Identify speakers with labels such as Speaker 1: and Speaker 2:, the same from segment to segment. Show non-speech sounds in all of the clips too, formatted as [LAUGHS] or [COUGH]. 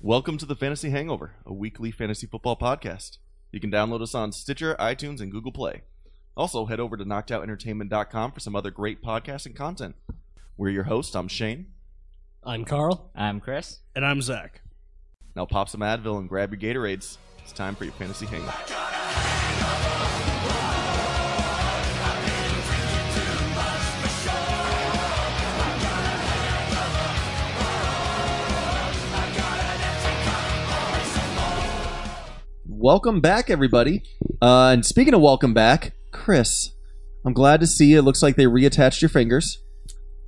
Speaker 1: Welcome to the Fantasy Hangover, a weekly fantasy football podcast. You can download us on Stitcher, iTunes, and Google Play. Also, head over to knockedoutentertainment.com for some other great podcasts and content. We're your hosts. I'm Shane.
Speaker 2: I'm Carl.
Speaker 3: I'm Chris.
Speaker 4: And I'm Zach.
Speaker 1: Now pop some Advil and grab your Gatorades. It's time for your fantasy hangover. Welcome back, everybody. Uh, and speaking of welcome back, Chris, I'm glad to see you. It looks like they reattached your fingers.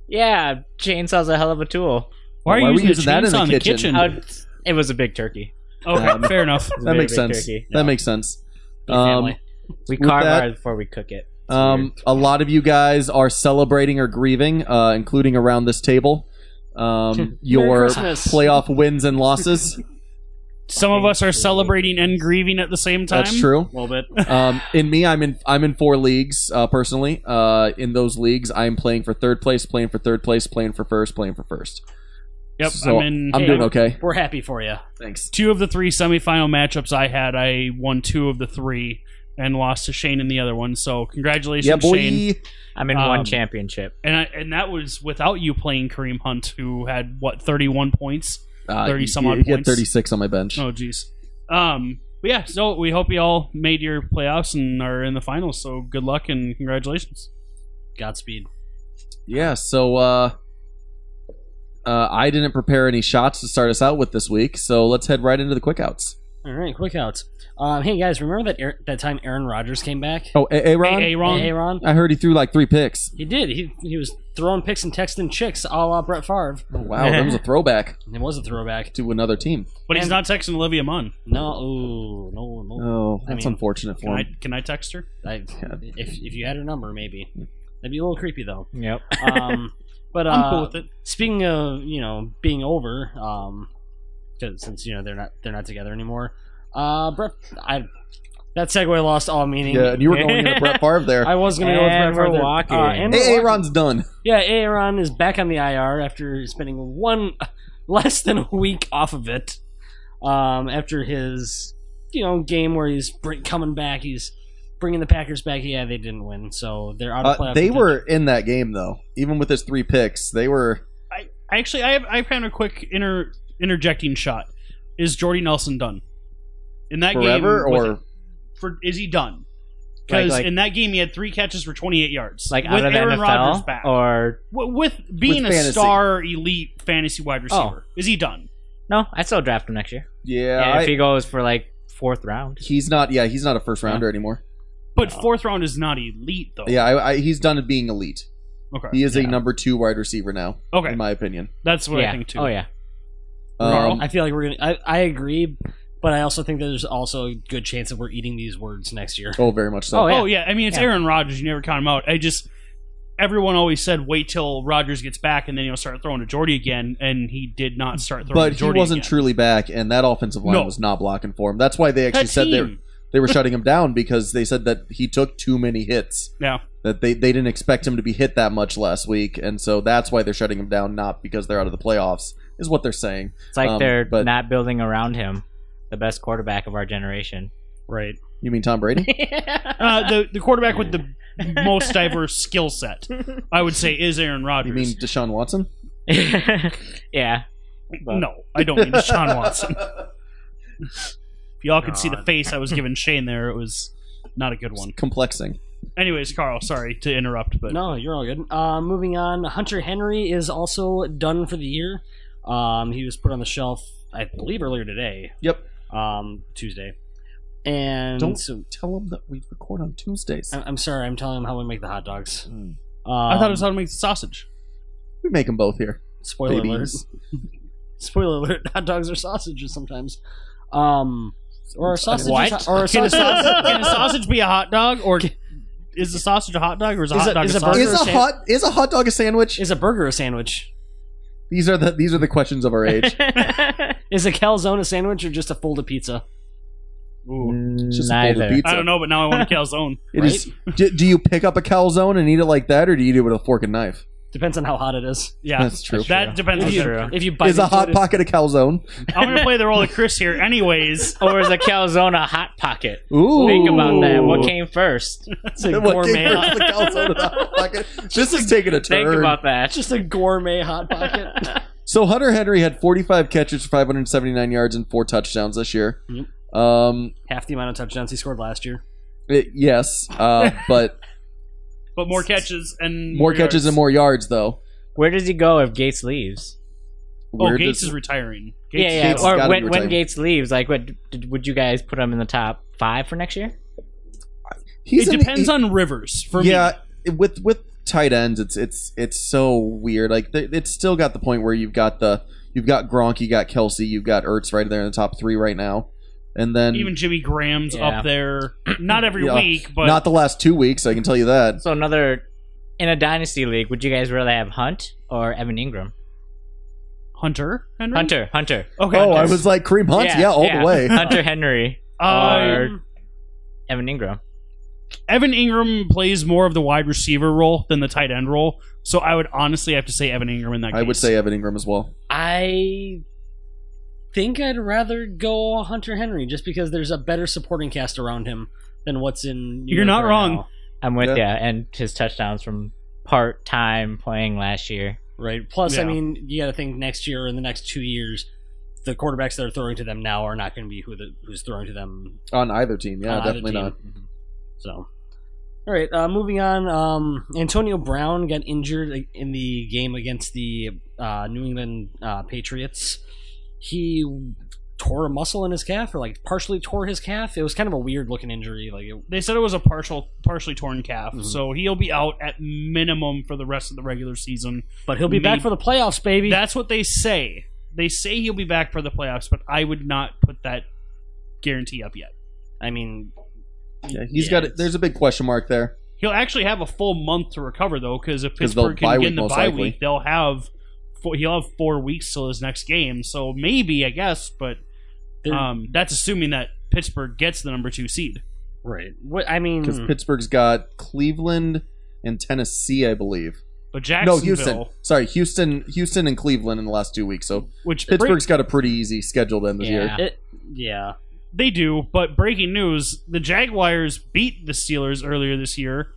Speaker 3: Yeah, chainsaw's a hell of a tool.
Speaker 1: Why are we using that in the
Speaker 4: chainsaw
Speaker 1: kitchen?
Speaker 3: I would- it was a big turkey.
Speaker 4: Okay,
Speaker 1: Um,
Speaker 4: fair enough.
Speaker 3: It
Speaker 1: [LAUGHS]
Speaker 3: was a
Speaker 1: That
Speaker 3: very
Speaker 1: makes
Speaker 3: big
Speaker 1: sense.
Speaker 3: turkey.
Speaker 1: That makes sense.
Speaker 3: Big
Speaker 1: Um,
Speaker 3: family. we
Speaker 1: with
Speaker 3: carve
Speaker 1: that-
Speaker 3: ours before we cook it. It's
Speaker 1: Um, a lot of you guys are celebrating or grieving, uh, including around this table. Um, your
Speaker 4: Christmas.
Speaker 1: playoff wins and losses.
Speaker 4: Some of us are celebrating and grieving at the same time.
Speaker 1: That's true.
Speaker 4: A little [LAUGHS] bit.
Speaker 1: Um, in me, I'm in. I'm in four leagues uh, personally. Uh, in those leagues, I'm playing for third place, playing for third place, playing for first, playing for first.
Speaker 4: Yep,
Speaker 1: So,
Speaker 4: I'm in.
Speaker 1: I'm doing okay.
Speaker 2: We're happy for you.
Speaker 1: Thanks.
Speaker 4: Two of the three semifinal matchups I had, I won two of the three and lost to Shane in the other one. So congratulations,
Speaker 1: Yeah, boy.
Speaker 4: Shane.
Speaker 3: I'm in
Speaker 4: um,
Speaker 3: one championship.
Speaker 4: And I, and that was without you playing Kareem Hunt, who had what 31 points.
Speaker 1: Uh,
Speaker 4: 30 some
Speaker 1: you-
Speaker 4: odd
Speaker 1: you get
Speaker 4: points.
Speaker 1: 36 on my bench.
Speaker 4: Oh, jeez. Um, but yeah, so we hope you all made your playoffs and are in the finals. So good luck and congratulations.
Speaker 2: Godspeed.
Speaker 1: Yeah, so uh, uh, I didn't prepare any shots to start us out with this week, so let's head right into the quickouts.
Speaker 2: All right, quick outs. Um, hey guys, remember that Aar- that time Aaron Rodgers came back?
Speaker 1: Oh, A- Aaron,
Speaker 4: Hey, Aaron.
Speaker 2: Hey, Aaron.
Speaker 1: I heard he threw like three picks.
Speaker 2: He did. He he was throwing picks and texting chicks, a la Brett Favre.
Speaker 1: Oh, wow, that was a throwback
Speaker 2: It was a throwback.
Speaker 1: to another team.
Speaker 4: But he's
Speaker 2: And-
Speaker 4: not texting Olivia Munn.
Speaker 2: No, ooh, no, no.
Speaker 1: Oh,
Speaker 2: I
Speaker 1: that's
Speaker 2: mean,
Speaker 1: unfortunate
Speaker 4: Can
Speaker 1: for
Speaker 4: I
Speaker 1: him.
Speaker 4: can I text her?
Speaker 2: I, if if you had her number, maybe that'd be a little
Speaker 3: [LAUGHS]
Speaker 2: creepy though.
Speaker 4: [LAUGHS]
Speaker 3: Yep.
Speaker 2: Um, but uh,
Speaker 4: I'm cool with it.
Speaker 2: speaking of you know being over um 'cause- since you know they're not they're not together anymore uh Brett I that segue lost all meaning
Speaker 1: yeah, and you were going
Speaker 2: [LAUGHS]
Speaker 1: into Brett Favre there.
Speaker 2: I was gonna go with Brett
Speaker 3: And we're
Speaker 2: Favre there.
Speaker 3: walking.
Speaker 2: Uh, and
Speaker 1: Hey,
Speaker 2: we're walking.
Speaker 1: Aaron's done.
Speaker 2: yeah Aaron is back on the IR after spending one [LAUGHS] less than a week off of it um after his you know game where he's br- coming back he's bringing the Packers back yeah they didn't win so they're out of
Speaker 1: Uh,
Speaker 2: playoff
Speaker 1: they
Speaker 2: contention.
Speaker 1: were in that game though, even with his three picks. They were.
Speaker 4: I actually I have I found a quick inter interjecting shot. Is Jordy Nelson done in that
Speaker 1: Forever
Speaker 4: game? with-
Speaker 1: or-
Speaker 4: for is he done?
Speaker 3: Like-
Speaker 4: Because
Speaker 3: like-
Speaker 4: in that game he had three catches for 28 yards.
Speaker 3: Like
Speaker 4: with
Speaker 3: out of the
Speaker 4: Aaron Rodgers
Speaker 3: NFL
Speaker 4: back.
Speaker 3: or
Speaker 4: W- with being
Speaker 1: With
Speaker 4: a
Speaker 1: fantasy.
Speaker 4: star elite fantasy wide
Speaker 3: Oh.
Speaker 4: receiver, is he done?
Speaker 3: no? I still draft him next year.
Speaker 1: Yeah,
Speaker 3: Yeah,
Speaker 1: I-
Speaker 3: if he goes for like fourth round.
Speaker 1: he's not. Yeah, he's not a first rounder anymore.
Speaker 4: But
Speaker 3: No.
Speaker 4: fourth round is not elite though.
Speaker 1: Yeah, I, I, he's done being elite.
Speaker 4: Okay.
Speaker 1: He is a
Speaker 3: Yeah.
Speaker 1: number two wide receiver now,
Speaker 4: Okay.
Speaker 1: in my opinion.
Speaker 4: That's what
Speaker 3: yeah.
Speaker 4: I think too.
Speaker 3: Oh yeah.
Speaker 1: Um,
Speaker 2: I feel like we're gonna. I, I agree, but I also think there's also a good chance that we're eating these words next year.
Speaker 1: oh, very much so.
Speaker 3: Oh, yeah.
Speaker 4: Oh yeah, I mean it's
Speaker 3: Yeah.
Speaker 4: Aaron Rodgers. You never count him out. I just everyone always said wait till Rodgers gets back and then he'll start throwing to Jordy again, and he did not start throwing.
Speaker 1: but
Speaker 4: to
Speaker 1: he
Speaker 4: Jordy
Speaker 1: wasn't
Speaker 4: again.
Speaker 1: truly back, and that offensive line
Speaker 4: No.
Speaker 1: was not blocking for him. That's why they actually
Speaker 4: That
Speaker 1: said they
Speaker 4: team.
Speaker 1: they were shutting him down because they said that he took too many hits.
Speaker 4: Yeah.
Speaker 1: That they, they didn't expect him to be hit that much last week, and so that's why they're shutting him down, not because they're out of the playoffs, is what they're saying.
Speaker 3: It's like
Speaker 1: Um,
Speaker 3: they're
Speaker 1: but-
Speaker 3: not building around him the best quarterback of
Speaker 4: [LAUGHS]
Speaker 3: our generation. [LAUGHS]
Speaker 4: right.
Speaker 1: You mean Tom Brady?
Speaker 4: Uh, the the quarterback with the most diverse skill set, I would say, is Aaron
Speaker 1: you
Speaker 4: Rodgers.
Speaker 1: mean Deshaun Watson?
Speaker 3: yeah.
Speaker 4: no, I don't mean
Speaker 1: [LAUGHS]
Speaker 4: Deshaun Watson. If y'all could see the face I was giving Shane there, it was not a good one.
Speaker 1: Complexing.
Speaker 4: Anyways, Carl, sorry to interrupt, but
Speaker 2: No, you're all good. Uh, moving on, Hunter Henry is also done for the year. Um, he was put on the shelf, I believe, earlier today.
Speaker 1: Yep.
Speaker 2: Um, Tuesday, and
Speaker 1: Don't-
Speaker 2: so
Speaker 1: Tell him that we record on Tuesdays.
Speaker 2: I- I'm sorry, I'm telling him how we make the hot dogs.
Speaker 1: Hmm.
Speaker 2: Um,
Speaker 4: I thought it was how to make the sausage.
Speaker 1: We make them both here.
Speaker 2: Spoiler
Speaker 1: Babies.
Speaker 2: alert. [LAUGHS] Spoiler alert. Hot dogs are sausages sometimes. Um, or are sausages?
Speaker 4: What?
Speaker 2: Or are
Speaker 4: Can a,
Speaker 2: sausages?
Speaker 4: sausage,
Speaker 2: [LAUGHS]
Speaker 4: can a sausage be a hot dog, or is the sausage a hot dog, or is a
Speaker 2: Is
Speaker 4: hot
Speaker 2: it-
Speaker 4: dog
Speaker 2: is
Speaker 4: a
Speaker 2: it burger?
Speaker 4: sausage?
Speaker 1: Is a
Speaker 2: sand-
Speaker 1: hot is a hot dog a sandwich?
Speaker 2: is a burger a sandwich?
Speaker 1: these are the these are the questions of our
Speaker 2: [LAUGHS]
Speaker 1: age.
Speaker 2: Is a calzone a sandwich or just a folded pizza?
Speaker 4: Ooh.
Speaker 1: Just a folded
Speaker 3: Neither.
Speaker 1: pizza.
Speaker 4: I don't know, but now I want a calzone.
Speaker 1: It is. Do, do you pick up a calzone and eat it like that, or do you eat it with a fork and knife?
Speaker 2: Depends on how hot it is.
Speaker 4: [LAUGHS] Yeah,
Speaker 5: That's true.
Speaker 4: That
Speaker 3: True.
Speaker 4: depends. on
Speaker 3: That's
Speaker 4: you.
Speaker 3: true.
Speaker 2: If you bite
Speaker 1: is a
Speaker 2: into
Speaker 1: hot
Speaker 2: it,
Speaker 1: pocket a calzone?
Speaker 4: I'm gonna play the role of Chris here, anyways.
Speaker 1: [LAUGHS]
Speaker 3: Or is a calzone a hot pocket?
Speaker 1: Ooh,
Speaker 3: Think about that. What came first?
Speaker 2: it's a
Speaker 1: [LAUGHS] What came
Speaker 4: [LAUGHS]
Speaker 2: gourmet.
Speaker 1: first, the calzone or the hot pocket? This is taking a turn.
Speaker 3: Think about that.
Speaker 2: It's [LAUGHS] just a gourmet
Speaker 4: [LAUGHS]
Speaker 2: hot pocket.
Speaker 1: So Hunter Henry had 45 catches for 579 yards and four touchdowns this year.
Speaker 2: Yep.
Speaker 1: Um,
Speaker 2: Half the amount of touchdowns he scored last year.
Speaker 1: it- yes, uh, but
Speaker 4: But more catches and
Speaker 1: more catches
Speaker 4: yards.
Speaker 1: and more yards though.
Speaker 3: Where does he go if Gates leaves?
Speaker 4: Oh,
Speaker 1: Where
Speaker 4: Gates
Speaker 1: does-
Speaker 4: is retiring.
Speaker 3: yeah, yeah.
Speaker 1: Gates has
Speaker 3: or
Speaker 1: gotta be
Speaker 3: when, when
Speaker 1: retired.
Speaker 3: Gates leaves, like, what did, would you guys put him in the top five for next year?
Speaker 1: he's
Speaker 4: it
Speaker 1: in the-
Speaker 4: depends on Rivers for
Speaker 1: yeah,
Speaker 4: me.
Speaker 1: with with tight ends, it's it's it's so weird. Like they, it's still got the point where you've got the you've got Gronk, you got Kelsey, you've got Ertz right there in the top three right now, and then
Speaker 4: Even Jimmy Graham's
Speaker 3: Yeah.
Speaker 4: up there. Not every
Speaker 1: Yeah.
Speaker 4: week, but
Speaker 1: not the last two weeks. I can tell you that.
Speaker 3: So another in a dynasty league, would you guys rather have Hunt or Evan Ingram?
Speaker 4: Hunter. Henry?
Speaker 3: Hunter, Hunter.
Speaker 4: Okay.
Speaker 1: Oh, I
Speaker 4: Hunter.
Speaker 1: was like Cream Hunt, yeah, all the way.
Speaker 3: [LAUGHS] Hunter Henry,
Speaker 4: Uh,
Speaker 3: Evan Ingram.
Speaker 4: Evan Ingram plays more of the wide receiver role than the tight end role, so I would honestly have to say Evan Ingram in that.
Speaker 1: I would
Speaker 4: case.
Speaker 1: say Evan Ingram as well.
Speaker 2: I think I'd rather go Hunter Henry just because there's a better supporting cast around him than what's in. New
Speaker 4: You're not
Speaker 2: York right
Speaker 4: wrong.
Speaker 2: now,
Speaker 3: I'm with
Speaker 1: Yeah.
Speaker 3: ya, and his touchdowns from part time playing last year.
Speaker 2: right? Plus, I
Speaker 4: Yeah.
Speaker 2: mean, you got to think next year or in the next two years, the quarterbacks that are throwing to them now are not going to be who the, who's throwing to them.
Speaker 1: On either team, yeah,
Speaker 2: on either
Speaker 1: definitely
Speaker 2: team.
Speaker 1: not.
Speaker 4: Mm-hmm.
Speaker 2: So, all right, uh, moving on. Um, Antonio Brown got injured in the game against the uh, New England uh, Patriots. He tore a muscle in his calf, or like partially tore his calf. It was kind of a weird looking injury. Like, it,
Speaker 4: they said it was a partial, partially torn calf,
Speaker 1: Mm-hmm.
Speaker 2: Mhm.
Speaker 4: so he'll be out at minimum for the rest of the regular season.
Speaker 2: but he'll be back
Speaker 4: Maybe-
Speaker 2: for the playoffs, baby.
Speaker 4: That's what they say. They say he'll be back for the playoffs, but I would not put that guarantee up yet.
Speaker 2: I mean,
Speaker 1: Yeah, he's got. A, there's a big question mark there.
Speaker 4: He'll actually have a full month to recover though, because if
Speaker 1: 'Cause they'll
Speaker 4: Pittsburgh can
Speaker 1: bye
Speaker 4: get
Speaker 1: week
Speaker 4: in the
Speaker 1: most
Speaker 4: bye
Speaker 1: likely.
Speaker 4: week, they'll have four, he'll have four weeks till his next game. So maybe I guess, but
Speaker 2: they're-
Speaker 4: um, that's assuming that Pittsburgh gets the number two seed.
Speaker 2: right? What I mean,
Speaker 1: because Pittsburgh's got Cleveland and Tennessee, I believe.
Speaker 4: But
Speaker 1: No,
Speaker 4: Jacksonville,
Speaker 1: Houston. Sorry, Houston, Houston and Cleveland in the last two weeks. So
Speaker 4: which break,
Speaker 1: Pittsburgh's got a pretty easy schedule to end the year.
Speaker 3: Yeah.
Speaker 2: it, yeah,
Speaker 4: they do. But breaking news: the Jaguars beat the Steelers earlier this year,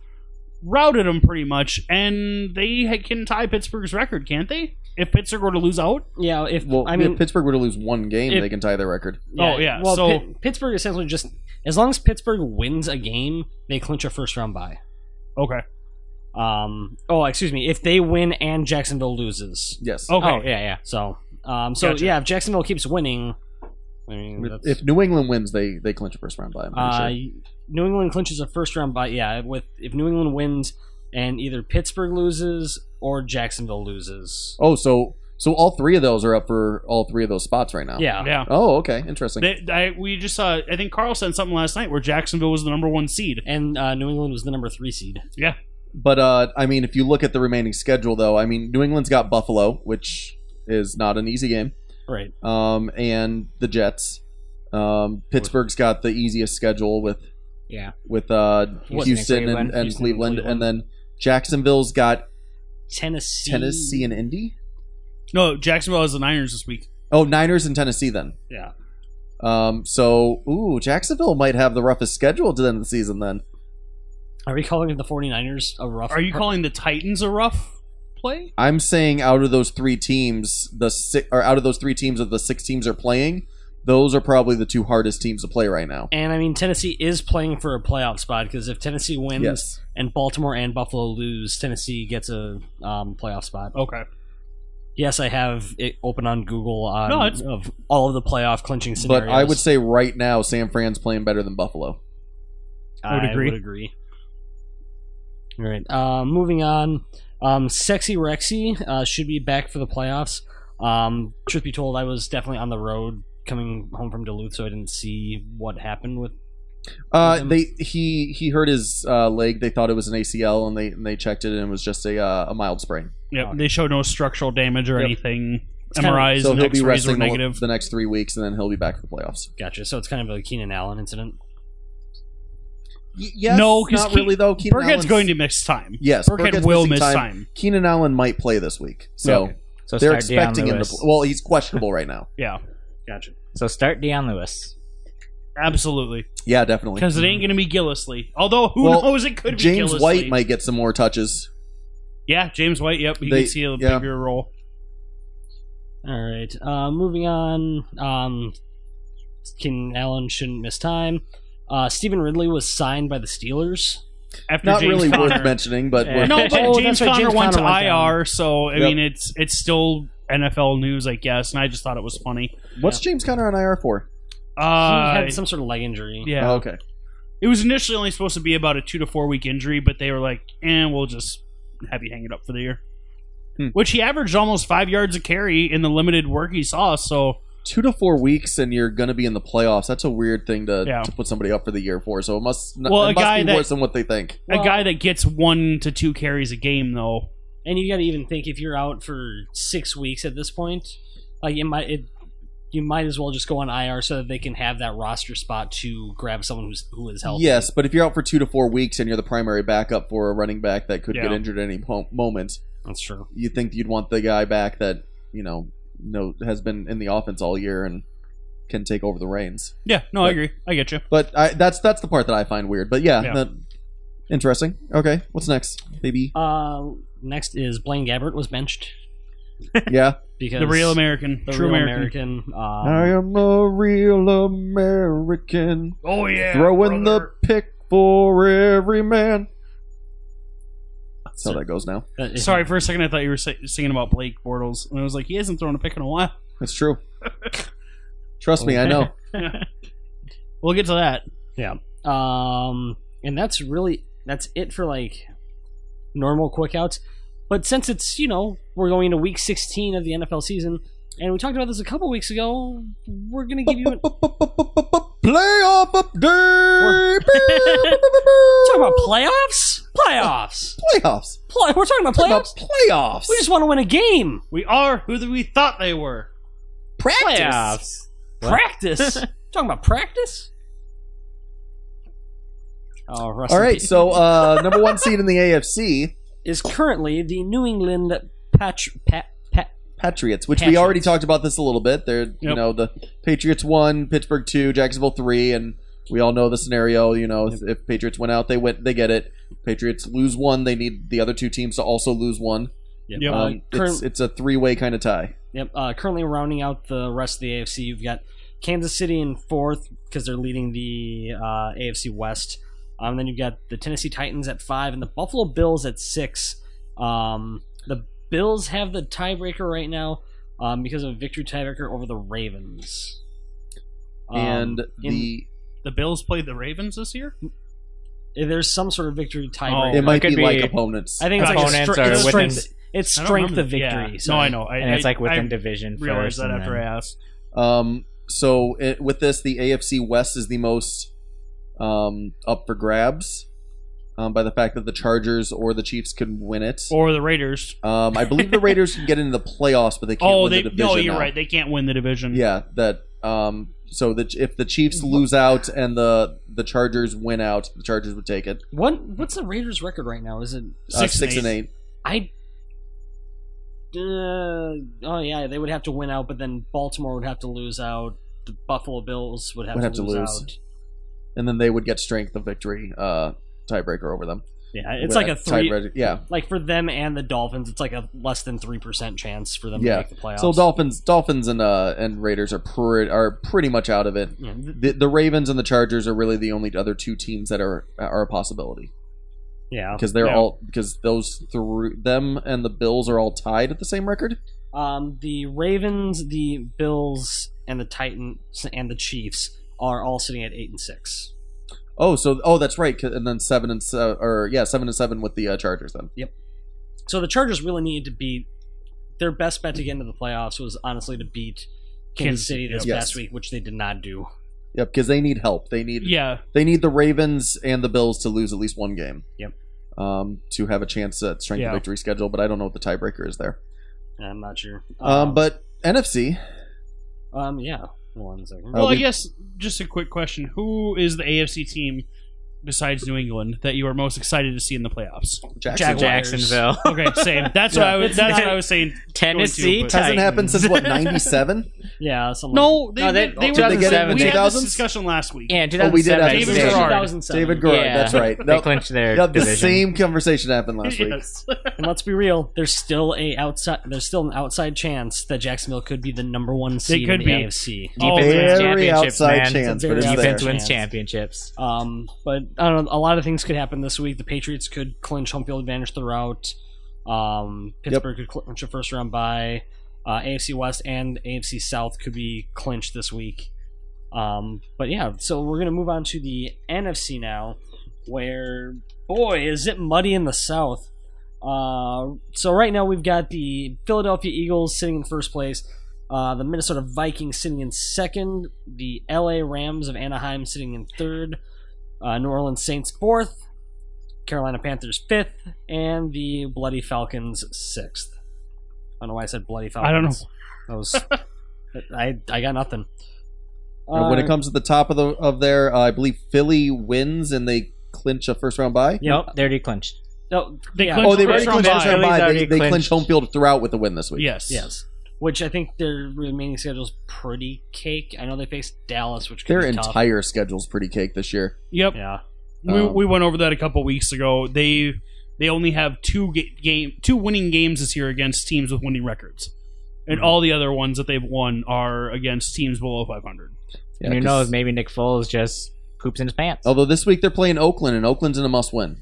Speaker 4: routed them pretty much, and they ha- can tie Pittsburgh's record, can't they? If Pittsburgh were to lose out,
Speaker 2: yeah. If
Speaker 1: Well,
Speaker 2: I mean,
Speaker 1: if Pittsburgh were to lose one game,
Speaker 4: If-
Speaker 1: they can tie their record.
Speaker 4: Oh, yeah,
Speaker 2: Well,
Speaker 4: so-
Speaker 2: Pitt- Pittsburgh essentially just as long as Pittsburgh wins a game, they clinch a first round bye.
Speaker 4: okay,
Speaker 2: Um, oh, excuse me. If they win and Jacksonville loses,
Speaker 1: Yes.
Speaker 4: okay,
Speaker 3: Oh yeah, yeah.
Speaker 2: so um, so
Speaker 4: Gotcha.
Speaker 2: yeah, if Jacksonville keeps winning, I mean, that's,
Speaker 1: if New England wins, they they clinch a first round bye. I'm pretty
Speaker 2: uh,
Speaker 1: sure.
Speaker 2: New England clinches a first round bye. Yeah, with if New England wins and either Pittsburgh loses or Jacksonville loses.
Speaker 1: Oh, so so all three of those are up for all three of those spots right now.
Speaker 2: yeah,
Speaker 4: yeah.
Speaker 1: Oh, okay, interesting.
Speaker 4: They, I, we just saw. I think Carl said something last night where Jacksonville was the number one seed.
Speaker 2: and uh, New England was the number three seed.
Speaker 1: but uh, I mean, if you look at the remaining schedule, though, I mean, New England's got Buffalo, which is not an easy game.
Speaker 2: Right.
Speaker 1: um, and the Jets. Um, Pittsburgh's got the easiest schedule with
Speaker 3: Yeah.
Speaker 1: with uh,
Speaker 3: Houston and
Speaker 1: Houston and,
Speaker 3: Cleveland.
Speaker 1: and,
Speaker 3: Houston and
Speaker 1: Cleveland,
Speaker 3: Cleveland.
Speaker 1: and then Jacksonville's got
Speaker 2: Tennessee.
Speaker 1: Tennessee and Indy.
Speaker 4: No, Jacksonville has the Niners this week.
Speaker 1: Oh, Niners and Tennessee then.
Speaker 2: Yeah.
Speaker 1: Um, so ooh, Jacksonville might have the roughest schedule to the end of the season then.
Speaker 2: Are we calling the 49ers a rough?
Speaker 4: Are you calling the Titans a rough play?
Speaker 1: I'm saying out of those three teams, the six or out of those three teams of the six teams are playing, those are probably the two hardest teams to play right now.
Speaker 2: And I mean, Tennessee is playing for a playoff spot because if Tennessee wins
Speaker 1: Yes.
Speaker 2: and Baltimore and Buffalo lose, Tennessee gets a um, playoff spot.
Speaker 4: Okay.
Speaker 2: Yes, I have it open on Google on
Speaker 4: No, it's-
Speaker 2: of all of the playoff clinching
Speaker 1: But
Speaker 2: scenarios.
Speaker 1: I would say right now San Fran's playing better than Buffalo.
Speaker 2: I
Speaker 4: would agree.
Speaker 2: All right. Um, moving on. Um, Sexy Rexy uh, should be back for the playoffs. Um, truth be told, I was definitely on the road coming home from Duluth, so I didn't see what happened with.
Speaker 1: Uh,
Speaker 2: Um,
Speaker 1: they he he hurt his uh, leg. They thought it was an ACL, and they and they checked it, and it was just a uh, a mild sprain.
Speaker 4: Yep. They show no structural damage or
Speaker 1: Yep.
Speaker 4: anything.
Speaker 2: kinda-
Speaker 4: MRIs
Speaker 1: so
Speaker 4: and
Speaker 1: he'll be
Speaker 4: X-rays were
Speaker 1: resting the,
Speaker 4: negative.
Speaker 1: the next three weeks, and then he'll be back for the playoffs.
Speaker 2: Gotcha. So it's kind of a Keenan Allen incident.
Speaker 1: Y- yes,
Speaker 4: No, 'cause
Speaker 1: not
Speaker 4: Ke-
Speaker 1: really though. Keenan
Speaker 4: Burkhead's
Speaker 1: Allen's-
Speaker 4: going to miss time.
Speaker 1: Yes,
Speaker 4: Burkhead
Speaker 1: Burkhead's
Speaker 4: will
Speaker 1: missing
Speaker 4: miss time.
Speaker 1: time. Keenan Allen might play this week, so
Speaker 4: Okay.
Speaker 3: So
Speaker 1: they're
Speaker 3: start Deion
Speaker 1: expecting him to.
Speaker 3: Lewis.
Speaker 1: Pl- well, he's questionable right now.
Speaker 4: Yeah,
Speaker 2: Gotcha.
Speaker 3: so start Deion Lewis.
Speaker 4: absolutely.
Speaker 1: Yeah, definitely.
Speaker 4: Because it ain't going to be Gillisley. Although who
Speaker 1: mm. Well,
Speaker 4: knows? It could be
Speaker 1: James
Speaker 4: Gillisley.
Speaker 1: White might get some more touches.
Speaker 4: Yeah, James White. Yep, you
Speaker 1: They-
Speaker 4: can see a
Speaker 1: yeah.
Speaker 4: bigger role.
Speaker 2: All right. Uh, moving on. Um, Keenan Allen shouldn't miss time. Uh, Stephen Ridley was signed by the Steelers.
Speaker 4: After
Speaker 1: Not
Speaker 4: James
Speaker 1: really
Speaker 4: Conner.
Speaker 1: [LAUGHS] worth mentioning, but
Speaker 3: Yeah.
Speaker 1: we're-
Speaker 4: No, but
Speaker 2: Oh,
Speaker 4: James
Speaker 2: that's right,
Speaker 4: Conner
Speaker 2: James
Speaker 4: went to
Speaker 2: Conner went down.
Speaker 4: IR, so I
Speaker 1: Yep.
Speaker 4: mean it's it's still NFL news, I guess. And I just thought it was funny.
Speaker 1: what's James Conner on IR for?
Speaker 4: Uh,
Speaker 2: he had some sort of leg injury.
Speaker 4: yeah,
Speaker 1: Oh, okay.
Speaker 4: it was initially only supposed to be about a two to four week injury, but they were like, "And eh, we'll just have you hang it up for the year."
Speaker 1: Hmm.
Speaker 4: Which he averaged almost five yards a carry in the limited work he saw. So
Speaker 1: Two to four weeks, and you're going to be in the playoffs. That's a weird thing to,
Speaker 4: Yeah.
Speaker 1: to put somebody up for the year for. So it must, n-
Speaker 4: Well,
Speaker 1: it
Speaker 4: a
Speaker 1: must
Speaker 4: guy
Speaker 1: be
Speaker 4: that-
Speaker 1: worse than what they think.
Speaker 2: Well,
Speaker 4: a guy that gets one to two carries a game, though,
Speaker 2: and you got to even think if you're out for six weeks at this point, like it might, it, you might as well just go on IR so that they can have that roster spot to grab someone who's who is healthy.
Speaker 1: Yes, but if you're out for two to four weeks and you're the primary backup for a running back that could get
Speaker 4: Yeah.
Speaker 1: injured at any po- moment,
Speaker 2: that's true.
Speaker 1: you think you'd want the guy back that you know no has been in the offense all year and can take over the reins.
Speaker 4: Yeah, no, I
Speaker 1: But-
Speaker 4: agree. I get you.
Speaker 1: But I, that's that's the part that I find weird. But yeah,
Speaker 4: Yeah.
Speaker 1: that- interesting. Okay, what's next,
Speaker 2: [LAUGHS]
Speaker 1: baby?
Speaker 2: Uh, next is Blaine Gabbert was benched
Speaker 1: yeah,
Speaker 2: because
Speaker 4: The real American,
Speaker 2: the
Speaker 4: true
Speaker 2: real
Speaker 4: American. Uh,
Speaker 2: American. um,
Speaker 1: am a real American,
Speaker 4: Oh yeah,
Speaker 1: the pick for every man. That's how that goes now.
Speaker 4: [LAUGHS]
Speaker 2: uh,
Speaker 4: Sorry, for a second I thought you were si- singing about Blake Bortles, and I was like, he hasn't thrown a pick in a while.
Speaker 1: That's
Speaker 2: [LAUGHS]
Speaker 1: true. Trust me, I know.
Speaker 4: We'll get to that.
Speaker 2: Um, and that's really that's it for like normal quick outs. But since it's you know we're going into week 16 of the NFL season, and we talked about this a couple weeks ago, we're gonna give
Speaker 1: [LAUGHS]
Speaker 2: you an,
Speaker 1: Playoff update.
Speaker 2: [LAUGHS] talk about playoffs, playoffs,
Speaker 1: playoffs.
Speaker 2: Play, we're talking about
Speaker 1: Talk about
Speaker 2: playoffs.
Speaker 1: playoffs.
Speaker 2: We just want to win a game.
Speaker 4: We are who th- we thought they were.
Speaker 1: practice.
Speaker 3: Playoffs. What?
Speaker 1: [LAUGHS]
Speaker 2: Practice. talking about practice. Oh, Russell
Speaker 1: All
Speaker 2: [LAUGHS]
Speaker 1: right, so uh, number one seed in the AFC,
Speaker 2: is currently the New England patch. Pat, pat,
Speaker 1: Patriots, which we
Speaker 2: Patriots.
Speaker 1: already talked about this a little bit. They're you
Speaker 4: Yep.
Speaker 1: know the Patriots one, Pittsburgh two, Jacksonville three, and we all know the scenario. You know, if, if Patriots went out, they went, they get it. Patriots lose one, they need the other two teams to also lose one.
Speaker 4: Yep.
Speaker 2: Uh,
Speaker 1: Um,
Speaker 2: current-
Speaker 1: it's, it's a three way kind of tie.
Speaker 2: Yep. Uh, currently rounding out the rest of the AFC, you've got Kansas City in fourth because they're leading the uh, AFC West. Um, then you've got the Tennessee Titans at five and the Buffalo Bills at six. Um, the Bills have the tiebreaker right now um, because of a victory tiebreaker over the Ravens. Um,
Speaker 1: and
Speaker 2: in-
Speaker 1: the
Speaker 4: The Bills played the Ravens this year.
Speaker 2: there's some sort of victory
Speaker 4: Oh,
Speaker 2: tiebreaker.
Speaker 1: it might
Speaker 3: could
Speaker 1: be,
Speaker 3: be-
Speaker 1: like opponents.
Speaker 2: I think it's like a
Speaker 3: Opponents
Speaker 2: stre-
Speaker 3: are
Speaker 2: it's
Speaker 3: within-
Speaker 2: strength. It's
Speaker 4: I don't
Speaker 2: strength
Speaker 4: remember
Speaker 2: of
Speaker 4: the- yeah.
Speaker 2: victory.
Speaker 4: No,
Speaker 2: so-
Speaker 4: I know. I,
Speaker 3: and it's like within
Speaker 4: I
Speaker 3: division
Speaker 4: realized
Speaker 3: first.
Speaker 4: that
Speaker 3: and
Speaker 4: after
Speaker 3: then-
Speaker 4: I asked.
Speaker 1: Um, so it, with this, the AFC West is the most um, up for grabs um, by the fact that the Chargers or the Chiefs can win it.
Speaker 4: Or the Raiders.
Speaker 1: Um, I believe the Raiders can get into the playoffs, but they can't
Speaker 4: Oh,
Speaker 1: win
Speaker 4: they
Speaker 1: the division.
Speaker 4: no, you're
Speaker 1: now.
Speaker 4: right. They can't win the division.
Speaker 1: Yeah, that. Um, so the, if the Chiefs lose out and the the Chargers win out, the Chargers would take it.
Speaker 2: What what's the Raiders' record right now? Is it
Speaker 1: Uh,
Speaker 4: Six and
Speaker 1: six and
Speaker 4: eight.
Speaker 1: eight.
Speaker 2: I. Uh, oh yeah, they would have to win out, but then Baltimore would have to lose out. The Buffalo Bills would have,
Speaker 1: Would
Speaker 2: to,
Speaker 1: have to
Speaker 2: lose
Speaker 1: lose.
Speaker 2: out.
Speaker 1: and then they would get strength of victory uh, tiebreaker over them.
Speaker 2: Yeah,
Speaker 1: With
Speaker 2: it's like
Speaker 1: a
Speaker 2: a three.
Speaker 1: tiebreaker- Yeah.
Speaker 2: Like for them and the Dolphins, it's like a less than three percent chance for them
Speaker 1: Yeah.
Speaker 2: to make the playoffs.
Speaker 1: So Dolphins, Dolphins, and uh, and Raiders are pretty are pretty much out of it.
Speaker 2: Yeah, th-
Speaker 1: The, the Ravens and the Chargers are really the only other two teams that are are a possibility
Speaker 2: yeah.
Speaker 1: because they're
Speaker 4: Yeah.
Speaker 1: all because those through them and the Bills are all tied at the same record.
Speaker 2: Um, the Ravens, the Bills, and the Titans and the Chiefs are all sitting at eight and six.
Speaker 1: Oh, so oh that's right, 'cause- and then seven and seven or yeah seven and seven with the uh, Chargers then.
Speaker 2: So the Chargers really needed to beat their best bet to get into the playoffs was honestly to beat Kansas
Speaker 4: Kansas-
Speaker 2: City this
Speaker 1: yep.
Speaker 2: past
Speaker 1: Yes.
Speaker 2: week, which they did not do.
Speaker 1: Yep, because they need help. They need
Speaker 4: Yeah.
Speaker 1: they need the Ravens and the Bills to lose at least one game.
Speaker 2: Yep.
Speaker 1: Um, to have a chance at strength
Speaker 4: Yeah.
Speaker 1: of victory schedule, but I don't know what the tiebreaker is there.
Speaker 2: I'm not sure.
Speaker 1: Um, but NFC,
Speaker 2: um, yeah. Hold on a second.
Speaker 1: Uh,
Speaker 4: Well, I
Speaker 1: we-
Speaker 4: guess just a quick question: Who is the AFC team besides New England that you are most excited to see in the playoffs?
Speaker 1: Jacksonville.
Speaker 4: Jaguars.
Speaker 3: [LAUGHS] Jacksonville,
Speaker 4: Okay, same. That's what I was. That's what I was saying.
Speaker 3: Tennessee.
Speaker 4: but-
Speaker 1: Hasn't
Speaker 3: Titans.
Speaker 1: happened since what ninety seven?
Speaker 2: [LAUGHS] Yeah, something like
Speaker 4: No, they,
Speaker 3: No,
Speaker 4: they,
Speaker 3: they-
Speaker 4: they were.
Speaker 1: 2007,
Speaker 4: we had this
Speaker 1: 2000s?
Speaker 4: discussion last week.
Speaker 3: Yeah, in
Speaker 1: Oh, we did
Speaker 3: 2007.
Speaker 1: have
Speaker 3: I
Speaker 4: David
Speaker 3: think.
Speaker 1: David
Speaker 4: Garrard.
Speaker 1: David
Speaker 3: Yeah,
Speaker 1: Garrard. That's right.
Speaker 3: They
Speaker 1: Nope.
Speaker 3: clinched their
Speaker 1: Yep, the
Speaker 3: division.
Speaker 1: same conversation happened last week.
Speaker 4: Yes.
Speaker 2: And let's be real, there's still a outside there's still an outside chance that Jacksonville could be the number one seed
Speaker 4: could
Speaker 2: in the
Speaker 4: be.
Speaker 2: AFC.
Speaker 4: Oh,
Speaker 3: Defense
Speaker 1: Very
Speaker 3: wins championships,
Speaker 1: outside
Speaker 3: man.
Speaker 1: chance,
Speaker 2: but it's
Speaker 3: defense
Speaker 2: there.
Speaker 3: wins championships.
Speaker 2: Um, but I don't know. A lot of things could happen this week. The Patriots could clinch home field advantage throughout. Um, Pittsburgh could clinch a first round bye. Uh, AFC West and AFC South could be clinched this week. Um, but yeah, so we're gonna move on to the NFC now, where boy is it muddy in the South. Uh, so right now we've got the Philadelphia Eagles sitting in first place. Uh, the Minnesota Vikings sitting in second, the LA Rams of Anaheim sitting in third, uh, New Orleans Saints fourth, Carolina Panthers fifth, and the Bloody Falcons sixth. I don't know why I said Bloody Falcons.
Speaker 4: I don't know.
Speaker 2: That was [LAUGHS] I I got nothing.
Speaker 1: And when
Speaker 2: Uh,
Speaker 1: it comes to the top of the of their, uh, I believe Philly wins and they clinch a first round bye.
Speaker 2: yeah,
Speaker 3: Nope, they already clinched.
Speaker 2: no,
Speaker 4: They
Speaker 2: yeah,
Speaker 4: clinched
Speaker 1: Oh, they already
Speaker 4: First round
Speaker 1: clinched first
Speaker 4: bye.
Speaker 1: round
Speaker 3: Philly's
Speaker 1: bye. They,
Speaker 3: already
Speaker 1: they
Speaker 3: clinched.
Speaker 1: clinch home field throughout with a win this week.
Speaker 4: Yes.
Speaker 2: Oh, yes. Which I think their remaining schedule is pretty cake. I know they faced Dallas, which could
Speaker 1: Their
Speaker 2: be tough.
Speaker 1: entire schedule's pretty cake this year.
Speaker 4: Yep.
Speaker 2: yeah,
Speaker 4: We,
Speaker 1: Um,
Speaker 4: we went over that a couple weeks ago. They they only have two ga- game two winning games this year against teams with winning records, and all the other ones that they've won are against teams below 500.
Speaker 1: Yeah,
Speaker 3: and who
Speaker 1: 'cause-
Speaker 3: knows? Maybe Nick Foles just poops in his pants.
Speaker 1: Although this week they're playing Oakland, and Oakland's in a must win.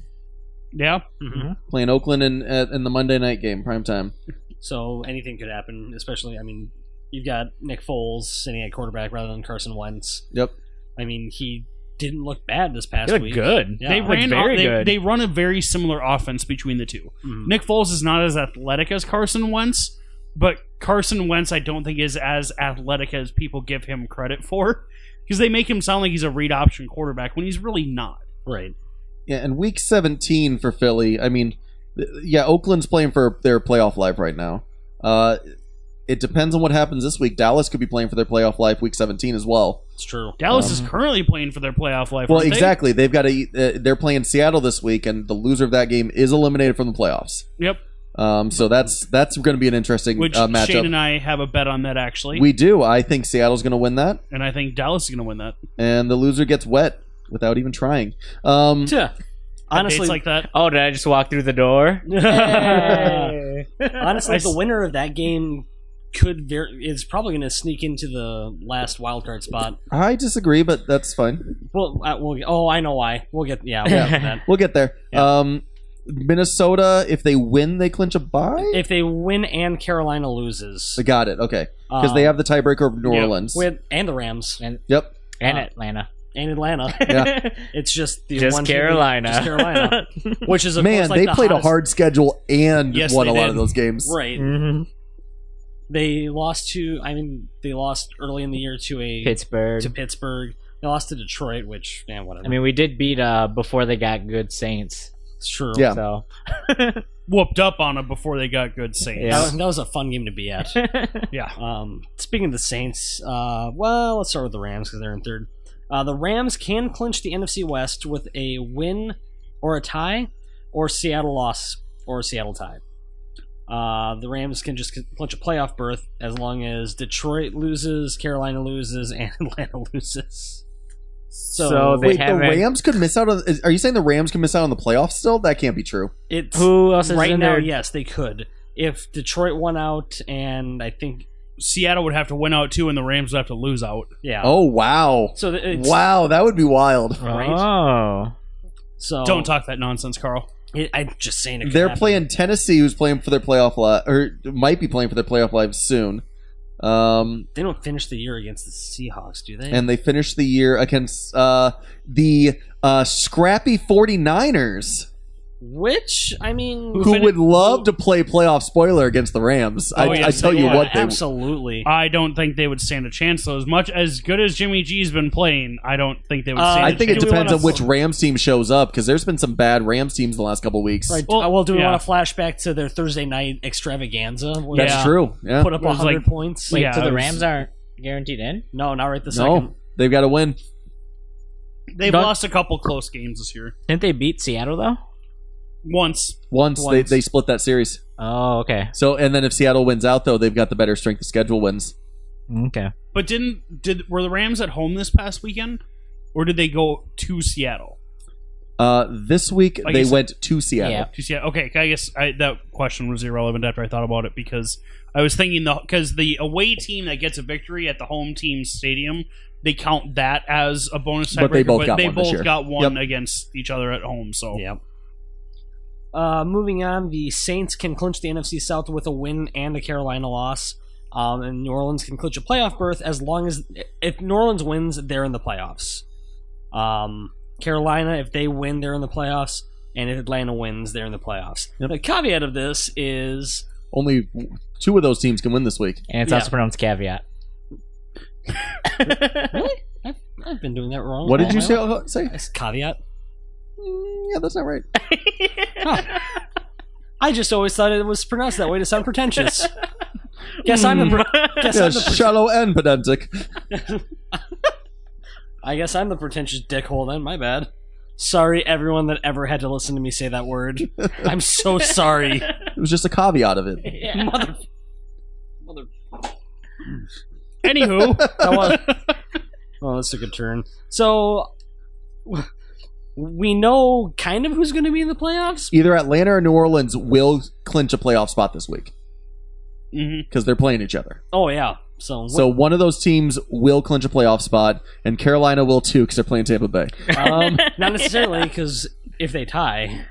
Speaker 4: Yeah,
Speaker 2: Mm-hmm.
Speaker 1: Playing Oakland in at, in the Monday night game, prime time.
Speaker 2: So anything could happen, especially I mean, you've got Nick Foles sitting at quarterback rather than Carson Wentz.
Speaker 1: Yep.
Speaker 2: I mean, he didn't look bad this past
Speaker 3: They look
Speaker 2: week.
Speaker 3: good.
Speaker 2: Yeah.
Speaker 4: they
Speaker 3: They
Speaker 4: ran
Speaker 3: look very
Speaker 4: they,
Speaker 3: good.
Speaker 4: they run a very similar offense between the two.
Speaker 2: Mhm.
Speaker 4: Nick Foles is not as athletic as Carson Wentz, but Carson Wentz I don't think is as athletic as people give him credit for because they make him sound like he's a read option quarterback when he's really not.
Speaker 2: Right.
Speaker 1: Yeah, and week 17 for Philly. I mean, th- yeah, Oakland's playing for their playoff life right now. Uh, it depends on what happens this week. Dallas could be playing for their playoff life week 17 as well.
Speaker 2: It's true.
Speaker 4: Dallas
Speaker 3: Um,
Speaker 4: is currently playing for their playoff life.
Speaker 1: Well,
Speaker 4: aren't they?
Speaker 1: exactly. They've got to. Uh, they're playing Seattle this week, and the loser of that game is eliminated from the playoffs.
Speaker 4: Yep.
Speaker 1: Um, so that's that's going to be an interesting
Speaker 4: Which
Speaker 1: uh,
Speaker 4: Shane
Speaker 1: matchup.
Speaker 4: and I have a bet on that actually,
Speaker 1: We do. I think Seattle's going to win that,
Speaker 4: and I think Dallas is going to win that.
Speaker 1: and the loser gets wet without even trying. Um,
Speaker 2: Yeah. Honestly,
Speaker 4: Dates like that.
Speaker 3: oh, did I just walk through the door?
Speaker 2: Hey. [LAUGHS] honestly,
Speaker 4: Uh, I
Speaker 2: the
Speaker 4: s-
Speaker 2: winner of that game could ver- is probably going to sneak into the last wild card spot.
Speaker 1: I disagree, but that's fine.
Speaker 2: Well, uh, we'll get, oh, I know why. We'll get yeah. We'll
Speaker 3: Yeah. [LAUGHS]
Speaker 2: get that.
Speaker 1: We'll get there. Um, Minnesota, if they win, they clinch a bye.
Speaker 2: If they win and Carolina loses,
Speaker 1: I got it. Okay, because they have
Speaker 2: um,
Speaker 1: the tiebreaker of New
Speaker 4: yeah,
Speaker 1: Orleans.
Speaker 2: with and the Rams
Speaker 1: Yep.
Speaker 3: and
Speaker 2: Uh,
Speaker 3: Atlanta.
Speaker 2: and Atlanta.
Speaker 1: Yeah.
Speaker 2: [LAUGHS] It's just the
Speaker 3: Just
Speaker 2: one team-
Speaker 3: Carolina.
Speaker 2: just
Speaker 3: [LAUGHS]
Speaker 2: Carolina, which is of
Speaker 1: Man,
Speaker 2: course, like
Speaker 1: they
Speaker 2: the
Speaker 1: played a
Speaker 2: hottest-
Speaker 1: hard schedule and
Speaker 4: Yes,
Speaker 1: won
Speaker 4: they
Speaker 1: a lot
Speaker 4: did.
Speaker 1: of those games.
Speaker 2: right.
Speaker 3: Mhm.
Speaker 2: They lost to I mean they lost early in the year to a
Speaker 3: Pittsburgh.
Speaker 2: to Pittsburgh. They lost to Detroit, which man, whatever.
Speaker 3: I mean, we did beat uh before they got good Saints.
Speaker 2: it's true.
Speaker 1: Yeah.
Speaker 3: So
Speaker 4: Whooped up on it before they got good Saints.
Speaker 2: That,
Speaker 3: Yeah.
Speaker 2: was, that was a fun game to be at.
Speaker 4: Yeah.
Speaker 2: Um, speaking of the Saints, uh, well, let's start with the Rams because they're in third. Uh, the Rams can clinch the NFC West with a win or a tie, or Seattle loss or Seattle tie. Uh, the Rams can just clinch a playoff berth as long as Detroit loses, Carolina loses, [LAUGHS] and Atlanta loses. So,
Speaker 3: So they-
Speaker 1: Wait, the
Speaker 3: haven't-
Speaker 1: Rams could miss out on. Is, are you saying the Rams could miss out on the playoffs still? That can't be true.
Speaker 2: it's
Speaker 3: who else is
Speaker 2: right
Speaker 3: in
Speaker 2: now.
Speaker 3: there?
Speaker 2: Yes, they could. If Detroit won out, and I think
Speaker 4: Seattle would have to win out too, and the Rams would have to lose out.
Speaker 2: yeah.
Speaker 1: Oh wow,
Speaker 2: So th- it's,
Speaker 1: wow, that would be wild.
Speaker 3: Oh,
Speaker 2: So
Speaker 4: Don't talk that nonsense, Carl.
Speaker 2: It, I'm just saying it could
Speaker 1: They're
Speaker 2: happen.
Speaker 1: playing Tennessee, who's playing for their playoff li- or might be playing for their playoff lives soon. Um,
Speaker 2: They don't finish the year against the Seahawks, do they?
Speaker 1: and they finished the year against uh, the uh, scrappy 49ers
Speaker 2: Which I mean,
Speaker 1: who would love to play playoff spoiler against the rams
Speaker 4: Oh,
Speaker 1: I,
Speaker 4: yeah,
Speaker 1: I
Speaker 4: so
Speaker 1: tell you
Speaker 2: Yeah,
Speaker 1: what they,
Speaker 2: absolutely.
Speaker 4: I don't think they would stand a chance. Though, as much as good as Jimmy G's been playing, I don't think they would
Speaker 2: Uh,
Speaker 4: stand.
Speaker 1: i
Speaker 4: a
Speaker 1: think it
Speaker 4: chance.
Speaker 2: Do we
Speaker 1: depends
Speaker 2: wanna-
Speaker 1: on which rams team shows up because there's been some bad rams teams the last couple weeks
Speaker 2: Right.
Speaker 4: well,
Speaker 2: Well, well do we
Speaker 4: yeah.
Speaker 2: want to flashback to their Thursday night extravaganza? Where
Speaker 1: that's
Speaker 4: Yeah.
Speaker 1: true yeah
Speaker 2: they Put up
Speaker 4: It was
Speaker 2: 100
Speaker 4: like-
Speaker 2: points.
Speaker 3: wait.
Speaker 4: Yeah,
Speaker 3: so
Speaker 4: it
Speaker 3: the
Speaker 4: was-
Speaker 3: Rams aren't guaranteed in.
Speaker 2: No, not right the
Speaker 1: no
Speaker 2: second.
Speaker 1: they've got to win
Speaker 4: They've
Speaker 3: Not-
Speaker 4: lost a couple close games this year.
Speaker 3: Didn't they beat Seattle though?
Speaker 4: Once.
Speaker 1: Once,
Speaker 3: Once.
Speaker 1: They, they split that series.
Speaker 3: Oh, okay,
Speaker 1: So and then if Seattle wins out though, they've got the better strength of schedule wins.
Speaker 3: okay.
Speaker 4: But didn't did were the Rams at home this past weekend? Or did they go to Seattle?
Speaker 1: Uh, this week
Speaker 4: I
Speaker 1: they
Speaker 4: guess-
Speaker 1: went to Seattle.
Speaker 3: Yeah.
Speaker 4: To Seattle. Okay, I guess I, that question was irrelevant after I thought about it because I was thinking the because the away team that gets a victory at the home team's stadium they count that as a bonus
Speaker 1: But they
Speaker 4: tiebreaker,
Speaker 1: both got one this
Speaker 4: both
Speaker 1: year.
Speaker 4: got one
Speaker 1: Yep.
Speaker 4: against each other at home. So
Speaker 3: Yep.
Speaker 2: Uh, moving on, the Saints can clinch the NFC South with a win and a Carolina loss, um, and New Orleans can clinch a playoff berth as long as if New Orleans wins, they're in the playoffs. Um, Carolina, if they win, they're in the playoffs, and if Atlanta wins, they're in the playoffs.
Speaker 1: Yep.
Speaker 2: The caveat of this is
Speaker 1: Only two of those teams can win this week.
Speaker 3: And it's
Speaker 2: Yeah.
Speaker 3: also pronounced caveat.
Speaker 2: [LAUGHS] really I've, I've been doing that wrong.
Speaker 1: What did
Speaker 2: all
Speaker 1: you
Speaker 2: my
Speaker 1: say? uh,
Speaker 2: life.
Speaker 1: say?
Speaker 2: It's caveat.
Speaker 1: Mm, yeah, that's not right.
Speaker 2: I just always thought it was pronounced that way to sound [LAUGHS] pretentious. guess I'm
Speaker 1: Hmm.
Speaker 2: the pre- guess
Speaker 1: Yeah,
Speaker 2: I'm the pre-
Speaker 1: shallow and pedantic.
Speaker 2: I guess I'm the pretentious dickhole then, my bad. Sorry, everyone that ever had to listen to me say
Speaker 1: [LAUGHS]
Speaker 2: that word. I'm so sorry.
Speaker 1: It was just a caveat of it.
Speaker 2: [LAUGHS] Mother. Mother.
Speaker 1: [LAUGHS]
Speaker 4: Anywho,
Speaker 2: That was. Oh, that's took a turn. So, we know kind of who's going to be in the playoffs.
Speaker 1: Either Atlanta or New Orleans will clinch a playoff spot this week
Speaker 4: Mhm.
Speaker 1: because they're playing each other.
Speaker 2: Oh, yeah. So,
Speaker 1: So one of those teams will clinch a playoff spot, and Carolina will too because they're playing Tampa Bay.
Speaker 2: um, [LAUGHS] not necessarily because if they tie.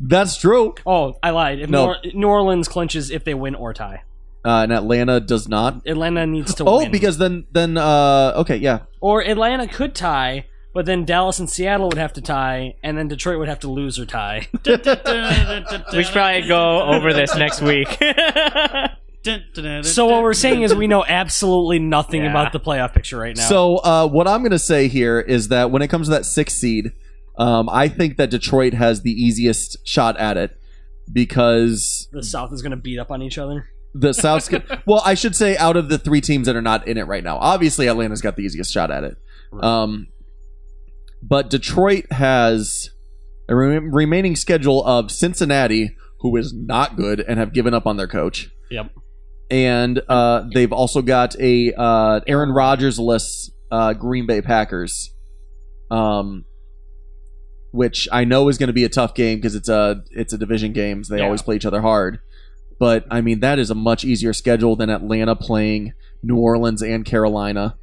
Speaker 1: That's true.
Speaker 2: Oh, I lied. If
Speaker 1: No.
Speaker 2: Nor- New Orleans clinches if they win or tie.
Speaker 1: Uh, and Atlanta does not.
Speaker 2: Atlanta needs to
Speaker 1: Oh,
Speaker 2: win.
Speaker 1: because then then uh, okay, yeah,
Speaker 2: Or Atlanta could tie, but then Dallas and Seattle would have to tie, and then Detroit would have to lose or tie.
Speaker 3: [LAUGHS] We should probably go over this next week. [LAUGHS]
Speaker 2: so what we're saying is we know absolutely nothing about the playoff picture right now.
Speaker 1: So uh, what I'm going to say here is that when it comes to that sixth seed, um, I think that Detroit has the easiest shot at it because
Speaker 2: the South is going to beat up on each other.
Speaker 1: the South's. go- well, I should say out of the three teams that are not in it right now, obviously Atlanta's got the easiest shot at it. Um, but Detroit has a re- remaining schedule of Cincinnati, who is not good and have given up on their coach.
Speaker 2: Yep.
Speaker 1: And uh, they've also got a uh, Aaron Rodgers less uh, Green Bay Packers, um, which I know is going to be a tough game because it's a it's a division game. So they
Speaker 4: Yeah.
Speaker 1: always play each other hard. But I mean that is a much easier schedule than Atlanta playing New Orleans and Carolina.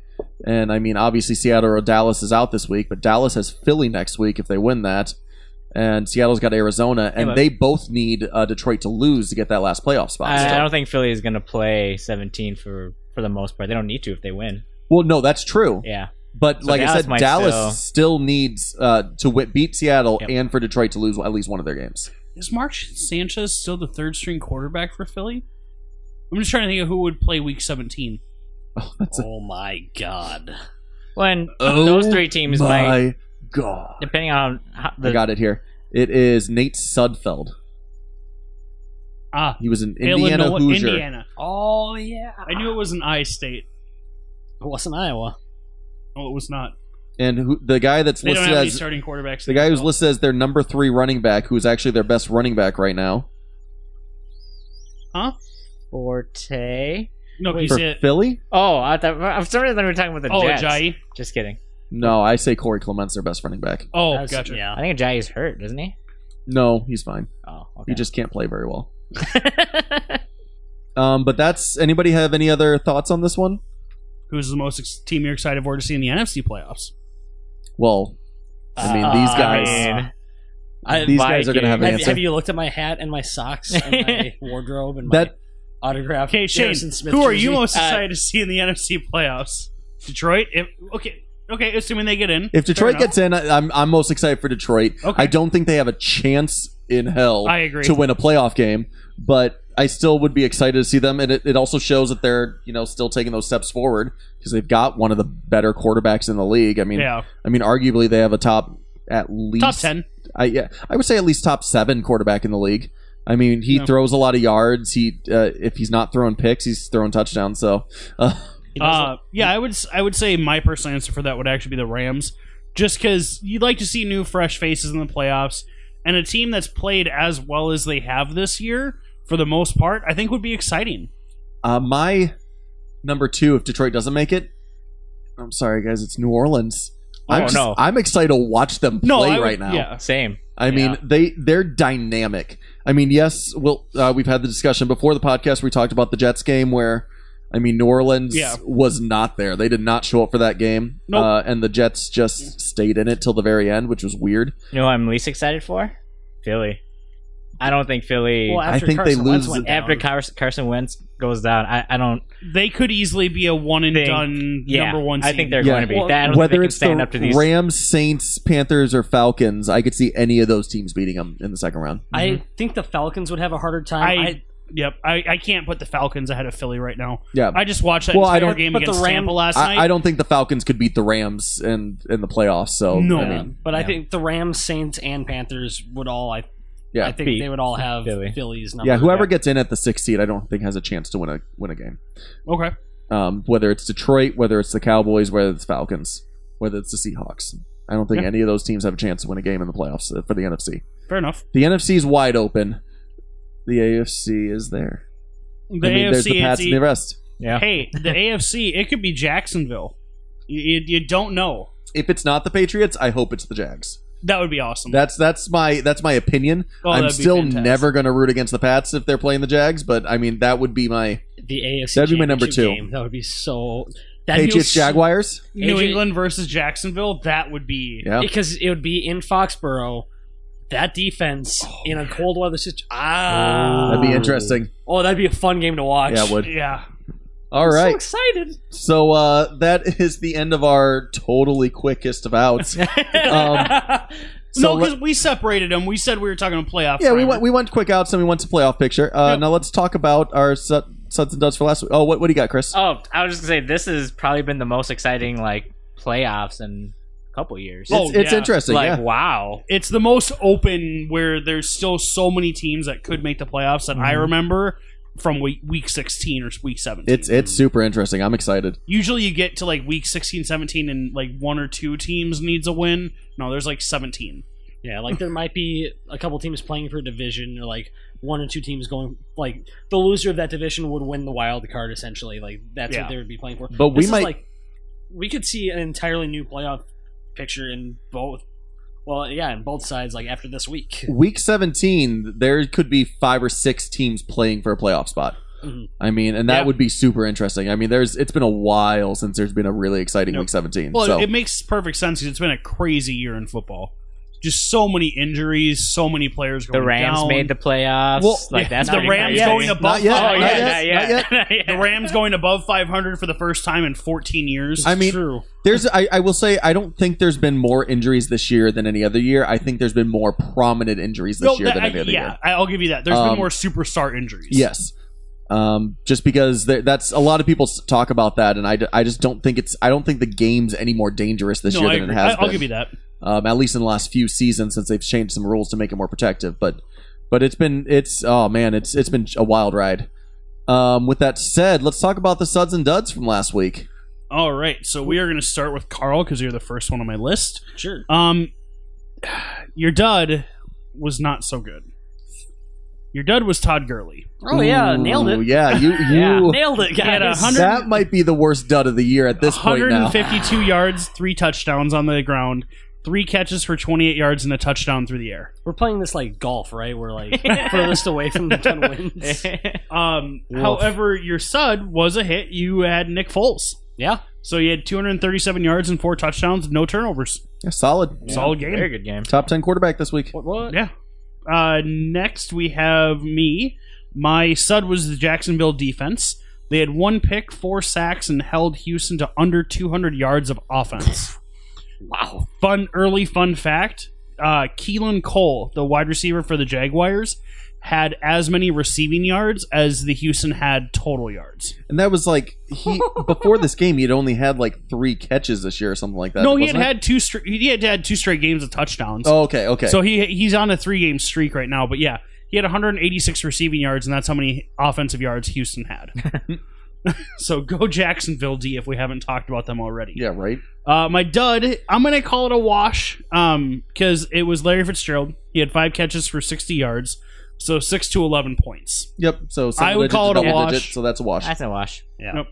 Speaker 1: And I mean, obviously, Seattle or Dallas is out this week, but Dallas has Philly next week if they win that. And Seattle's got Arizona, and
Speaker 3: but-
Speaker 1: they both need uh, Detroit to lose to get that last playoff spot.
Speaker 3: I, I
Speaker 1: still.
Speaker 3: don't think Philly is going to play 17 for for the most part. They don't need to if they win.
Speaker 1: well, no, that's true.
Speaker 3: Yeah.
Speaker 1: But
Speaker 3: So
Speaker 1: like I
Speaker 3: Dallas
Speaker 1: said,
Speaker 3: might
Speaker 1: Dallas
Speaker 3: still-
Speaker 1: still, needs uh, to wi- beat Seattle
Speaker 3: Yep.
Speaker 1: and for Detroit to lose at least one of their games.
Speaker 4: [LAUGHS] Is Mark Sanchez still the third string quarterback for Philly? I'm just trying to think of who would play Week 17.
Speaker 1: Oh, that's a,
Speaker 2: Oh my god.
Speaker 3: When
Speaker 1: Oh
Speaker 3: those three teams might,
Speaker 1: my God.
Speaker 3: depending on how
Speaker 1: I
Speaker 3: the
Speaker 1: got it here. It is Nate Sudfeld.
Speaker 4: Ah,
Speaker 1: He was an Indiana
Speaker 4: Illinois,
Speaker 1: Hoosier.
Speaker 4: Indiana.
Speaker 2: Oh yeah.
Speaker 4: I knew it was an I state.
Speaker 2: It wasn't Iowa.
Speaker 4: No, it was not.
Speaker 1: And who, the guy that's
Speaker 4: They don't
Speaker 1: listed
Speaker 4: have any
Speaker 1: as
Speaker 4: starting quarterbacks.
Speaker 1: The guy who's listed as their number three running back, who's actually their best running back right now
Speaker 3: Forte.
Speaker 4: No, he's
Speaker 1: for
Speaker 4: it.
Speaker 1: Philly.
Speaker 3: Oh, I thought I'm sorry that we were talking about the
Speaker 4: Oh,
Speaker 3: Jets.
Speaker 4: Ajayi.
Speaker 3: Just kidding.
Speaker 1: No, I say Corey Clement's their best running back.
Speaker 4: Oh,
Speaker 2: That's-
Speaker 4: gotcha.
Speaker 2: Yeah.
Speaker 3: I think Ajayi's hurt, isn't he?
Speaker 1: No, he's fine.
Speaker 3: Oh, okay.
Speaker 1: He
Speaker 3: [LAUGHS]
Speaker 1: just can't play very well. Um, but that's anybody have any other thoughts on this one?
Speaker 4: Who's the most ex- team you're excited for to see in the NFC playoffs?
Speaker 1: Well, I mean these
Speaker 4: Ah,
Speaker 3: Uh,
Speaker 1: guys,
Speaker 3: I mean,
Speaker 2: I-
Speaker 1: these guys are gonna have an
Speaker 2: Have,
Speaker 1: answer.
Speaker 2: have you looked at my hat and my socks
Speaker 4: [LAUGHS]
Speaker 2: and my [LAUGHS] wardrobe and
Speaker 1: that
Speaker 2: my autograph?
Speaker 4: Okay, Shane,
Speaker 2: Harrison Smith
Speaker 4: who are you
Speaker 2: jersey?
Speaker 4: most
Speaker 3: Uh,
Speaker 4: excited to see in the NFC playoffs? Detroit? If, okay, okay, assuming they get in.
Speaker 1: if Detroit
Speaker 4: Fair
Speaker 1: gets in, I, I'm I'm most excited for Detroit.
Speaker 4: Okay.
Speaker 1: I don't think they have a chance in hell
Speaker 4: I agree.
Speaker 1: to win a playoff game, but I still would be excited to see them. And it, it also shows that they're you know still taking those steps forward because they've got one of the better quarterbacks in the league. I mean,
Speaker 4: yeah,
Speaker 1: I mean, arguably they have a top at least
Speaker 4: top ten.
Speaker 1: I yeah, I would say at least top seven quarterback in the league. I mean, he
Speaker 4: Yeah.
Speaker 1: throws a lot of yards. He uh, if he's not throwing picks, he's throwing touchdowns. So uh,
Speaker 2: He does
Speaker 4: Uh, yeah, I would s- I would say my personal answer for that would actually be the Rams just because you'd like to see new, fresh faces in the playoffs. And a team that's played as well as they have this year, for the most part, I think would be exciting.
Speaker 1: Uh, my number two, if Detroit doesn't make it, I'm sorry, guys, it's New Orleans. I'm
Speaker 3: Oh,
Speaker 1: just-
Speaker 3: no.
Speaker 1: I'm excited to watch them play
Speaker 4: No, I would-
Speaker 1: right now.
Speaker 4: yeah.
Speaker 3: Oh, Same.
Speaker 1: I mean,
Speaker 4: Yeah.
Speaker 1: they they're dynamic. I mean, yes, we'll, uh, we've had the discussion before the podcast. We talked about the Jets game where, I mean, New Orleans
Speaker 4: Yeah.
Speaker 1: was not there. They did not show up for that game,
Speaker 4: Nope.
Speaker 1: uh, and the Jets just stayed in it till the very end, which was weird.
Speaker 3: You know what I'm least excited for? Philly. I don't think Philly.
Speaker 2: Well,
Speaker 1: I
Speaker 2: after
Speaker 1: think they
Speaker 2: Carson Wentz
Speaker 1: lose
Speaker 2: went down.
Speaker 3: after Carson, Carson Wentz goes down, I, I don't.
Speaker 4: They could easily be a one and
Speaker 3: Think-
Speaker 4: done
Speaker 3: Yeah,
Speaker 4: number one.
Speaker 3: I
Speaker 4: seed.
Speaker 3: think they're
Speaker 1: Yeah.
Speaker 3: going to be.
Speaker 2: Well,
Speaker 3: that, I don't think
Speaker 1: Whether
Speaker 3: they can
Speaker 1: it's
Speaker 3: stand
Speaker 1: the
Speaker 3: up to these.
Speaker 1: Rams, Saints, Panthers, or Falcons, I could see any of those teams beating them in the second round.
Speaker 2: Uh, I think the Falcons would have a harder time.
Speaker 4: I- Yep, I, I can't put the Falcons ahead of Philly right now.
Speaker 1: Yeah,
Speaker 4: I just watched that
Speaker 1: Well, I
Speaker 4: entire
Speaker 1: don't-
Speaker 4: game
Speaker 2: But the
Speaker 4: against
Speaker 2: Ram-
Speaker 4: Tampa last night.
Speaker 1: I, I don't think the Falcons could beat the Rams in in the playoffs. So
Speaker 4: No.
Speaker 1: I
Speaker 2: I,
Speaker 1: mean,
Speaker 2: but I
Speaker 3: yeah.
Speaker 2: think the Rams, Saints, and Panthers would all. I,
Speaker 1: Yeah.
Speaker 2: I think
Speaker 3: Beat
Speaker 2: they would all have
Speaker 3: Philly.
Speaker 2: Philly's number.
Speaker 1: yeah, whoever gets in at the sixth seed, I don't think has a chance to win a win a game.
Speaker 4: okay,
Speaker 1: Um, whether it's Detroit, whether it's the Cowboys, whether it's Falcons, whether it's the Seahawks, I don't think
Speaker 4: Yeah.
Speaker 1: any of those teams have a chance to win a game in the playoffs uh, for the NFC.
Speaker 4: fair enough.
Speaker 1: The NFC is wide open. The AFC is there.
Speaker 4: The
Speaker 1: I mean, there's
Speaker 4: AFC,
Speaker 1: the Pats
Speaker 4: it's e-
Speaker 1: and the rest.
Speaker 3: Yeah.
Speaker 4: hey, the AFC, it could be Jacksonville. You, you, you don't know.
Speaker 1: If it's not the Patriots, I hope it's the Jags.
Speaker 4: That would be awesome.
Speaker 1: That's that's my that's my opinion.
Speaker 4: Oh,
Speaker 1: I'm
Speaker 4: that'd be
Speaker 1: still
Speaker 4: fantastic.
Speaker 1: never going to root against the Pats if they're playing the Jags, but I mean that would be my
Speaker 2: the AFC
Speaker 1: That'd be my number
Speaker 2: championship
Speaker 1: two.
Speaker 2: game, That would be so. That'd be
Speaker 1: Patriots
Speaker 2: so-
Speaker 1: Jaguars.
Speaker 4: New
Speaker 2: AJ
Speaker 4: England versus Jacksonville. That would be.
Speaker 1: Yeah.
Speaker 2: because it would be in Foxborough. That defense in a cold weather situation. Ah,
Speaker 1: Oh, That'd
Speaker 4: Uh,
Speaker 1: be interesting.
Speaker 2: Oh, that'd be a fun game to watch.
Speaker 1: Yeah, it would.
Speaker 4: Yeah.
Speaker 1: All
Speaker 2: I'm
Speaker 1: right.
Speaker 2: So excited.
Speaker 1: So uh, that is the end of our totally quickest of
Speaker 4: [LAUGHS]
Speaker 1: outs. Um,
Speaker 4: no,
Speaker 1: so
Speaker 4: because
Speaker 1: let-
Speaker 4: we separated them. We said we were talking a playoff.
Speaker 1: yeah, we
Speaker 4: primer.
Speaker 1: went we went quick outs and we went to playoff picture. Uh,
Speaker 4: Yep.
Speaker 1: Now let's talk about our su- suds and duds for last week. Oh, what what do you got, Chris?
Speaker 3: Oh, I was just gonna say this has probably been the most exciting like playoffs in a couple years.
Speaker 4: Oh,
Speaker 1: it's, it's
Speaker 4: yeah.
Speaker 1: interesting.
Speaker 3: like
Speaker 1: yeah.
Speaker 3: wow.
Speaker 4: It's the most open where there's still so many teams that could make the playoffs that
Speaker 1: Mm-hmm.
Speaker 4: I remember from week, week 16 or week 17.
Speaker 1: It's it's super interesting. I'm excited.
Speaker 4: Usually you get to like week 16, 17, and like one or two teams needs a win. No, there's like 17.
Speaker 2: [LAUGHS] Yeah, like there might be a couple teams playing for a division, or like one or two teams going. Like the loser of that division would win the wild card. Essentially, like that's
Speaker 4: Yeah.
Speaker 2: what they would be playing for.
Speaker 1: But we
Speaker 2: This is
Speaker 1: might-
Speaker 2: like we could see an entirely new playoff picture in both. Well, yeah, in both sides. Like after this week,
Speaker 1: Week 17, there could be five or six teams playing for a playoff spot.
Speaker 2: Mhm.
Speaker 1: I mean, and that
Speaker 4: Mm-hmm. Yeah.
Speaker 1: would be super interesting. I mean, there's it's been a while since there's been a really exciting
Speaker 4: Yep.
Speaker 1: week 17.
Speaker 4: Well,
Speaker 1: so
Speaker 4: it makes perfect sense because it's been a crazy year in football. Just so many injuries, so many players going
Speaker 3: The Rams
Speaker 4: down.
Speaker 3: made the playoffs.
Speaker 1: Well,
Speaker 3: like that's
Speaker 4: the
Speaker 3: pretty
Speaker 4: Rams
Speaker 3: crazy.
Speaker 4: going above.
Speaker 1: Not yet,
Speaker 3: Oh
Speaker 1: not
Speaker 3: yeah,
Speaker 1: yet,
Speaker 3: not yet.
Speaker 4: The Rams going above 500 for the first time in 14 years.
Speaker 1: I mean,
Speaker 4: true.
Speaker 1: There's, I, I will say, I don't think there's been more injuries this year than any other year. I think there's been more prominent injuries this
Speaker 4: No,
Speaker 1: year
Speaker 4: that-
Speaker 1: than
Speaker 4: I-
Speaker 1: any other
Speaker 4: yeah,
Speaker 1: year.
Speaker 4: I'll give you that. There's
Speaker 1: Um,
Speaker 4: been more superstar injuries.
Speaker 1: Yes, um, just because there, that's a lot of people s- talk about that, and I, d- I just don't think it's I don't think the game's any more dangerous this
Speaker 4: No,
Speaker 1: year
Speaker 4: I
Speaker 1: than it
Speaker 4: agree.
Speaker 1: has.
Speaker 4: I- I'll
Speaker 1: been.
Speaker 4: give you that.
Speaker 1: um, at least in the last few seasons since they've changed some rules to make it more protective. But but it's been it's oh man, it's it's been a wild ride. Um, with that said, let's talk about the suds and duds from last week.
Speaker 4: All right, so we are going to start with Carl because you're the first one on my list.
Speaker 2: sure.
Speaker 4: Um, your dud was not so good. Your dud was Todd Gurley.
Speaker 2: Oh yeah,
Speaker 1: Ooh,
Speaker 2: nailed it.
Speaker 1: Yeah,
Speaker 4: [LAUGHS]
Speaker 1: you
Speaker 3: Yeah.
Speaker 1: you.
Speaker 2: Nailed it,
Speaker 4: He had a
Speaker 2: guys.
Speaker 4: hundred-
Speaker 1: That might be the worst dud of the year at this point now.
Speaker 4: 152 yards, three touchdowns on the ground, three catches for 28 yards, and a touchdown through the air.
Speaker 2: We're playing this like golf, right? We're
Speaker 3: [LAUGHS]
Speaker 2: like furthest away from the ten wins.
Speaker 4: Um,
Speaker 1: Woof.
Speaker 4: however, your sud was a hit. You had Nick Foles.
Speaker 2: Yeah,
Speaker 4: So you had 237 yards and four touchdowns, no turnovers.
Speaker 1: Yeah, solid,
Speaker 4: Solid game.
Speaker 3: Very good game.
Speaker 1: top ten quarterback this week.
Speaker 2: What? what?
Speaker 4: Yeah. Uh, next, we have me. My sud was the Jacksonville defense. They had one pick, four sacks, and held Houston to under 200 yards of offense.
Speaker 2: [LAUGHS] Wow.
Speaker 4: fun early fun fact: uh, Keelan Cole, the wide receiver for the Jaguars, had as many receiving yards as the Houston had total yards.
Speaker 1: And that was like he
Speaker 4: [LAUGHS]
Speaker 1: before this game, he'd only had like three catches this year or something like that.
Speaker 4: no, he had
Speaker 1: wasn't it?
Speaker 4: had two straight. He had had two straight games of touchdowns.
Speaker 1: Oh, okay, okay.
Speaker 4: So he he's on a three game streak
Speaker 1: [LAUGHS]
Speaker 4: right now. But yeah, he had 186 receiving yards, and that's how many offensive yards Houston had. So go Jacksonville D if we haven't talked about them already.
Speaker 1: Yeah, right.
Speaker 4: Uh, my dud, I'm going to call it a wash um, because it was Larry Fitzgerald. He had five catches for 60 yards, so 6 to 11 points.
Speaker 1: Yep. So single
Speaker 4: I would
Speaker 1: digit
Speaker 4: call
Speaker 1: to
Speaker 4: it a
Speaker 1: double
Speaker 4: wash.
Speaker 1: digit, so that's a wash.
Speaker 3: That's a wash.
Speaker 4: Yeah. Nope.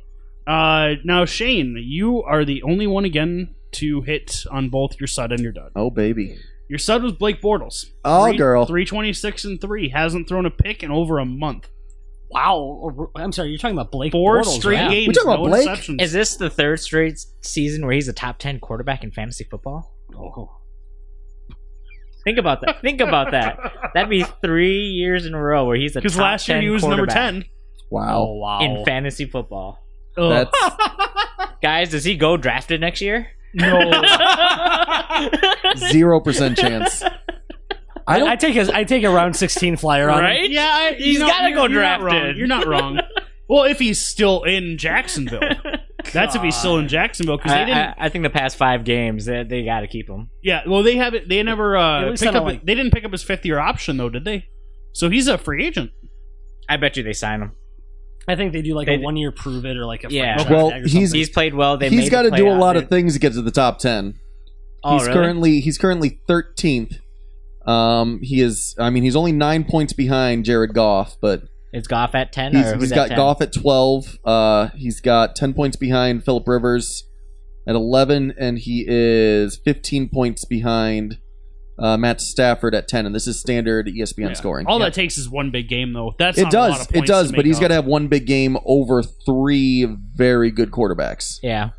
Speaker 4: Uh, now, Shane, you are the only one again to hit on both your sud and your dud.
Speaker 1: Oh baby.
Speaker 4: Your sud was Blake Bortles.
Speaker 1: Oh
Speaker 4: Three-
Speaker 1: girl.
Speaker 4: 326 and 3. Hasn't thrown a pick in over a month.
Speaker 2: Wow. Oh, I'm sorry, you're talking about Blake
Speaker 4: Four
Speaker 2: Bortles,
Speaker 4: straight
Speaker 2: right?
Speaker 4: games.
Speaker 1: We talking about
Speaker 4: no
Speaker 1: Blake?
Speaker 4: interceptions.
Speaker 3: Is this the third straight season where he's a top ten quarterback in fantasy football?
Speaker 2: Oh.
Speaker 3: Think about that. Think
Speaker 4: [LAUGHS]
Speaker 3: about that. That'd be three years in a row where he's a
Speaker 4: Because
Speaker 3: top
Speaker 4: last year
Speaker 3: 10
Speaker 4: he was number
Speaker 3: quarterback
Speaker 4: 10.
Speaker 1: Oh, Wow.
Speaker 4: wow.
Speaker 3: in [LAUGHS] fantasy football.
Speaker 1: That's
Speaker 3: [LAUGHS] Guys, does he go drafted next year?
Speaker 2: [LAUGHS]
Speaker 4: no.
Speaker 1: zero percent
Speaker 3: [LAUGHS]
Speaker 1: chance. I
Speaker 2: I,
Speaker 1: don't.
Speaker 2: take a I take a round sixteen flyer on him.
Speaker 3: right?
Speaker 4: Yeah, I,
Speaker 3: He's
Speaker 4: you know,
Speaker 3: gotta go
Speaker 4: you're-
Speaker 3: drafted.
Speaker 4: You're not wrong. You're
Speaker 3: [LAUGHS]
Speaker 4: not wrong. well, if he's still in Jacksonville, that's if he's still in Jacksonville because
Speaker 3: I,
Speaker 4: they didn't.
Speaker 3: I, I think the past five games they, they got to keep him.
Speaker 4: yeah, well, they haven't. They never
Speaker 2: At
Speaker 4: uh,
Speaker 2: least
Speaker 4: picked
Speaker 2: I don't
Speaker 4: up.
Speaker 2: like-
Speaker 4: they didn't pick up his fifth year option though, did they? So he's a free agent.
Speaker 3: I bet you they sign him.
Speaker 2: I think they do like
Speaker 3: They
Speaker 2: a
Speaker 3: do.
Speaker 2: one year prove it or like a
Speaker 3: Yeah.
Speaker 2: franchise
Speaker 1: Well,
Speaker 2: tag or
Speaker 1: he's-
Speaker 2: something.
Speaker 3: He's played well. They
Speaker 1: he's got
Speaker 3: got
Speaker 1: to do a lot of things to get to the top ten.
Speaker 3: Oh,
Speaker 1: he's
Speaker 3: really?
Speaker 1: currently he's currently thirteenth. Um, he is. I mean, he's only nine points behind Jared Goff, but
Speaker 3: Is Goff at ten?
Speaker 1: he's,
Speaker 3: or who's
Speaker 1: he's
Speaker 3: at
Speaker 1: got
Speaker 3: 10?
Speaker 1: Goff at twelve. Uh, he's got ten points behind Philip Rivers at eleven, and he is fifteen points behind uh, Matt Stafford at ten. And this is standard E ESPN
Speaker 4: Yeah.
Speaker 1: scoring.
Speaker 4: All
Speaker 1: Yeah.
Speaker 4: that takes is one big game though. That's
Speaker 1: it
Speaker 4: not a lot
Speaker 1: does,
Speaker 4: of
Speaker 1: it
Speaker 4: points
Speaker 1: does,
Speaker 4: to
Speaker 1: but
Speaker 4: make
Speaker 1: he's
Speaker 4: up.
Speaker 1: got to have one big game over three very good quarterbacks,
Speaker 3: Yeah.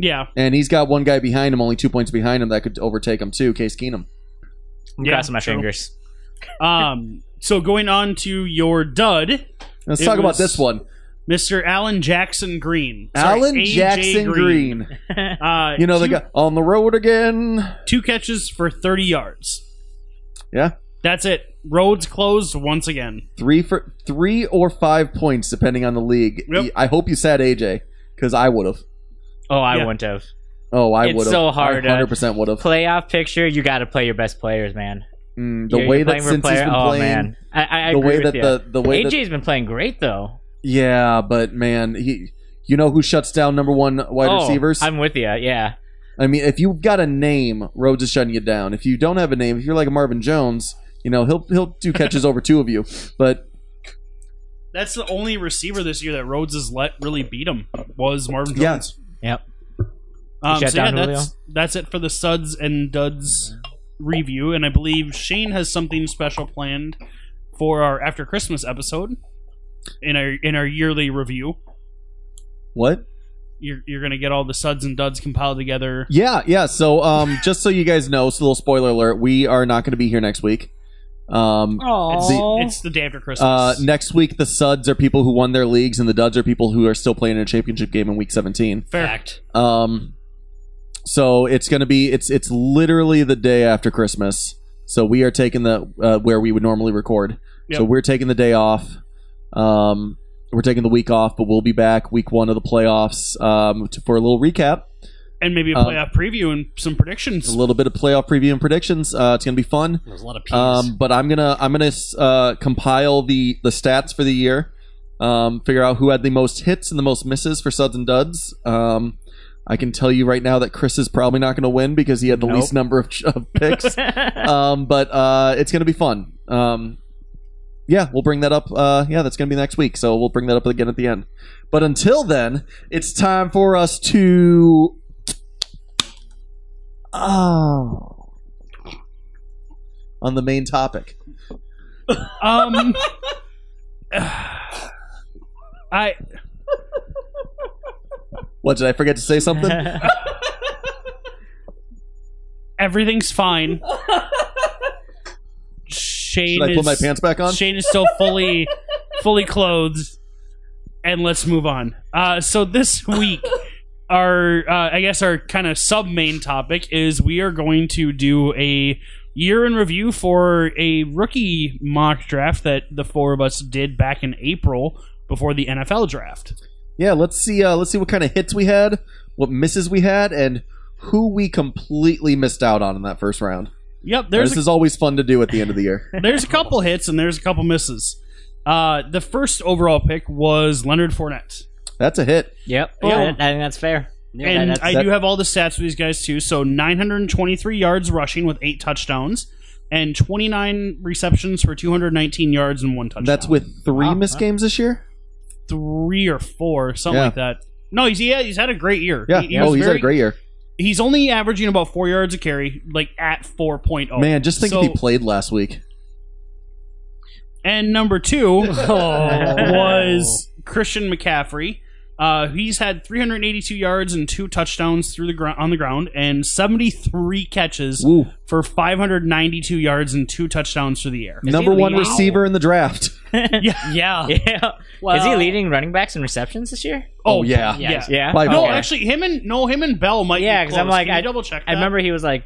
Speaker 4: Yeah,
Speaker 1: and he's got one guy behind him, only two points behind him that could overtake him too. Case Keenum.
Speaker 3: I'm
Speaker 4: Yeah,
Speaker 3: crossing my
Speaker 4: true.
Speaker 3: fingers.
Speaker 4: Um, so going on to your dud,
Speaker 1: Let's
Speaker 4: It
Speaker 1: talk about
Speaker 4: was-
Speaker 1: this one.
Speaker 4: Mr. Alan Jackson Green. Sorry,
Speaker 1: Alan
Speaker 4: AJ
Speaker 1: Jackson Green.
Speaker 4: [LAUGHS] Uh,
Speaker 1: You know the
Speaker 4: two,
Speaker 1: guy on the road again.
Speaker 4: two catches for 30 yards.
Speaker 1: Yeah.
Speaker 4: That's it. Roads closed once again.
Speaker 1: Three for three or five points, depending on the league.
Speaker 4: Yep.
Speaker 1: I hope you sat AJ because I would have.
Speaker 3: Oh, I
Speaker 4: Yeah.
Speaker 3: wouldn't have.
Speaker 1: Oh, I
Speaker 3: It's
Speaker 1: would have.
Speaker 3: so hard to-
Speaker 1: Hundred percent would have.
Speaker 3: Playoff picture. You got to play your best players, man.
Speaker 1: Mm, the
Speaker 3: You're-
Speaker 1: way
Speaker 3: you're
Speaker 1: that
Speaker 3: playing for
Speaker 1: since he's
Speaker 3: player-
Speaker 1: been
Speaker 3: oh,
Speaker 1: playing,
Speaker 3: man. I, I
Speaker 1: the
Speaker 3: agree
Speaker 1: way
Speaker 3: with
Speaker 1: that
Speaker 3: you.
Speaker 1: the the way that
Speaker 3: AJ's been playing great though.
Speaker 1: yeah, but man, he. You know who shuts down number one wide
Speaker 3: Oh,
Speaker 1: receivers? i
Speaker 3: I'm with you.
Speaker 4: [LAUGHS]
Speaker 3: Yeah.
Speaker 1: mean, if you've got a name, Rhodes is shutting you down. If you don't have a name, if you're like a Marvin Jones, you know he'll he'll do catches over two of you. But
Speaker 4: That's the only receiver this year that Rhodes has let really beat him was Marvin
Speaker 1: Yeah.
Speaker 4: Jones.
Speaker 3: Yep.
Speaker 4: Um,
Speaker 3: Shut
Speaker 4: so yeah,
Speaker 3: down Julio.
Speaker 4: that's, that's it for the suds and duds review. And I believe Shane has something special planned for our after Christmas episode in our in our yearly review.
Speaker 1: what?
Speaker 4: You're, you're gonna get all the suds and duds compiled together.
Speaker 1: Yeah, yeah. So, um, just so you guys know, it's a little spoiler alert. We are not going to be here next week. Um,
Speaker 4: It's,
Speaker 2: Aw.
Speaker 4: it's the day after Christmas.
Speaker 1: uh, next week the suds are people who won their leagues, and the duds are people who are still playing in a championship game in week seventeen.
Speaker 4: Fact.
Speaker 1: Um, so it's going to be it's it's literally the day after Christmas. So we are taking the uh, where we would normally record.
Speaker 4: Yep.
Speaker 1: So we're taking the day off. Um, we're taking the week off, but we'll be back week one of the playoffs um, to, for a little recap.
Speaker 4: And maybe a
Speaker 1: Um,
Speaker 4: playoff preview and some predictions.
Speaker 1: a little bit of playoff preview and predictions. Uh, it's gonna be fun.
Speaker 2: There's a lot of peas.
Speaker 1: Um, but I'm gonna I'm gonna uh, compile the the stats for the year. Um, figure out who had the most hits and the most misses for subs and duds. Um, I can tell you right now that Chris is probably not gonna win because he had the
Speaker 3: Nope.
Speaker 1: least number of, of picks. um, but uh, it's gonna be fun. Um, yeah, we'll bring that up. Uh, yeah, that's gonna be next week, so we'll bring that up again at the end. But until then, it's time for us to. Oh on the main topic. [LAUGHS]
Speaker 4: Um, I
Speaker 1: What did I forget to
Speaker 4: [LAUGHS]
Speaker 1: say something?
Speaker 4: everything's
Speaker 1: [LAUGHS]
Speaker 4: fine. Shane
Speaker 1: Should I
Speaker 4: is
Speaker 1: put my pants back on?
Speaker 4: Shane is still fully fully clothed, and let's move on. Uh, so this week, our uh, I guess our kind of sub main topic is we are going to do a year in review for a rookie mock draft that the four of us did back in April before the NFL draft.
Speaker 1: Yeah, let's see. Uh, let's see what kind of hits we had, what misses we had, and who we completely missed out on in that first round.
Speaker 4: Yep, there's a
Speaker 1: this is always fun to do at the end of the
Speaker 4: [LAUGHS]
Speaker 1: year.
Speaker 4: there's a couple hits and there's a couple misses. Uh, the first overall pick was Leonard Fournette.
Speaker 1: That's a hit.
Speaker 3: [LAUGHS] Yep.
Speaker 4: Yeah.
Speaker 3: I, I think that's fair. Yeah,
Speaker 4: Oh. and
Speaker 3: that's-
Speaker 4: I
Speaker 1: that-
Speaker 4: do have all the stats for these guys too. So 923 yards rushing with eight touchdowns, and 29 receptions for 219 yards and one touchdown.
Speaker 1: That's with three
Speaker 4: Uh-huh.
Speaker 3: Wow.
Speaker 1: missed games this year.
Speaker 4: three or four, something
Speaker 1: Yeah.
Speaker 4: like that. No, he's yeah, he's had a great year.
Speaker 1: Yeah.
Speaker 4: He- he
Speaker 1: oh,
Speaker 4: was
Speaker 1: he's had
Speaker 4: very-
Speaker 1: a great year.
Speaker 4: He's only averaging about four yards a carry, like at 4.0.
Speaker 1: Man, just think
Speaker 4: Oh, so,
Speaker 1: if he played last week.
Speaker 4: And
Speaker 1: [LAUGHS]
Speaker 4: number two [LAUGHS]
Speaker 2: Oh.
Speaker 4: was Christian McCaffrey. Uh, he's had 382 yards and two touchdowns through the gro- on the ground, and 73 catches
Speaker 1: Woo.
Speaker 4: for 592 yards and two touchdowns through the air.
Speaker 1: Number one
Speaker 3: leading?
Speaker 1: receiver in the draft.
Speaker 4: Yeah.
Speaker 3: [LAUGHS] yeah. Is he
Speaker 2: Well-
Speaker 3: leading running backs in receptions this year?
Speaker 1: Oh, yeah.
Speaker 4: Yeah.
Speaker 3: Yeah.
Speaker 1: By
Speaker 4: No,
Speaker 1: far.
Speaker 4: actually, him and no, him and Bell might.
Speaker 3: Yeah,
Speaker 4: because
Speaker 3: 'cause I'm like,
Speaker 4: Can you
Speaker 3: I-
Speaker 4: double check.
Speaker 3: I
Speaker 4: that?
Speaker 3: remember he was like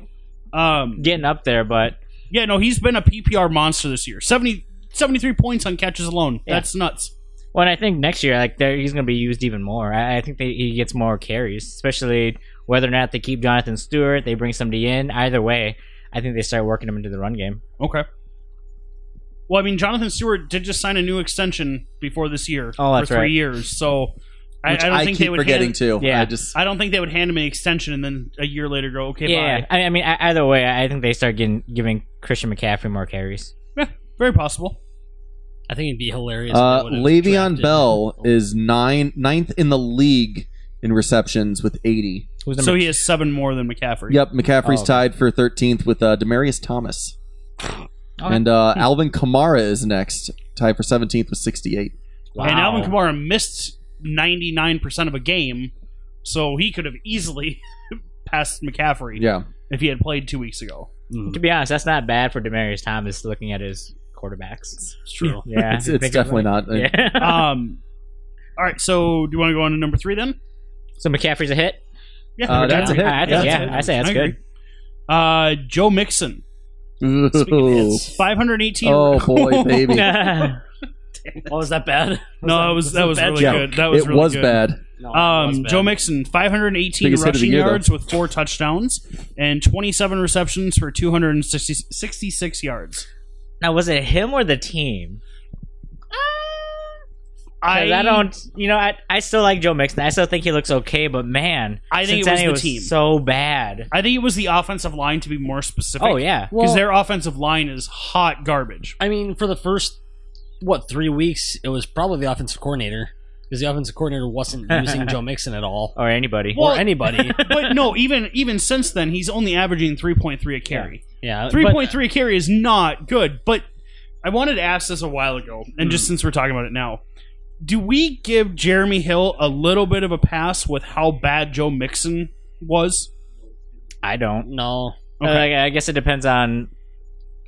Speaker 4: Um,
Speaker 3: getting up there, but
Speaker 4: yeah, no, he's been a PPR monster this year. 70, 73 points on catches alone.
Speaker 3: Yeah.
Speaker 4: That's nuts.
Speaker 3: when I think next year, like there, he's going to be used even more. I, I think that he gets more carries, especially whether or not they keep Jonathan Stewart, they bring somebody in. Either way, I think they start working him into the run game.
Speaker 4: Okay. Well, I mean, Jonathan Stewart did just sign a new extension before this year
Speaker 3: Oh,
Speaker 4: for
Speaker 3: that's
Speaker 4: three
Speaker 3: right.
Speaker 4: years. So I, I
Speaker 1: which
Speaker 4: don't think
Speaker 1: keep
Speaker 4: they would
Speaker 1: forgetting
Speaker 4: hand,
Speaker 1: too.
Speaker 3: Yeah.
Speaker 1: I just
Speaker 4: I don't think they would hand him an extension and then a year later go, okay,
Speaker 3: yeah,
Speaker 4: bye.
Speaker 3: I, I mean, I, either way, I think they start getting giving Christian McCaffrey more carries.
Speaker 4: Very possible.
Speaker 2: I think it'd be hilarious. if
Speaker 1: uh,
Speaker 2: they would've
Speaker 1: Le'Veon
Speaker 2: drafted
Speaker 1: Bell
Speaker 2: him.
Speaker 1: is nine ninth in the league in receptions with eighty.
Speaker 3: Who's number
Speaker 4: So he has seven more than McCaffrey.
Speaker 1: Yep, McCaffrey's
Speaker 3: Oh.
Speaker 1: tied for thirteenth with uh, Demarius Thomas,
Speaker 3: Okay.
Speaker 1: and uh, Alvin Kamara is next, tied for seventeenth with sixty-eight.
Speaker 4: And Alvin Kamara missed 99% of a game, so he could have easily [LAUGHS] passed McCaffrey
Speaker 1: Yeah,
Speaker 4: if he had played two weeks ago.
Speaker 2: Mm,
Speaker 3: To be honest, that's not bad for Demarius Thomas looking at his quarterbacks.
Speaker 2: it's [LAUGHS] true.
Speaker 3: [LAUGHS] Yeah,
Speaker 1: it's,
Speaker 3: I
Speaker 1: it's
Speaker 3: think
Speaker 1: definitely
Speaker 3: I'm
Speaker 1: not. uh,
Speaker 4: [LAUGHS]
Speaker 3: like- Yeah.
Speaker 4: Um, [LAUGHS] all right, so do you want to go on to number three then?
Speaker 3: [LAUGHS] so McCaffrey's a hit.
Speaker 4: Yeah,
Speaker 1: Uh, that's a hit.
Speaker 3: I think,
Speaker 1: Yeah,
Speaker 3: yeah, I say that's
Speaker 4: I
Speaker 3: good.
Speaker 4: Uh, Joe Mixon,
Speaker 1: Ooh.
Speaker 4: five hundred eighteen. [LAUGHS]
Speaker 1: Oh boy,
Speaker 3: [LAUGHS]
Speaker 1: baby, it
Speaker 2: Oh, was that bad?
Speaker 4: no, that was that was
Speaker 2: bad
Speaker 4: really
Speaker 1: joke?
Speaker 4: good. That was
Speaker 1: was,
Speaker 4: really good.
Speaker 1: bad.
Speaker 2: No, [LAUGHS] it was
Speaker 4: Um,
Speaker 2: bad.
Speaker 4: Joe Mixon, 518
Speaker 1: Biggest hit of the
Speaker 4: rushing
Speaker 1: year, though.
Speaker 4: yards with four touchdowns and 27 receptions for 266 yards.
Speaker 3: Now, was it him or the team? 'Cause
Speaker 4: I,
Speaker 3: I don't, you know, I, I still like Joe Mixon. I still think he looks okay, but man,
Speaker 4: I think it was
Speaker 3: Cincinnati
Speaker 4: the team.
Speaker 3: so bad.
Speaker 4: I think it was the offensive line to be more specific.
Speaker 3: Oh yeah,
Speaker 4: because
Speaker 2: Well-
Speaker 4: their offensive line is hot garbage.
Speaker 2: I mean, for the first what three weeks, it was probably the offensive coordinator because the offensive coordinator wasn't using Joe Mixon at all
Speaker 3: or anybody.
Speaker 4: Well-
Speaker 2: or anybody.
Speaker 4: but
Speaker 3: [LAUGHS]
Speaker 4: no, even even since then, he's only averaging 3.3 a carry.
Speaker 2: Yeah, but-
Speaker 4: 3.3 a carry is not good. But I wanted to ask this a while ago, and
Speaker 3: Mm.
Speaker 4: just since we're talking about it now, do we give Jeremy Hill a little bit of a pass with how bad Joe Mixon was?
Speaker 3: I don't.
Speaker 2: No,
Speaker 4: Okay.
Speaker 3: Like, I guess it depends on.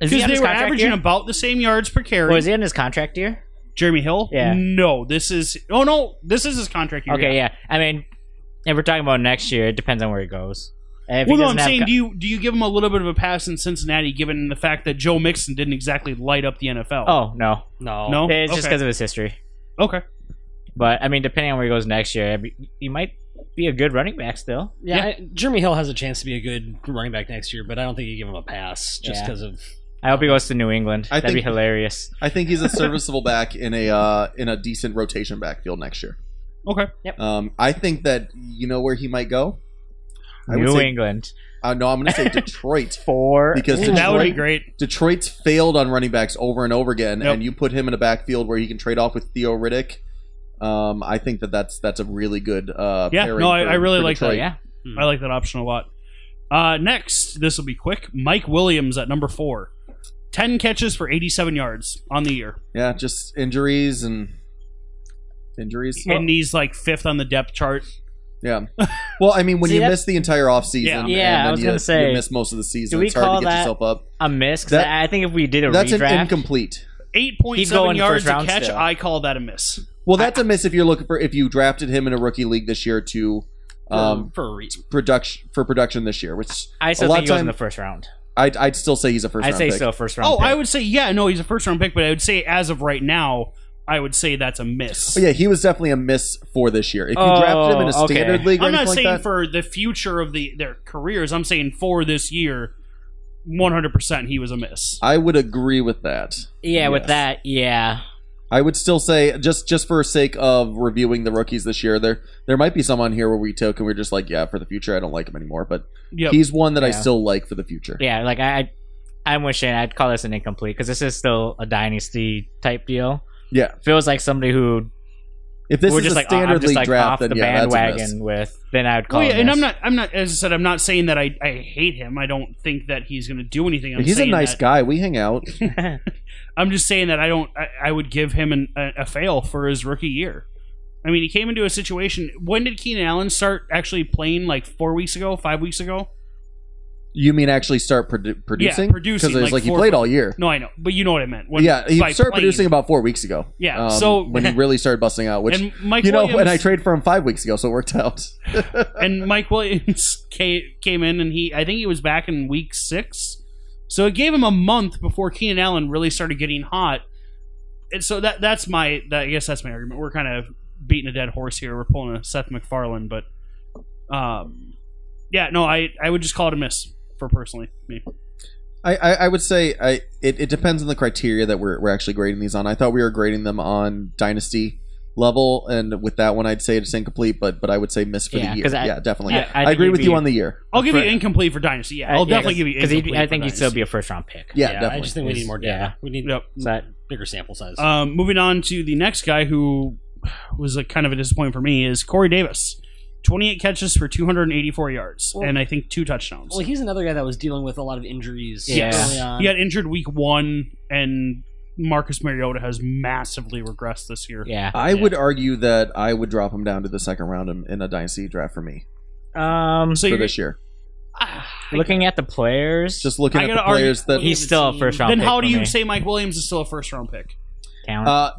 Speaker 3: Is he
Speaker 4: Because
Speaker 3: on
Speaker 4: they
Speaker 3: his
Speaker 4: were
Speaker 3: contract
Speaker 4: averaging
Speaker 3: year?
Speaker 4: about the same yards per carry.
Speaker 3: Or is he on his contract year?
Speaker 4: Jeremy Hill?
Speaker 3: Yeah.
Speaker 4: No, this is. Oh no, this is his contract year.
Speaker 3: Okay, yeah. I mean, if we're talking about next year, it depends on where he goes. If he
Speaker 4: Well, no, I'm
Speaker 3: doesn't have
Speaker 4: saying,
Speaker 3: co-
Speaker 4: do you do you give him a little bit of a pass in Cincinnati, given the fact that Joe Mixon didn't exactly light up the NFL?
Speaker 3: oh no,
Speaker 2: no,
Speaker 4: no,
Speaker 3: it's just
Speaker 4: Okay.
Speaker 3: because of his history.
Speaker 4: Okay.
Speaker 3: But I mean, depending on where he goes next year, it'd be- he might be a good running back still.
Speaker 2: Yeah, I, Jeremy Hill has a chance to be a good running back next year, but I don't think you give him a pass just
Speaker 3: Yeah.
Speaker 2: because of.
Speaker 3: I hope he goes to New England.
Speaker 1: I
Speaker 3: That'd be
Speaker 1: think-
Speaker 3: hilarious.
Speaker 1: I think he's a serviceable back in a uh, in a decent rotation backfield next year.
Speaker 4: Okay.
Speaker 3: Yep.
Speaker 1: Um, I think that you know where he might go. I would
Speaker 3: New
Speaker 1: say,
Speaker 3: England
Speaker 1: uh, no, I'm going to
Speaker 4: [LAUGHS]
Speaker 1: say Detroit
Speaker 3: for
Speaker 1: because
Speaker 2: Ooh.
Speaker 1: Detroit,
Speaker 4: That would be great.
Speaker 1: Detroit's failed on running backs over and over again,
Speaker 4: Yep.
Speaker 1: and you put him in a backfield where he can trade off with Theo Riddick. Um, I think that that's that's a really good uh,
Speaker 4: Yeah,
Speaker 1: pairing
Speaker 4: no, I-
Speaker 1: for-
Speaker 4: I really
Speaker 1: for
Speaker 4: like that,
Speaker 1: Detroit.
Speaker 3: yeah.
Speaker 4: I like that option a lot. Uh, next, this will be quick. Mike Williams at number four. 10 catches for 87 yards on the year.
Speaker 1: yeah, just injuries and injuries.
Speaker 4: and he's like fifth on the depth chart.
Speaker 1: yeah, well, I mean, when
Speaker 3: See,
Speaker 1: you
Speaker 3: that-
Speaker 1: miss the entire offseason,
Speaker 4: Yeah.
Speaker 1: and
Speaker 3: Yeah, I
Speaker 1: then
Speaker 3: was
Speaker 1: you,
Speaker 3: gonna say,
Speaker 1: you miss most of the season.
Speaker 3: do we
Speaker 1: it's hard
Speaker 3: call
Speaker 1: to get
Speaker 3: that
Speaker 1: yourself up.
Speaker 3: a miss. 'cause
Speaker 1: That-
Speaker 3: I I think if we did a
Speaker 1: That's an
Speaker 3: redraft,
Speaker 1: incomplete.
Speaker 3: He'd go
Speaker 4: 8.7
Speaker 3: in
Speaker 4: yards
Speaker 3: first
Speaker 4: a
Speaker 3: round
Speaker 4: catch.
Speaker 3: still.
Speaker 4: I call that a miss.
Speaker 1: Well, that's a miss if you're looking for if you drafted him in a rookie league this year to um,
Speaker 2: for a reason.
Speaker 1: production for production this year, which
Speaker 3: I
Speaker 1: a
Speaker 3: still
Speaker 1: lot
Speaker 3: think he goes
Speaker 1: time-
Speaker 3: in the first round.
Speaker 1: I'd, I'd still say he's a first.
Speaker 3: I
Speaker 1: round
Speaker 3: say
Speaker 1: pick.
Speaker 3: so first round.
Speaker 4: Oh,
Speaker 3: pick.
Speaker 4: I would say, yeah, no, he's a first round pick, but I would say as of right now, I would say that's a miss.
Speaker 1: But yeah, he was definitely a miss for this year. If you
Speaker 3: Oh,
Speaker 1: drafted him in a
Speaker 3: okay.
Speaker 1: standard league, or
Speaker 4: I'm not
Speaker 1: anything
Speaker 4: saying
Speaker 1: like that,
Speaker 4: for the future of the their careers. I'm saying for this year, 100% he was a miss.
Speaker 1: I would agree with that.
Speaker 3: Yeah, with
Speaker 1: Yes.
Speaker 3: that, yeah.
Speaker 1: I would still say just just for sake of reviewing the rookies this year, there there might be some on here where we took and we are just like, yeah, for the future, I don't like him anymore. But
Speaker 4: Yep.
Speaker 1: he's one that I
Speaker 3: Yeah.
Speaker 1: still like for the future.
Speaker 3: yeah, like I, I I'm wishing I'd call this an incomplete because this is still a dynasty type deal.
Speaker 1: Yeah.
Speaker 3: feels like somebody who
Speaker 1: If this
Speaker 3: we're
Speaker 1: is
Speaker 3: just
Speaker 1: a
Speaker 3: like, oh,
Speaker 1: standard
Speaker 3: I'm just
Speaker 1: league
Speaker 3: like
Speaker 1: draft,
Speaker 3: off
Speaker 1: then
Speaker 3: the
Speaker 1: yeah, that's a miss.
Speaker 3: bandwagon with. Then I'd call.
Speaker 4: oh yeah,
Speaker 3: it
Speaker 4: and
Speaker 3: this.
Speaker 4: I'm not. I'm not. As I said, I'm not saying that I, I hate him. I don't think that he's going to do anything. I'm
Speaker 1: He's a
Speaker 4: saying
Speaker 1: nice
Speaker 4: that-
Speaker 1: guy. We hang out.
Speaker 4: I'm just saying that I don't. I, I would give him an, a, a fail for his rookie year. I mean, he came into a situation. When did Keenan Allen start actually playing? Like four weeks ago, five weeks ago.
Speaker 1: You mean actually start produ- producing?
Speaker 4: producing,
Speaker 1: Because it's
Speaker 4: like
Speaker 1: like, he
Speaker 4: four-
Speaker 1: played all year.
Speaker 4: No, I know, but you know what I meant. When,
Speaker 1: yeah, he
Speaker 4: by
Speaker 1: started
Speaker 4: playing.
Speaker 1: producing about four weeks ago.
Speaker 4: Yeah,
Speaker 1: um,
Speaker 4: so-
Speaker 1: when he really started busting out, which
Speaker 4: and Mike
Speaker 1: you know,
Speaker 4: Williams,
Speaker 1: and I traded for him five weeks ago, so it worked out.
Speaker 4: and Mike Williams [LAUGHS] came, came in, and he I think he was back in week six, so it gave him a month before Keenan Allen really started getting hot. And so that that's my that, I guess that's my argument. We're kind of beating a dead horse here. We're pulling a Seth MacFarlane, but um, yeah, no, I I would just call it a miss for personally me.
Speaker 1: I, I, I would say I it, it depends on the criteria that we're, we're actually grading these on. I thought we were grading them on dynasty level, and with that one, I'd say it's incomplete, but but I would say miss for
Speaker 3: Yeah,
Speaker 1: the year.
Speaker 3: 'cause I-
Speaker 1: yeah, definitely.
Speaker 3: yeah, I
Speaker 1: I,
Speaker 3: think
Speaker 1: agree
Speaker 3: he'd
Speaker 1: with you
Speaker 3: be-
Speaker 1: on the year.
Speaker 4: I'll give
Speaker 3: Fr-
Speaker 4: you incomplete for dynasty.
Speaker 3: Uh,
Speaker 4: Yeah, I'll definitely give you
Speaker 3: because
Speaker 4: incomplete.
Speaker 3: I
Speaker 4: for
Speaker 3: think he'd
Speaker 4: Dynasty.
Speaker 3: still be a first round pick.
Speaker 1: Yeah,
Speaker 2: I
Speaker 1: definitely.
Speaker 2: just think we need more data.
Speaker 3: Yeah. Uh,
Speaker 2: We need
Speaker 4: Yep.
Speaker 3: So
Speaker 2: bigger sample size.
Speaker 4: Um, moving on to the next guy who was like kind of a disappointment for me is Corey Davis. 28 catches for 284 yards
Speaker 2: Well-
Speaker 4: and I think two touchdowns.
Speaker 2: well, he's another guy that was dealing with a lot of injuries.
Speaker 3: Yeah.
Speaker 2: early on.
Speaker 4: he got injured week one, and Marcus Mariota has massively regressed this year.
Speaker 3: yeah,
Speaker 1: I would argue that I would drop him down to the second round in, in a dynasty draft for me
Speaker 3: um,
Speaker 4: So
Speaker 1: for
Speaker 4: you're,
Speaker 1: this year.
Speaker 4: Ah,
Speaker 3: looking at the players, just
Speaker 1: Just looking
Speaker 4: I
Speaker 1: at the
Speaker 4: gotta argue-
Speaker 1: players that
Speaker 3: he's still a first round.
Speaker 4: then
Speaker 3: pick
Speaker 4: how
Speaker 3: for
Speaker 4: do you
Speaker 3: me.
Speaker 4: say Mike Williams is still a first round pick?
Speaker 3: Talent.
Speaker 1: Uh,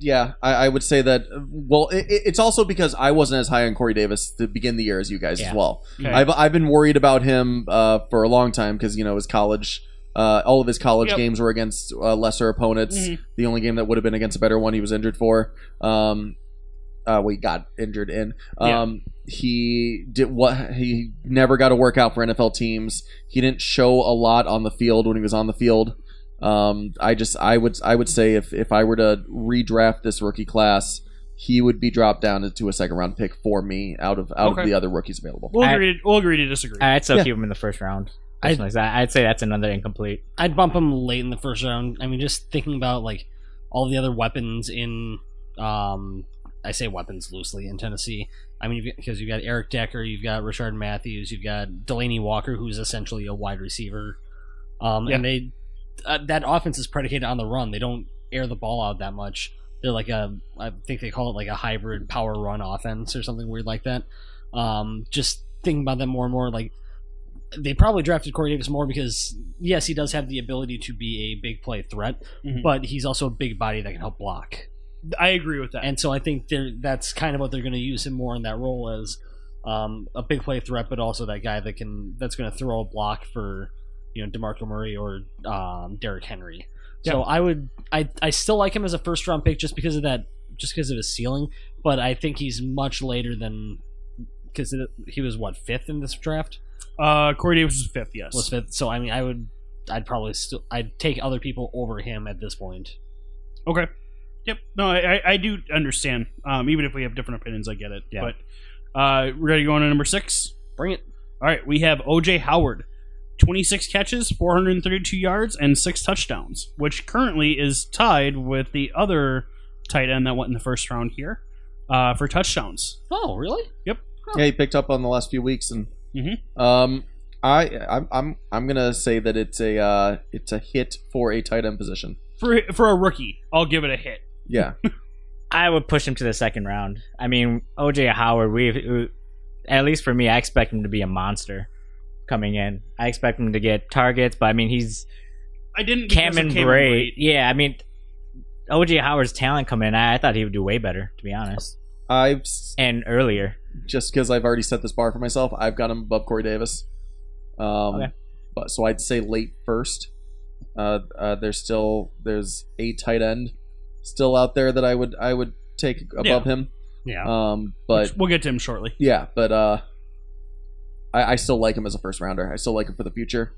Speaker 1: yeah, I, I would say that. Well, it, it- it's also because I wasn't as high on Corey Davis to begin the year as you guys
Speaker 3: Yeah.
Speaker 1: as well.
Speaker 4: Okay.
Speaker 1: I've I've been worried about him uh, for a long time because you know his college, uh, all of his college
Speaker 4: Yep.
Speaker 1: games were against uh, lesser opponents.
Speaker 4: Mhm.
Speaker 1: The only game that would have been against a better one, he was injured for. Um, uh, we got injured in.
Speaker 4: Yeah.
Speaker 1: Um, He did what he never got a workout for NFL teams. He didn't show a lot on the field when he was on the field. Um, I just I would I would say if if I were to redraft this rookie class, he would be dropped down to a second round pick for me out of out
Speaker 4: Okay.
Speaker 1: of the other rookies available.
Speaker 4: We'll,
Speaker 3: I-
Speaker 4: agree to, we'll agree to disagree.
Speaker 3: I'd still
Speaker 1: yeah.
Speaker 3: keep him in the first round.
Speaker 2: I-
Speaker 3: Personally, so I, would say that's another incomplete.
Speaker 2: I'd bump him late in the first round. I mean, just thinking about like all the other weapons in, um, I say weapons loosely in Tennessee. I mean, because you've got Eric Decker, you've got Richard Matthews, you've got Delaney Walker, who's essentially a wide receiver. Um,
Speaker 4: Yeah.
Speaker 2: and they uh, that offense is predicated on the run. They don't air the ball out that much. They're like a, I think they call it like a hybrid power run offense or something weird like that. Um, just thinking about that more and more, like they probably drafted Corey Davis more because yes, he does have the ability to be a big play threat,
Speaker 4: Mhm.
Speaker 2: but he's also a big body that can help block.
Speaker 4: I agree with that.
Speaker 2: And so I think they're, that's kind of what they're going to use him more in that role as um, a big play threat, but also that guy that can that's going to throw a block for you know Demarco Murray or um, Derrick Henry. So I would I I still like him as a first round pick just because of that just because of his ceiling, but I think he's much later than because he was what fifth in this draft
Speaker 4: uh, Corey Davis is fifth, yes.
Speaker 2: was fifth. So I mean, I would, I'd probably still, I'd take other people over him at this point.
Speaker 4: Okay. Yep. No, I, I, I do understand. Um, even if we have different opinions, I get it.
Speaker 2: Yeah.
Speaker 4: But uh, we're going to go on to number six.
Speaker 2: Bring it.
Speaker 4: All right, we have OJ Howard, 26 catches, 432 yards, and six touchdowns, which currently is tied with the other tight end that went in the first round here uh, for touchdowns.
Speaker 2: Oh, really?
Speaker 1: Yeah, he picked up on the last few weeks, and
Speaker 4: Mhm.
Speaker 1: um, I I'm, I'm I'm gonna say that it's a uh, it's a hit for a tight end position.
Speaker 4: For for a rookie, I'll give it a hit.
Speaker 1: Yeah,
Speaker 3: I would push him to the second round. I mean, OJ Howard. We, we at least for me, I expect him to be a monster coming in. I expect him to get targets, but I mean, he's
Speaker 4: I didn't. because of
Speaker 3: Cameron
Speaker 4: Cameron
Speaker 3: Bray.
Speaker 4: Brate.
Speaker 3: Yeah, I mean, OJ Howard's talent coming in, I, I thought he would do way better, to be honest,
Speaker 1: I've s-
Speaker 3: and earlier.
Speaker 1: just because I've already set this bar for myself. I've got him above Corey Davis. Um,
Speaker 3: Okay.
Speaker 1: but so I'd say late first. Uh, uh, there's still there's a tight end still out there that I would I would take above him.
Speaker 2: Yeah.
Speaker 1: Um, but
Speaker 4: Which we'll get to him shortly.
Speaker 1: Yeah, but uh, I, I still like him as a first rounder. I still like him for the future.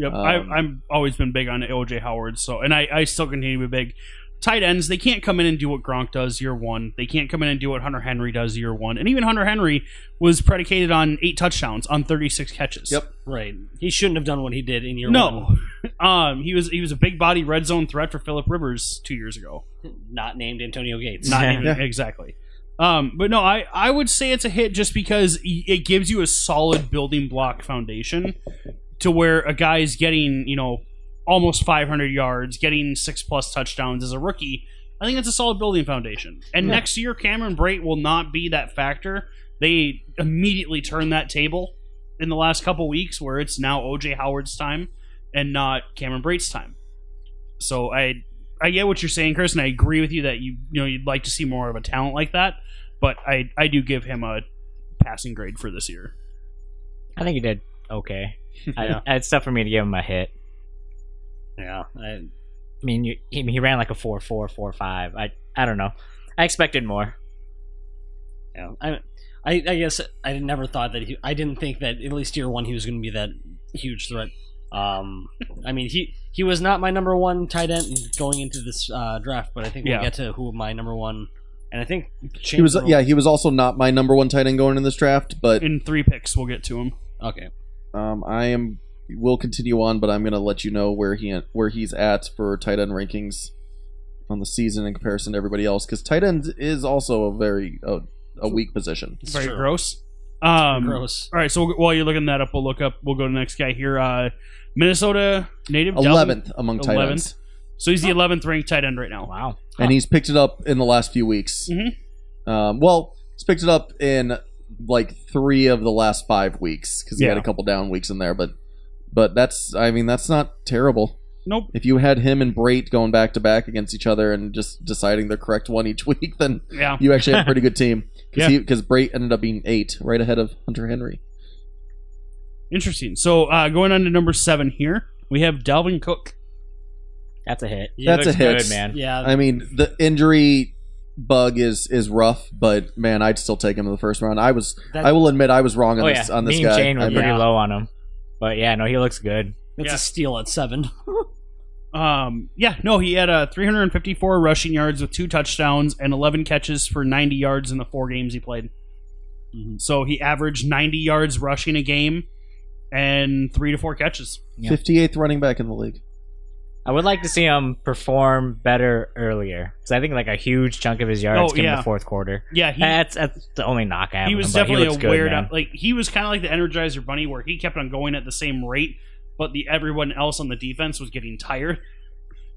Speaker 4: Yep,
Speaker 1: Um,
Speaker 4: I, I've always been big on OJ Howard, so and I, I still continue to be big. tight ends, they can't come in and do what Gronk does year one. They can't come in and do what Hunter Henry does year one. And even Hunter Henry was predicated on eight touchdowns on 36 catches.
Speaker 1: Yep.
Speaker 2: Right. He shouldn't have done what he did in year
Speaker 4: No, um, he was he was a big body red zone threat for Philip Rivers two years ago.
Speaker 2: one. Not named Antonio Gates.
Speaker 4: Not
Speaker 3: Yeah.
Speaker 4: even- exactly. Um, but no, I, I would say it's a hit just because y- it gives you a solid building block foundation to where a guy's getting, you know, almost 500 yards, getting six plus touchdowns as a rookie. I think that's a solid building foundation. And
Speaker 3: Yeah.
Speaker 4: next year, Cameron Brate will not be that factor. They immediately turn that table in the last couple weeks where it's now OJ Howard's time and not Cameron Brate's time. So I I get what you're saying, Chris, and I agree with you that you you know you'd like to see more of a talent like that, but I I do give him a passing grade for this year.
Speaker 3: I think he did okay. [LAUGHS] I, it's tough for me to give him a hit.
Speaker 2: [LAUGHS] Yeah. I,
Speaker 3: I mean, you, he, he ran like a four, four, four, five. I, I don't know. I expected more.
Speaker 2: yeah. I, I, I guess I never thought that he. I didn't think that at least year one he was going to be that huge threat. Um, I mean he he was not my number one tight end going into this uh, draft, but I think
Speaker 4: Yeah.
Speaker 2: we'll get to who my number one. And I think
Speaker 1: He was yeah, he was also not my number one tight end going in this draft, but
Speaker 4: In three picks, we'll get to him.
Speaker 2: Okay.
Speaker 1: um, I am will continue on, but I'm gonna let you know where he where he's at for tight end rankings on the season in comparison to everybody else because tight end is also a very a, a weak position.
Speaker 2: It's
Speaker 4: Very
Speaker 2: true.
Speaker 4: gross. Um,
Speaker 2: Gross.
Speaker 4: All right, so while you're looking that up, we'll look up. We'll go to the next guy here. Uh, Minnesota native Dalvin-
Speaker 1: Eleventh among tight
Speaker 4: 11th.
Speaker 1: ends,
Speaker 4: So he's the 11th ranked tight end right now.
Speaker 3: Wow.
Speaker 1: and he's picked it up in the last few weeks.
Speaker 4: Mhm.
Speaker 1: Um, well, he's picked it up in like three of the last five weeks because he had
Speaker 4: Yeah.
Speaker 1: a couple down weeks in there, but but that's I mean that's not terrible.
Speaker 4: Nope.
Speaker 1: if you had him and Brait going back to back against each other and just deciding the correct one each [LAUGHS] week, then
Speaker 4: Yeah.
Speaker 1: you actually have a pretty good team.
Speaker 4: Yeah.
Speaker 1: Because Brait ended up being eight, right ahead of Hunter Henry.
Speaker 4: Interesting. So uh, going on to number seven here, we have Dalvin Cook.
Speaker 3: That's a hit.
Speaker 1: That's a
Speaker 3: looks
Speaker 1: hit.
Speaker 3: good, man.
Speaker 4: uh,
Speaker 2: Yeah.
Speaker 1: I mean, the injury bug is is rough, but man, I'd still take him in the first round. I was,
Speaker 2: That-
Speaker 1: I will admit, I was wrong on
Speaker 3: Oh yeah.
Speaker 1: this on this
Speaker 3: me
Speaker 1: guy.
Speaker 3: and Jane were
Speaker 1: I mean,
Speaker 3: pretty
Speaker 2: Yeah.
Speaker 3: low on him, but yeah, no, he looks good.
Speaker 2: That's
Speaker 4: Yeah.
Speaker 2: a steal at seven.
Speaker 4: Um, yeah, no, he had uh, 354 rushing yards with two touchdowns and 11 catches for 90 yards in the four games he played.
Speaker 3: Mm-hmm.
Speaker 2: Mhm.
Speaker 4: So he averaged 90 yards rushing a game and three to four catches.
Speaker 3: Yeah.
Speaker 1: 58th running back in the league.
Speaker 3: I would like to see him perform better earlier because I think like a huge chunk of his yards
Speaker 4: Oh,
Speaker 3: came in
Speaker 4: yeah.
Speaker 3: the fourth quarter.
Speaker 4: Yeah, he,
Speaker 3: That's that's the only knock I have.
Speaker 4: he
Speaker 3: on
Speaker 4: was
Speaker 3: him, but
Speaker 4: definitely
Speaker 3: he looks
Speaker 4: a weird
Speaker 3: good, man.
Speaker 4: out. Like he was kind of like the Energizer Bunny, where he kept on going at the same rate, but the everyone else on the defense was getting tired.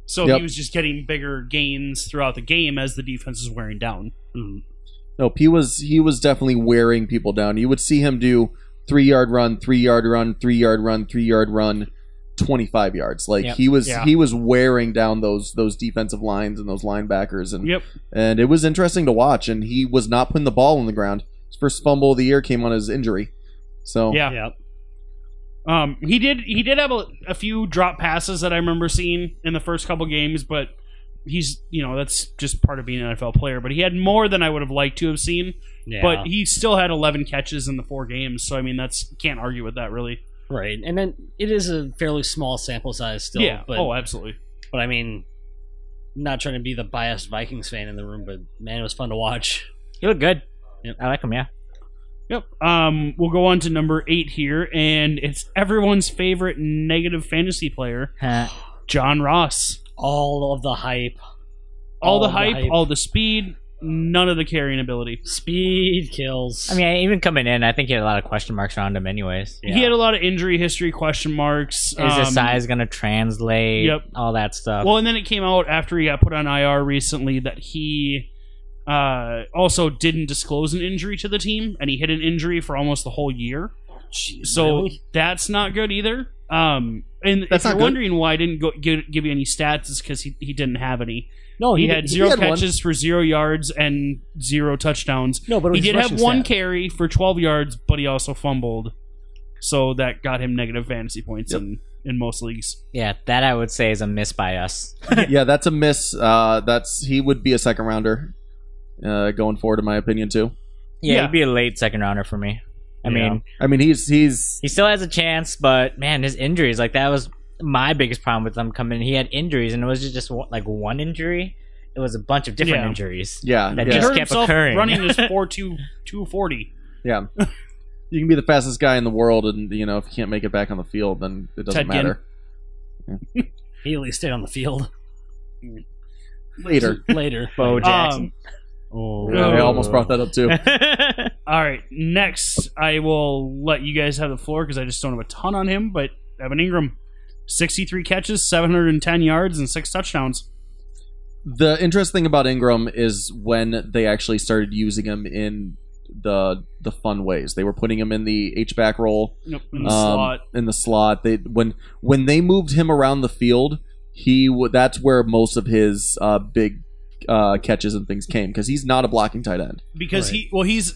Speaker 4: So
Speaker 1: Yep.
Speaker 4: he was just getting bigger gains throughout the game as the defense was wearing down.
Speaker 1: Nope, he was he was definitely wearing people down. You would see him do three yard run, three yard run, three yard run, three yard run, twenty five yards. Like
Speaker 3: Yep.
Speaker 1: he was
Speaker 4: Yeah.
Speaker 1: he was wearing down those those defensive lines and those linebackers and
Speaker 4: Yep.
Speaker 1: and it was interesting to watch. And he was not putting the ball on the ground. His first fumble of the year came on his injury. So
Speaker 4: Yeah. Um, he did. He did have a, a few drop passes that I remember seeing in the first couple games, but he's you know that's just part of being an NFL player. But he had more than I would have liked to have seen.
Speaker 2: Yeah.
Speaker 4: But he still had 11 catches in the four games, so I mean that's can't argue with that really.
Speaker 2: right. And then it is a fairly small sample size still.
Speaker 4: yeah.
Speaker 2: But,
Speaker 4: oh, absolutely.
Speaker 2: but I mean, not trying to be the biased Vikings fan in the room, but man, it was fun to watch.
Speaker 3: He looked good.
Speaker 2: Yep.
Speaker 3: I like him. Yeah. [LAUGHS]
Speaker 4: Yep. Um, we'll go on to number eight here, and it's everyone's favorite negative fantasy player,
Speaker 3: Huh.
Speaker 4: John Ross.
Speaker 2: All of the hype,
Speaker 4: All,
Speaker 2: All
Speaker 4: the
Speaker 2: the
Speaker 4: hype,
Speaker 2: hype.
Speaker 4: all the speed, none of the carrying ability.
Speaker 2: speed kills.
Speaker 3: I mean, even coming in, I think he had a lot of question marks around him, anyways.
Speaker 2: Yeah.
Speaker 4: He had a lot of injury history question marks.
Speaker 3: Is his
Speaker 4: Um,
Speaker 3: size gonna translate?
Speaker 4: Yep.
Speaker 3: All that stuff.
Speaker 4: Well, and then it came out after he got put on IR recently that he uh, also didn't disclose an injury to the team, and he hit an injury for almost the whole year.
Speaker 2: Jeez,
Speaker 4: So
Speaker 2: really?
Speaker 4: that's not good either. Um, and
Speaker 1: That's not
Speaker 4: if you're
Speaker 1: good.
Speaker 4: wondering why I didn't go, give, give you any stats, it's because he, he didn't have any.
Speaker 2: no,
Speaker 4: he,
Speaker 2: Oh, he,
Speaker 4: had
Speaker 2: did,
Speaker 4: zero
Speaker 1: had one.
Speaker 4: catches for zero yards and zero touchdowns.
Speaker 2: no, but it
Speaker 4: He
Speaker 2: was
Speaker 4: did have
Speaker 2: rushing
Speaker 4: one
Speaker 2: stat.
Speaker 4: carry for 12 yards, but he also fumbled. So that got him negative fantasy points
Speaker 1: Yep.
Speaker 4: in, in most leagues.
Speaker 3: yeah, that I would say is a miss by us.
Speaker 1: [LAUGHS] yeah, that's a miss. Uh, that's he would be a second rounder uh, going forward, in my opinion too.
Speaker 3: Yeah,
Speaker 4: Yeah.
Speaker 3: he'd be a late second rounder for me. I
Speaker 4: Yeah.
Speaker 3: mean,
Speaker 1: I mean, he's he's
Speaker 3: he still has a chance, but man, his injuries like that was my biggest problem with him coming. in. He had injuries, and it was just, just one- like one injury it was a bunch of different
Speaker 4: Yeah.
Speaker 3: injuries.
Speaker 1: Yeah,
Speaker 3: That
Speaker 1: yeah.
Speaker 4: He
Speaker 3: just
Speaker 4: hurt
Speaker 3: kept
Speaker 4: himself
Speaker 3: occurring.
Speaker 4: running
Speaker 3: [LAUGHS]
Speaker 4: this 4 2 240.
Speaker 1: you can be the fastest guy in the world, and you know if you can't make it back on the field, then it doesn't
Speaker 4: Ted Ginn.
Speaker 1: matter.
Speaker 2: He at least stayed on the field [LAUGHS]
Speaker 1: Later,
Speaker 2: later.
Speaker 3: Bo
Speaker 4: Um,
Speaker 3: Jackson. oh,
Speaker 1: Yeah, I almost brought that up
Speaker 4: [LAUGHS]
Speaker 1: too.
Speaker 4: all right, next I will let you guys have the floor because I just don't have a ton on him. But Evan Ingram, sixty-three catches, seven hundred and ten yards, and six touchdowns.
Speaker 1: the interesting thing about Ingram is when they actually started using him in the the fun ways. They were putting him in the H back role
Speaker 4: Nope, in the
Speaker 1: um,
Speaker 4: slot.
Speaker 1: In the slot, they when when they moved him around the field, he w- that's where most of his uh, big uh, catches and things came because he's not a blocking tight end.
Speaker 4: because
Speaker 2: Right.
Speaker 4: he well he's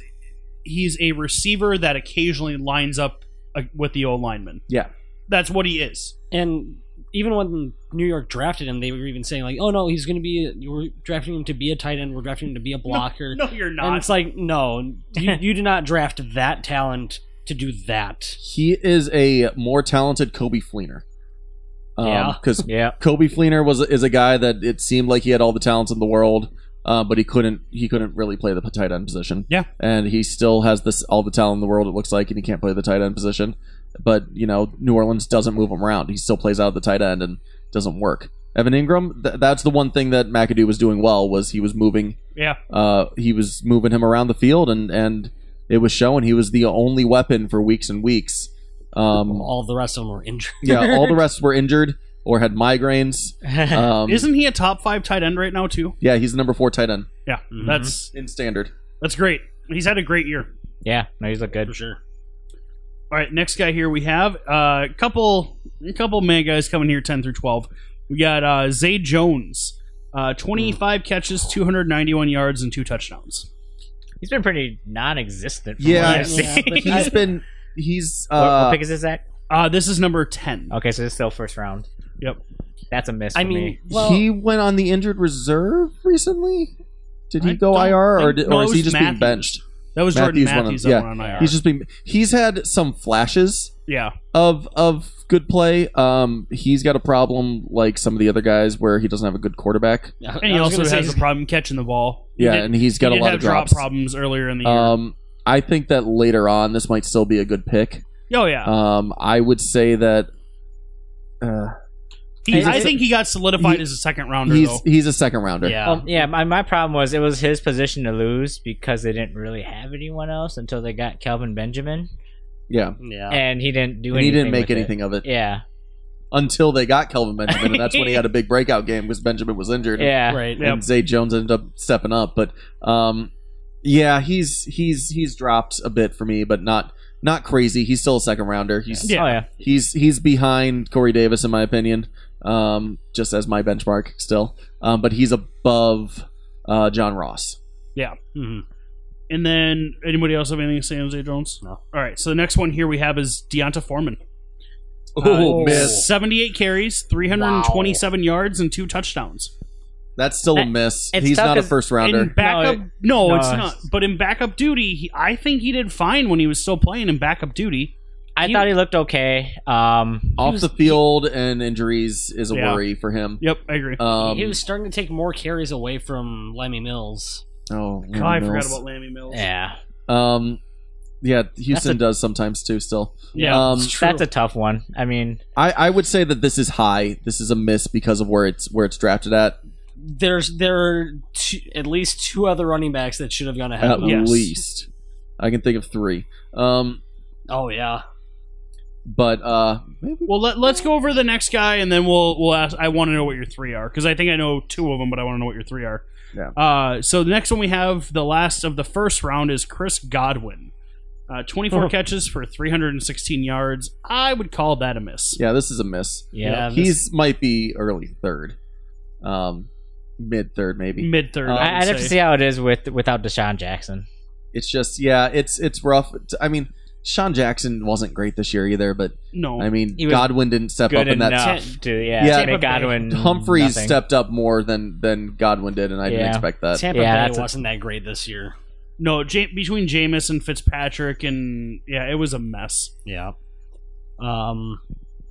Speaker 4: he's a receiver that occasionally lines up uh, with the old lineman.
Speaker 1: Yeah.
Speaker 4: that's what he is.
Speaker 2: And even when New York drafted him, they were even saying like, "Oh no, he's going to be. We're drafting him to be a tight end. We're drafting him to be a blocker."
Speaker 4: No, you're
Speaker 2: and
Speaker 4: not.
Speaker 2: it's like, no, you, you do not draft that talent to do that.
Speaker 1: He is a more talented Kobe Fleener.
Speaker 2: Yeah.
Speaker 1: because
Speaker 3: yeah.
Speaker 1: Kobe Fleener was is a guy that it seemed like he had all the talents in the world, uh, but he couldn't he couldn't really play the tight end position.
Speaker 4: Yeah.
Speaker 1: and he still has this all the talent in the world. It looks like, and he can't play the tight end position. But you know, New Orleans doesn't move him around. He still plays out of the tight end and doesn't work. Evan Ingram, th- that's the one thing that McAdoo was doing well was he was moving.
Speaker 4: Yeah.
Speaker 1: uh, he was moving him around the field, and and it was showing he was the only weapon for weeks and weeks. Um,
Speaker 2: All the rest of them were injured.
Speaker 1: yeah, [LAUGHS] all the rest were injured or had [LAUGHS] migraines.
Speaker 2: [LAUGHS]
Speaker 1: Um,
Speaker 4: Isn't he a top five tight end right now too?
Speaker 1: Yeah, he's the number four tight end
Speaker 4: Yeah,
Speaker 2: Mhm.
Speaker 4: that's
Speaker 1: in standard.
Speaker 4: that's great. He's had a great year.
Speaker 3: [LAUGHS] yeah. No, he's look
Speaker 2: for
Speaker 3: good.
Speaker 2: sure.
Speaker 4: All right, next guy here we have uh, a couple a couple man guys coming here, ten through twelve. We got uh, Zay Jones, uh, twenty
Speaker 1: Mm.
Speaker 4: five catches, two hundred ninety one yards, and two touchdowns.
Speaker 3: He's been pretty non-existent. From
Speaker 1: Yeah,
Speaker 3: [LAUGHS] what I've
Speaker 2: Yes.
Speaker 3: seen.
Speaker 4: [LAUGHS]
Speaker 2: Yeah.
Speaker 1: He's been he's
Speaker 3: What- what,
Speaker 1: uh
Speaker 3: pick is this at?
Speaker 4: Uh, this is number ten.
Speaker 3: Okay, so this is still first round.
Speaker 4: Yep.
Speaker 3: That's a miss.
Speaker 2: I
Speaker 3: for
Speaker 2: mean,
Speaker 3: me.
Speaker 2: well,
Speaker 1: he went on the injured reserve recently. Did he
Speaker 4: I
Speaker 1: go
Speaker 4: don't
Speaker 1: IR or,
Speaker 4: think-
Speaker 1: did,
Speaker 4: no,
Speaker 1: or
Speaker 4: it
Speaker 1: is he
Speaker 4: was
Speaker 1: just
Speaker 4: Matthews.
Speaker 1: being benched?
Speaker 4: That was
Speaker 1: Matthews one
Speaker 4: Jordan
Speaker 1: of-
Speaker 4: Matthews.
Speaker 1: yeah.
Speaker 4: that went on IR.
Speaker 1: He's just been he's had some flashes
Speaker 4: yeah,
Speaker 1: of of good play. Um he's got a problem like some of the other guys where he doesn't have a good quarterback.
Speaker 2: I-
Speaker 4: And he
Speaker 2: I was
Speaker 4: also
Speaker 2: gonna say
Speaker 4: has a
Speaker 2: he's-
Speaker 4: problem catching the ball.
Speaker 1: Yeah,
Speaker 4: he did,
Speaker 1: and he's got a
Speaker 4: he did
Speaker 1: lot
Speaker 4: have
Speaker 1: of drops.
Speaker 4: drop problems earlier in the year.
Speaker 1: um I think that later on this might still be a good pick.
Speaker 4: oh yeah,
Speaker 1: Um I would say that uh,
Speaker 4: he,
Speaker 1: he's a-
Speaker 4: I think he got solidified
Speaker 1: he-
Speaker 4: as a second rounder
Speaker 1: he's
Speaker 4: though.
Speaker 1: he's a second rounder.
Speaker 4: yeah,
Speaker 2: Um,
Speaker 3: Well, Um, yeah, my, my problem was it was his position to lose because they didn't really have anyone else until they got Calvin Benjamin,
Speaker 1: Yeah.
Speaker 2: yeah.
Speaker 3: and he didn't do
Speaker 1: and
Speaker 3: anything.
Speaker 1: he didn't make
Speaker 3: with it.
Speaker 1: anything of it
Speaker 3: Yeah,
Speaker 1: until they got Kelvin Benjamin, and
Speaker 4: [LAUGHS]
Speaker 1: that's when he had a big breakout game because Benjamin was injured.
Speaker 3: yeah.
Speaker 2: Right.
Speaker 1: and, and Zay Jones ended up stepping up. But um, yeah, he's he's he's dropped a bit for me, but not not crazy. He's still a second rounder. He's
Speaker 4: Yeah.
Speaker 3: Oh yeah.
Speaker 1: he's he's behind Corey Davis in my opinion, um, just as my benchmark still. Um, but he's above uh, John Ross.
Speaker 2: Mhm.
Speaker 4: and then anybody else have anything to say on Zay Jones?
Speaker 2: No.
Speaker 4: All right, so the next one here we have is Deonta Foreman.
Speaker 1: Oh,
Speaker 4: Uh,
Speaker 1: miss!
Speaker 4: Seventy-eight carries, three hundred and twenty-seven yards, and two touchdowns.
Speaker 1: That's still a
Speaker 3: That-
Speaker 1: miss.
Speaker 3: it's
Speaker 1: He's
Speaker 3: tough
Speaker 1: not a
Speaker 3: 'cause
Speaker 1: first rounder.
Speaker 4: In backup, no,
Speaker 3: no,
Speaker 4: it's
Speaker 3: it's-
Speaker 4: not. But in backup duty, he, I think he did fine when he was still playing in backup duty.
Speaker 3: I
Speaker 4: He-
Speaker 3: thought he looked okay. Um,
Speaker 1: Off the field and injuries is a
Speaker 4: Yeah.
Speaker 1: worry for him.
Speaker 4: Yep, I agree.
Speaker 1: Um,
Speaker 2: he was starting to take more carries away from Lemmy Mills.
Speaker 1: oh,
Speaker 4: God, I forgot
Speaker 1: Mills.
Speaker 4: about Lammy Mills.
Speaker 3: yeah,
Speaker 1: Um, yeah, Houston
Speaker 3: a-
Speaker 1: does sometimes too. Still,
Speaker 4: Yeah.
Speaker 1: Um,
Speaker 2: It's true.
Speaker 3: that's a tough one. I mean,
Speaker 1: I, I would say that this is high. This is a miss because of where it's where it's drafted at.
Speaker 2: There's there are two, at least two other running backs that should have gone ahead.
Speaker 1: At
Speaker 2: of him.
Speaker 4: Yes.
Speaker 1: least, I can think of three. Um,
Speaker 2: Oh yeah.
Speaker 1: but uh, maybe
Speaker 4: Well, let, let's go over the next guy, and then we'll we'll ask. I want to know what your three are because I think I know two of them, but I want to know what your three are.
Speaker 1: Yeah.
Speaker 4: Uh, so the next one we have, the last of the first round, is Chris Godwin. Uh, 24 catches for 316 yards. I would call that a miss.
Speaker 1: yeah, this is a miss.
Speaker 3: yeah.
Speaker 2: this-
Speaker 1: He's might be early third, um, mid third maybe.
Speaker 4: Mid third.
Speaker 1: Uh,
Speaker 3: I,
Speaker 4: I,
Speaker 3: I'd
Speaker 4: would
Speaker 3: have to
Speaker 4: say.
Speaker 3: see how it is with without Deshaun Jackson.
Speaker 1: It's just yeah, it's it's rough. It's- I mean, Sean Jackson wasn't great this year either, but
Speaker 4: No.
Speaker 1: I mean
Speaker 3: He was
Speaker 1: Godwin didn't step up
Speaker 3: Good
Speaker 1: in that.
Speaker 3: enough to yeah,
Speaker 1: Yeah,
Speaker 3: make
Speaker 2: Tampa Bay.
Speaker 3: Godwin
Speaker 1: Humphreys
Speaker 3: nothing.
Speaker 1: stepped up more than than Godwin did, and I didn't
Speaker 3: Yeah.
Speaker 1: expect that.
Speaker 2: Tampa
Speaker 3: Yeah,
Speaker 2: Bay
Speaker 3: that's a-
Speaker 2: wasn't that great this year.
Speaker 4: no, Ja- between Jameis and Fitzpatrick, and yeah, it was a mess.
Speaker 2: Yeah. Um.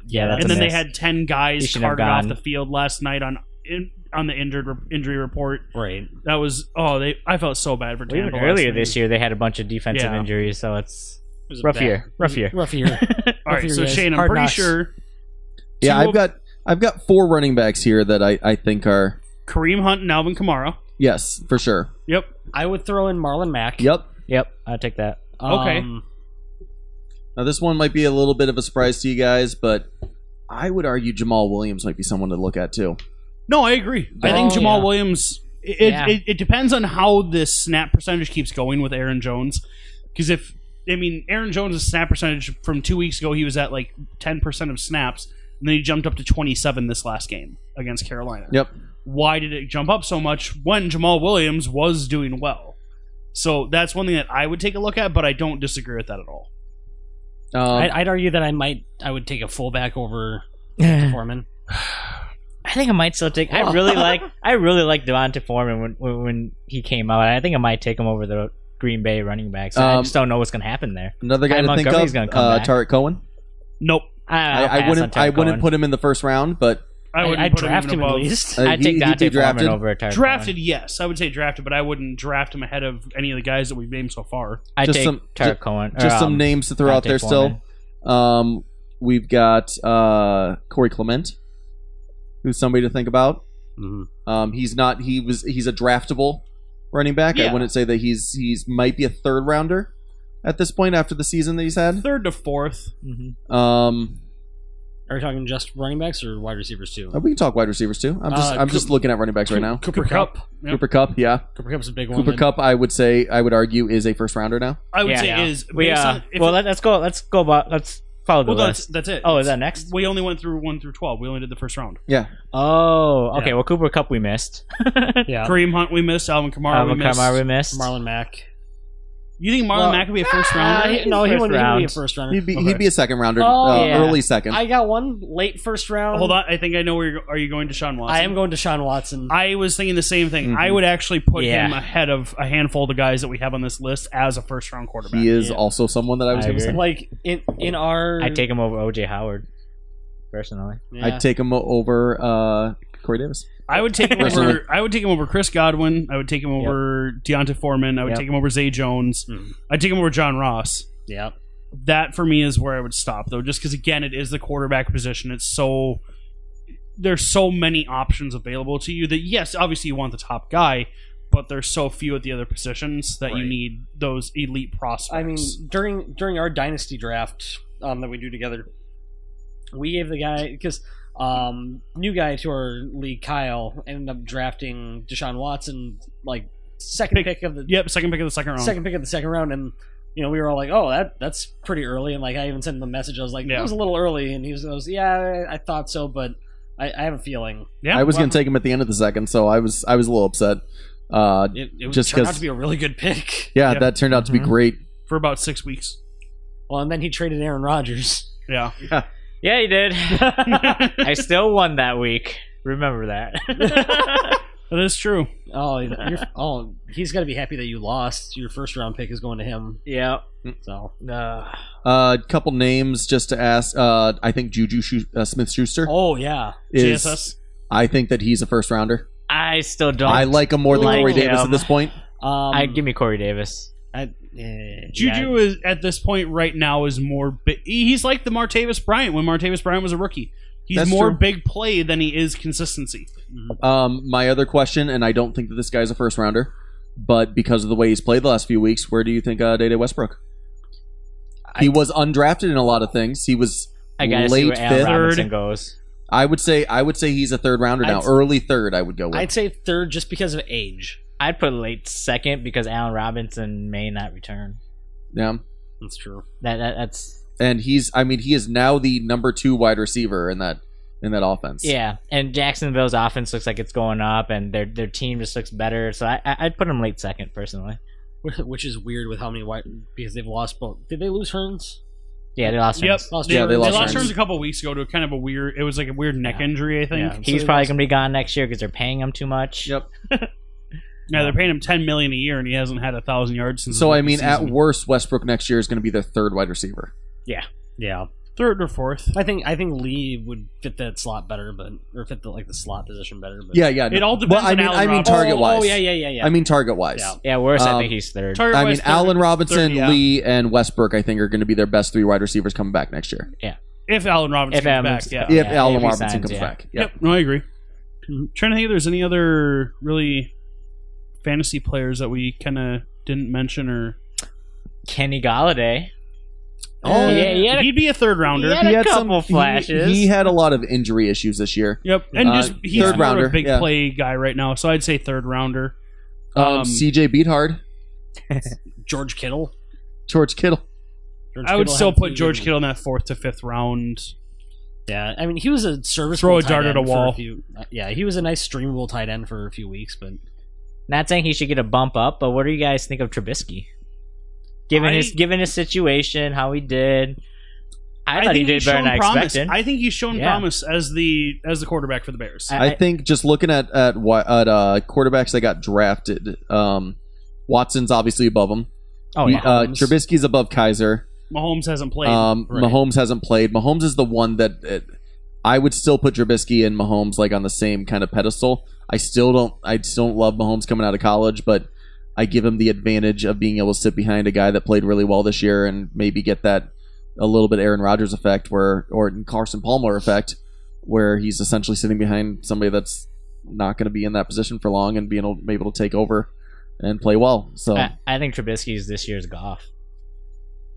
Speaker 3: Yeah,
Speaker 4: and
Speaker 3: that's a
Speaker 4: then
Speaker 3: miss.
Speaker 4: they had 10
Speaker 3: He
Speaker 4: guys
Speaker 3: shouldn't have
Speaker 4: carted off
Speaker 3: gone.
Speaker 4: the field last night on in, on the injured re- injury report.
Speaker 2: Right.
Speaker 4: That was oh they I felt so bad for
Speaker 3: Well,
Speaker 4: Tampa
Speaker 3: even
Speaker 4: last
Speaker 3: earlier
Speaker 4: night.
Speaker 3: this year, they had a bunch of defensive
Speaker 4: Yeah.
Speaker 3: injuries, so it's
Speaker 2: was
Speaker 3: rough
Speaker 2: bad-
Speaker 3: year. Rough year.
Speaker 1: [LAUGHS]
Speaker 2: Rough year.
Speaker 4: All right,
Speaker 2: for you
Speaker 4: so
Speaker 2: guys.
Speaker 4: Shane, I'm
Speaker 2: Hard
Speaker 4: pretty
Speaker 2: knocks.
Speaker 4: sure
Speaker 1: Yeah,
Speaker 4: Two
Speaker 1: I've
Speaker 4: of-
Speaker 1: got I've got four running backs here that I, I think are
Speaker 4: Kareem Hunt and Alvin Kamara.
Speaker 1: yes for sure.
Speaker 4: Yep.
Speaker 2: I would throw in Marlon Mack.
Speaker 1: Yep.
Speaker 3: Yep, I'll take that.
Speaker 4: Okay.
Speaker 2: Um,
Speaker 1: Now this one might be a little bit of a surprise to you guys, but I would argue Jamal Williams might be someone to look at too.
Speaker 4: No, I agree. I
Speaker 2: Oh,
Speaker 4: think Jamal
Speaker 2: yeah.
Speaker 4: Williams. It, it-
Speaker 3: Yeah.
Speaker 4: it, it depends on how this snap percentage keeps going with Aaron Jones, because if I mean Aaron Jones' snap percentage from two weeks ago, he was at like ten percent of snaps, and then he jumped up to twenty seven this last game against Carolina.
Speaker 1: Yep.
Speaker 4: Why did it jump up so much when Jamal Williams was doing well? So that's one thing that I would take a look at, but I don't disagree with that at all.
Speaker 1: Um,
Speaker 2: I'd, I'd argue that I might. I would take a fullback over [LAUGHS]
Speaker 3: I
Speaker 2: Foreman.
Speaker 3: think I might still take. I really
Speaker 1: [LAUGHS]
Speaker 3: like. I really like Devonta Foreman when, when when he came out. I think I might take him over the Green Bay running backs. I
Speaker 1: Um,
Speaker 3: just don't know what's gonna happen there.
Speaker 1: Another guy
Speaker 3: Ty
Speaker 1: to think
Speaker 3: Montgomery's
Speaker 1: of,
Speaker 3: gonna come
Speaker 1: uh,
Speaker 3: back.
Speaker 1: Tarek Cohen.
Speaker 4: Nope,
Speaker 3: I,
Speaker 1: I,
Speaker 3: I'll pass
Speaker 1: I
Speaker 3: on
Speaker 1: wouldn't.
Speaker 3: Tariq
Speaker 1: I wouldn't
Speaker 3: Cohen.
Speaker 1: put him in the first round, but
Speaker 4: I would
Speaker 2: I, would draft him, at
Speaker 4: above.
Speaker 2: least.
Speaker 1: uh,
Speaker 3: I'd
Speaker 1: he-
Speaker 3: take
Speaker 1: he'd be
Speaker 3: Dante Foreman
Speaker 1: drafted.
Speaker 3: over Tariq
Speaker 4: Drafted,
Speaker 3: Cohen.
Speaker 4: yes, I would say drafted, but I wouldn't draft him ahead of any of the guys that we've named so far.
Speaker 3: I'd
Speaker 1: Just
Speaker 3: take
Speaker 1: some-
Speaker 3: Tariq
Speaker 1: ju-
Speaker 3: Cohen. or,
Speaker 1: just some
Speaker 3: um,
Speaker 1: names to throw out
Speaker 3: Dante
Speaker 1: there
Speaker 3: Foreman.
Speaker 1: still. Um, we've got uh, Corey Clement, who's somebody to think about.
Speaker 2: Mhm.
Speaker 1: Um, he's not. He was. He's a draftable running back.
Speaker 4: Yeah.
Speaker 1: I wouldn't say that he's. He's might be a third rounder at this point after the season that he's had.
Speaker 4: Third to fourth.
Speaker 3: Mhm.
Speaker 1: Um,
Speaker 2: Are we talking just running backs or wide receivers too?
Speaker 1: Uh, we can talk wide receivers too. I'm just.
Speaker 2: Uh,
Speaker 1: I'm
Speaker 2: Coop-
Speaker 1: just looking at running backs right now.
Speaker 2: Cooper, Cup.
Speaker 4: Cup. Yep.
Speaker 1: Cooper Cup, yeah.
Speaker 2: Cooper Cup's a big one.
Speaker 1: Cooper Cup, I would say. I would argue is a first rounder now.
Speaker 4: I would
Speaker 3: Yeah,
Speaker 4: say
Speaker 3: yeah.
Speaker 4: is
Speaker 3: We
Speaker 4: based
Speaker 3: uh,
Speaker 4: on- if
Speaker 3: well,
Speaker 4: it-
Speaker 3: let, us go. Let's go. About, let's follow the
Speaker 4: well, that's
Speaker 3: list.
Speaker 4: that's it.
Speaker 3: Oh, is that next?
Speaker 4: we only went through one through twelve. We only did the first round.
Speaker 3: Oh, okay.
Speaker 4: Yeah.
Speaker 3: Well, Cooper Cup we
Speaker 4: [LAUGHS]
Speaker 3: missed.
Speaker 2: Yeah.
Speaker 4: Kareem Hunt we missed. Alvin Kamara
Speaker 3: Alvin
Speaker 4: we missed.
Speaker 3: Kamara we missed.
Speaker 2: Marlon Mack.
Speaker 4: You think Marlon
Speaker 2: Well-
Speaker 4: Mack would be a first
Speaker 2: Uh,
Speaker 4: rounder?
Speaker 2: he- no, he
Speaker 3: First
Speaker 2: wouldn't he wouldn't be a
Speaker 3: round.
Speaker 2: first rounder.
Speaker 1: He'd be.
Speaker 4: Okay.
Speaker 1: He'd be a second rounder,
Speaker 2: Oh,
Speaker 1: uh,
Speaker 3: yeah.
Speaker 1: early second.
Speaker 2: I got one late first round.
Speaker 4: Hold on, I think I know where. You're, are you going to Sean Watson?
Speaker 2: I am going to Sean Watson.
Speaker 4: I was thinking the same thing. I
Speaker 1: Mhm.
Speaker 4: would actually put
Speaker 3: Mm-hmm. Yeah.
Speaker 4: him ahead of a handful of the guys that we have on this list as a first round quarterback.
Speaker 1: he is
Speaker 2: Yeah.
Speaker 1: also someone that I was
Speaker 3: I
Speaker 1: going to
Speaker 3: agree.
Speaker 1: say.
Speaker 2: like in in our.
Speaker 3: I take him over OJ Howard, personally.
Speaker 2: Yeah.
Speaker 1: I'd take him o- over uh, Corey Davis.
Speaker 4: I would take him
Speaker 1: Personally.
Speaker 4: over. I would take him over Chris Godwin. I would take him over Deonta Foreman. I would
Speaker 3: Yep. Mm-hmm.
Speaker 4: take him over Zay Jones.
Speaker 2: Mhm.
Speaker 4: I'd take him over John Ross.
Speaker 2: Yeah.
Speaker 4: that for me is where I would stop though, just because again, it is the quarterback position. It's so there's so many options available to you that yes, obviously you want the top guy, but there's so few at the other positions that you
Speaker 2: Right.
Speaker 4: need those elite prospects.
Speaker 2: I mean, during during our dynasty draft um, that we do together, we gave the guy because um, new guy to our league, Kyle, ended up drafting Deshaun Watson like second
Speaker 4: Pick-
Speaker 2: pick, of the
Speaker 4: yep, second pick of the second round.
Speaker 2: second pick of the second round, and you know we were all like, oh, that that's pretty early, and like I even sent him a message. I was like,
Speaker 4: Yeah.
Speaker 2: that was a little early, and he was, I was yeah, I, I thought so, but I, I have a feeling
Speaker 4: yeah,
Speaker 1: I was
Speaker 4: well,
Speaker 1: going to take him at the end of the second, so I was I was a little upset. Uh,
Speaker 2: it, it
Speaker 1: Just
Speaker 2: turned
Speaker 1: 'cause-
Speaker 2: out to be a really good pick.
Speaker 1: yeah,
Speaker 4: Yeah.
Speaker 1: that turned out to be
Speaker 3: Mhm.
Speaker 1: great.
Speaker 4: for about six weeks.
Speaker 2: Well, and then he traded Aaron [LAUGHS] Rodgers.
Speaker 4: Yeah, [LAUGHS]
Speaker 3: Yeah, he did. [LAUGHS] I still won that week. Remember [LAUGHS] that.
Speaker 4: that is true.
Speaker 2: Oh, you're, oh, he's got to be happy that you lost. Your first round pick is going to him.
Speaker 3: yeah.
Speaker 2: So
Speaker 3: Uh,
Speaker 1: A couple names just to ask. Uh, I think Juju Schu- uh, Smith Schuster
Speaker 2: Oh yeah.
Speaker 1: is.
Speaker 4: JSS.
Speaker 1: I think that he's a first rounder.
Speaker 3: I still don't.
Speaker 1: I like him more than
Speaker 3: like
Speaker 1: Corey Davis
Speaker 3: him.
Speaker 1: at this point.
Speaker 2: Um,
Speaker 3: I give me Corey Davis.
Speaker 2: I, eh,
Speaker 4: Juju
Speaker 3: Yeah.
Speaker 4: is at this point right now is more. Bi- he's like the Martavis Bryant when Martavis Bryant was a rookie. He's
Speaker 1: That's
Speaker 4: more
Speaker 1: true.
Speaker 4: big play than he is consistency.
Speaker 2: Mm-hmm.
Speaker 1: Um, my other question, and I don't think that this guy's a first rounder, but because of the way he's played the last few weeks, where do you think uh, Day Day Westbrook? He was undrafted in a lot of things. He was.
Speaker 3: I gotta see
Speaker 1: Late
Speaker 3: where Allen
Speaker 1: fifth.
Speaker 3: Robinson goes.
Speaker 1: I would say. I would say he's a third rounder now.
Speaker 2: I'd-
Speaker 1: Early third, I would go with.
Speaker 2: I'd say third just because of age.
Speaker 3: I'd put late second because Allen Robinson may not return.
Speaker 1: yeah.
Speaker 2: That's true. [LAUGHS]
Speaker 3: That, that that's
Speaker 1: and he's I mean he is now the number two wide receiver in that in that offense.
Speaker 3: yeah. And Jacksonville's offense looks like it's going up, and their their team just looks better. So I, I I'd put him late second personally.
Speaker 2: Wh- Which is weird with how many white because they've lost both. Did they lose Hearns?
Speaker 3: Yeah, they lost.
Speaker 4: Yep.
Speaker 3: Hurts.
Speaker 2: Lost
Speaker 1: Yeah, they
Speaker 4: They
Speaker 1: lost
Speaker 4: lost
Speaker 1: Hearns.
Speaker 4: Hearns a couple weeks ago to kind of a weird. It was like a weird neck
Speaker 3: Yeah.
Speaker 4: injury, I think.
Speaker 2: Yeah.
Speaker 4: Yeah,
Speaker 3: He's
Speaker 2: So
Speaker 3: probably
Speaker 2: there's-
Speaker 3: gonna be gone next year because they're paying him too much.
Speaker 1: Yep.
Speaker 4: they're paying him ten million a year, and he hasn't had a thousand yards since.
Speaker 1: So
Speaker 4: the
Speaker 1: I mean, at
Speaker 4: season.
Speaker 1: worst, Westbrook next year is going to be their third wide receiver.
Speaker 2: Yeah.
Speaker 4: third or fourth.
Speaker 2: I think I think Lee would fit that slot better, but or fit the like the slot position better. But,
Speaker 1: Yeah, yeah.
Speaker 4: It all depends
Speaker 1: Well, I
Speaker 4: on
Speaker 1: mean,
Speaker 4: Allen
Speaker 1: I mean
Speaker 4: Robinson.
Speaker 1: target wise.
Speaker 2: Oh yeah, yeah, yeah, yeah.
Speaker 1: I mean target wise.
Speaker 2: Yeah.
Speaker 3: Yeah, worse. I
Speaker 1: Um,
Speaker 3: think he's third.
Speaker 4: Target
Speaker 1: I
Speaker 4: wise,
Speaker 1: mean,
Speaker 4: third-
Speaker 1: Allen Robinson,
Speaker 4: third, yeah.
Speaker 1: Lee, and Westbrook, I think, are going to be their best three wide receivers coming back next year.
Speaker 4: If Allen Robinson
Speaker 3: If
Speaker 4: comes
Speaker 3: Allen-
Speaker 4: back, yeah.
Speaker 3: Yeah,
Speaker 1: if Allen
Speaker 3: if he
Speaker 1: Robinson
Speaker 3: signs,
Speaker 1: comes
Speaker 3: yeah.
Speaker 1: back. Yeah.
Speaker 4: Yep. No, I agree. I'm trying to think if there's any other really fantasy players that we kind of didn't mention or
Speaker 3: Kenny Galladay.
Speaker 1: Oh,
Speaker 3: yeah, he had a,
Speaker 4: he'd be a third rounder.
Speaker 3: Yeah. had a couple
Speaker 1: he-
Speaker 3: flashes.
Speaker 1: He, had a lot of injury issues this year.
Speaker 4: Yep, and
Speaker 1: Uh,
Speaker 4: just he's
Speaker 1: third
Speaker 4: more of
Speaker 1: rounder,
Speaker 4: a big
Speaker 1: yeah.
Speaker 4: play guy right now, so I'd say third rounder.
Speaker 1: Um,
Speaker 4: Um,
Speaker 1: CJ Beathard,
Speaker 2: George Kittle.
Speaker 1: George Kittle.
Speaker 2: George
Speaker 4: I would
Speaker 2: Kittle
Speaker 4: still
Speaker 2: had a
Speaker 4: put
Speaker 2: few
Speaker 4: George
Speaker 2: good-
Speaker 4: Kittle in that fourth to fifth round.
Speaker 2: Yeah, I mean he was a service.
Speaker 4: Throw a dart at a wall.
Speaker 2: uh, yeah, he was a nice streamable tight end for a few weeks, but
Speaker 3: Not saying he should get a bump up, but what do you guys think of Trubisky? Given
Speaker 4: I-
Speaker 3: his given his situation, how he did, I, thought he
Speaker 4: think
Speaker 3: did
Speaker 4: he's
Speaker 3: better than
Speaker 4: shown
Speaker 3: I
Speaker 4: promise.
Speaker 3: expected.
Speaker 4: I think he's shown
Speaker 3: Yeah.
Speaker 4: promise as the as the quarterback for the Bears.
Speaker 3: I-
Speaker 1: I, think just looking at at, wi- at uh, quarterbacks that got drafted, um, Watson's obviously above him.
Speaker 3: oh
Speaker 1: He-
Speaker 3: yeah,
Speaker 1: uh,
Speaker 2: Mahomes.
Speaker 1: Trubisky's above Kaiser.
Speaker 4: Mahomes hasn't played.
Speaker 1: Um,
Speaker 2: right.
Speaker 1: Mahomes hasn't played. Mahomes is the one that it, I would still put Trubisky and Mahomes like on the same kind of pedestal. I still don't. I still don't love Mahomes coming out of college, but I give him the advantage of being able to sit behind a guy that played really well this year and maybe get that a little bit Aaron Rodgers effect, where or Carson Palmer effect, where he's essentially sitting behind somebody that's not going to be in that position for long and being able, able to take over and play well. So.
Speaker 3: I, I think Trubisky is this year's golf.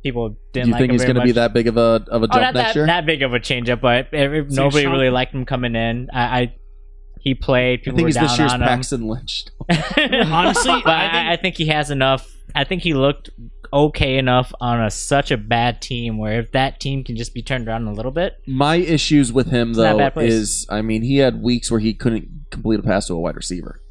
Speaker 3: People
Speaker 1: do
Speaker 3: didn't
Speaker 1: you
Speaker 3: like
Speaker 1: think
Speaker 3: him
Speaker 1: he's
Speaker 3: very
Speaker 1: going to be
Speaker 3: much.
Speaker 1: that big of a of a
Speaker 3: oh,
Speaker 1: jump next
Speaker 3: not that,
Speaker 1: year?
Speaker 3: that big of a change up, but if- if
Speaker 4: So
Speaker 3: nobody
Speaker 4: Sean-
Speaker 3: really liked him coming in. I, I he played.
Speaker 1: I
Speaker 3: People
Speaker 1: think
Speaker 3: were
Speaker 1: he's
Speaker 3: down
Speaker 1: this year's
Speaker 3: on him.
Speaker 1: Paxton Lynch.
Speaker 4: Honestly,
Speaker 3: but
Speaker 4: I
Speaker 3: I
Speaker 4: think-
Speaker 3: think, I, think he has enough. I think he looked okay enough on a such a bad team. Where if that team can just be turned around a little bit,
Speaker 1: My issues with him
Speaker 3: It's not a
Speaker 1: though
Speaker 3: bad place.
Speaker 1: is, I mean, he had weeks where he couldn't complete a pass to a wide receiver.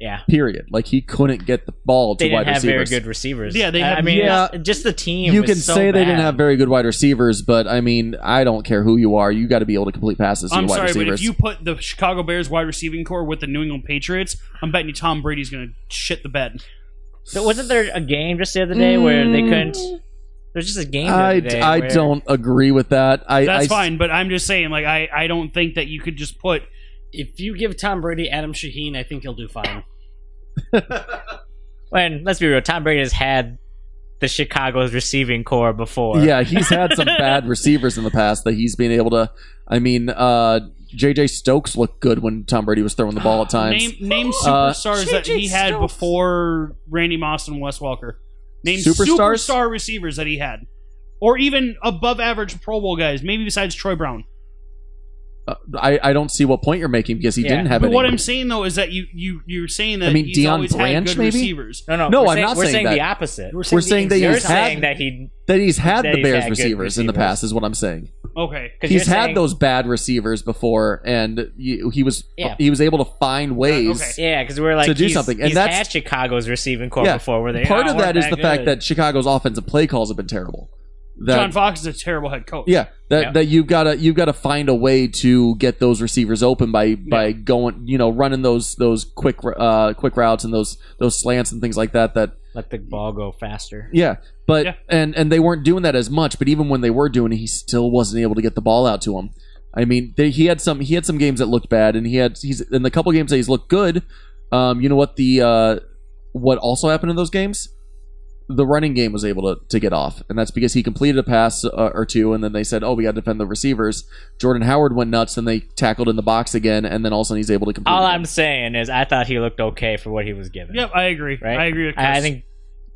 Speaker 3: yeah,
Speaker 1: Period. Like he couldn't get the ball to
Speaker 3: they
Speaker 1: wide
Speaker 3: didn't have
Speaker 1: receivers.
Speaker 3: very good receivers.
Speaker 4: Yeah, they
Speaker 3: I- I
Speaker 4: had-
Speaker 3: mean,
Speaker 1: yeah.
Speaker 3: just the team.
Speaker 1: you
Speaker 3: was
Speaker 1: can
Speaker 3: so
Speaker 1: say they
Speaker 3: bad.
Speaker 1: didn't have very good wide receivers, but I mean, I don't care who you are, you got to be able to complete passes to
Speaker 4: I'm
Speaker 1: your wide
Speaker 4: sorry, but
Speaker 1: receivers.
Speaker 4: if you put the Chicago Bears wide receiving core with the New England Patriots, I'm betting you Tom Brady's going to shit the bed.
Speaker 3: So wasn't there a game just the other day where they couldn't? There's just a game. The
Speaker 1: Mm. I,
Speaker 3: other day
Speaker 1: I
Speaker 3: where-
Speaker 1: don't agree with that. I,
Speaker 4: That's
Speaker 1: I-
Speaker 4: fine, but I'm just saying, like, I, I don't think that you could just put.
Speaker 2: if you give Tom Brady Adam Shaheen, I think he'll do fine.
Speaker 3: When let's be real, Tom Brady has had the Chicago's receiving core before.
Speaker 1: Yeah, he's had some
Speaker 3: [LAUGHS]
Speaker 1: bad receivers in the past that he's been able to. I mean, uh, J.J. Stokes looked good when Tom Brady was throwing the ball
Speaker 3: [GASPS]
Speaker 1: at times.
Speaker 4: Name, name
Speaker 1: Uh,
Speaker 4: superstars that he had before Randy Moss and Wes Walker. Name
Speaker 1: Superstars?
Speaker 4: superstar receivers that he had. Or even above average Pro Bowl guys, maybe besides Troy Brown.
Speaker 1: Uh, I, I don't see what point you're making because he
Speaker 3: Yeah.
Speaker 1: didn't have
Speaker 4: But
Speaker 1: any.
Speaker 4: what I'm saying though is that you you you're saying that
Speaker 1: I mean,
Speaker 4: he's
Speaker 1: Deion
Speaker 4: always
Speaker 1: Branch,
Speaker 4: had good
Speaker 1: maybe?
Speaker 4: receivers.
Speaker 3: No, no,
Speaker 1: No,
Speaker 3: we're
Speaker 1: I'm not
Speaker 3: we're
Speaker 1: saying
Speaker 3: saying
Speaker 1: that.
Speaker 3: the opposite.
Speaker 1: We're saying that
Speaker 3: You're
Speaker 1: he's had
Speaker 3: saying that he
Speaker 1: that he's had
Speaker 3: that
Speaker 1: the
Speaker 3: he's
Speaker 1: bad
Speaker 3: had good
Speaker 1: receivers in the
Speaker 3: receivers.
Speaker 1: past is what I'm saying.
Speaker 4: Oh, Okay.
Speaker 3: because
Speaker 1: He's had those bad receivers before, and you, he was uh,
Speaker 3: Yeah.
Speaker 1: he was able to
Speaker 3: Uh,
Speaker 1: find ways.
Speaker 4: okay.
Speaker 3: Yeah, because we're like
Speaker 1: to do
Speaker 3: he's-
Speaker 1: something, and
Speaker 3: he's
Speaker 1: that's-
Speaker 3: had Chicago's receiving core
Speaker 1: Yeah.
Speaker 3: before. Where they
Speaker 1: Part
Speaker 3: "Ah,
Speaker 1: of
Speaker 3: we're
Speaker 1: that is
Speaker 3: not
Speaker 1: the fact
Speaker 3: good."
Speaker 1: that Chicago's offensive play calls have been terrible. That,
Speaker 4: John Fox is a terrible head coach.
Speaker 1: yeah, that,
Speaker 3: Yeah.
Speaker 1: that you've got to you've got to find a way to get those receivers open by by going you know running those those quick uh, quick routes and those those slants and things like that that
Speaker 3: let the ball go faster.
Speaker 1: Yeah, but
Speaker 4: Yeah.
Speaker 1: and and they weren't doing that as much. But even when they were doing, it, he still wasn't able to get the ball out to him. I mean, they, he had some he had some games that looked bad, and he had he's in the couple games that he's looked good. Um, you know what the uh, what also happened in those games? The running game was able to, to get off, and that's because he completed a pass uh, or two, and then they said, "Oh, we got to defend the receivers." Jordan Howard went nuts, and they tackled in the box again, and then all of a sudden he's able to complete.
Speaker 3: All
Speaker 1: again.
Speaker 3: I'm saying is, I thought he looked okay for what he was given.
Speaker 4: Yep, I agree.
Speaker 3: Right?
Speaker 4: I agree with Chris.
Speaker 3: I, I think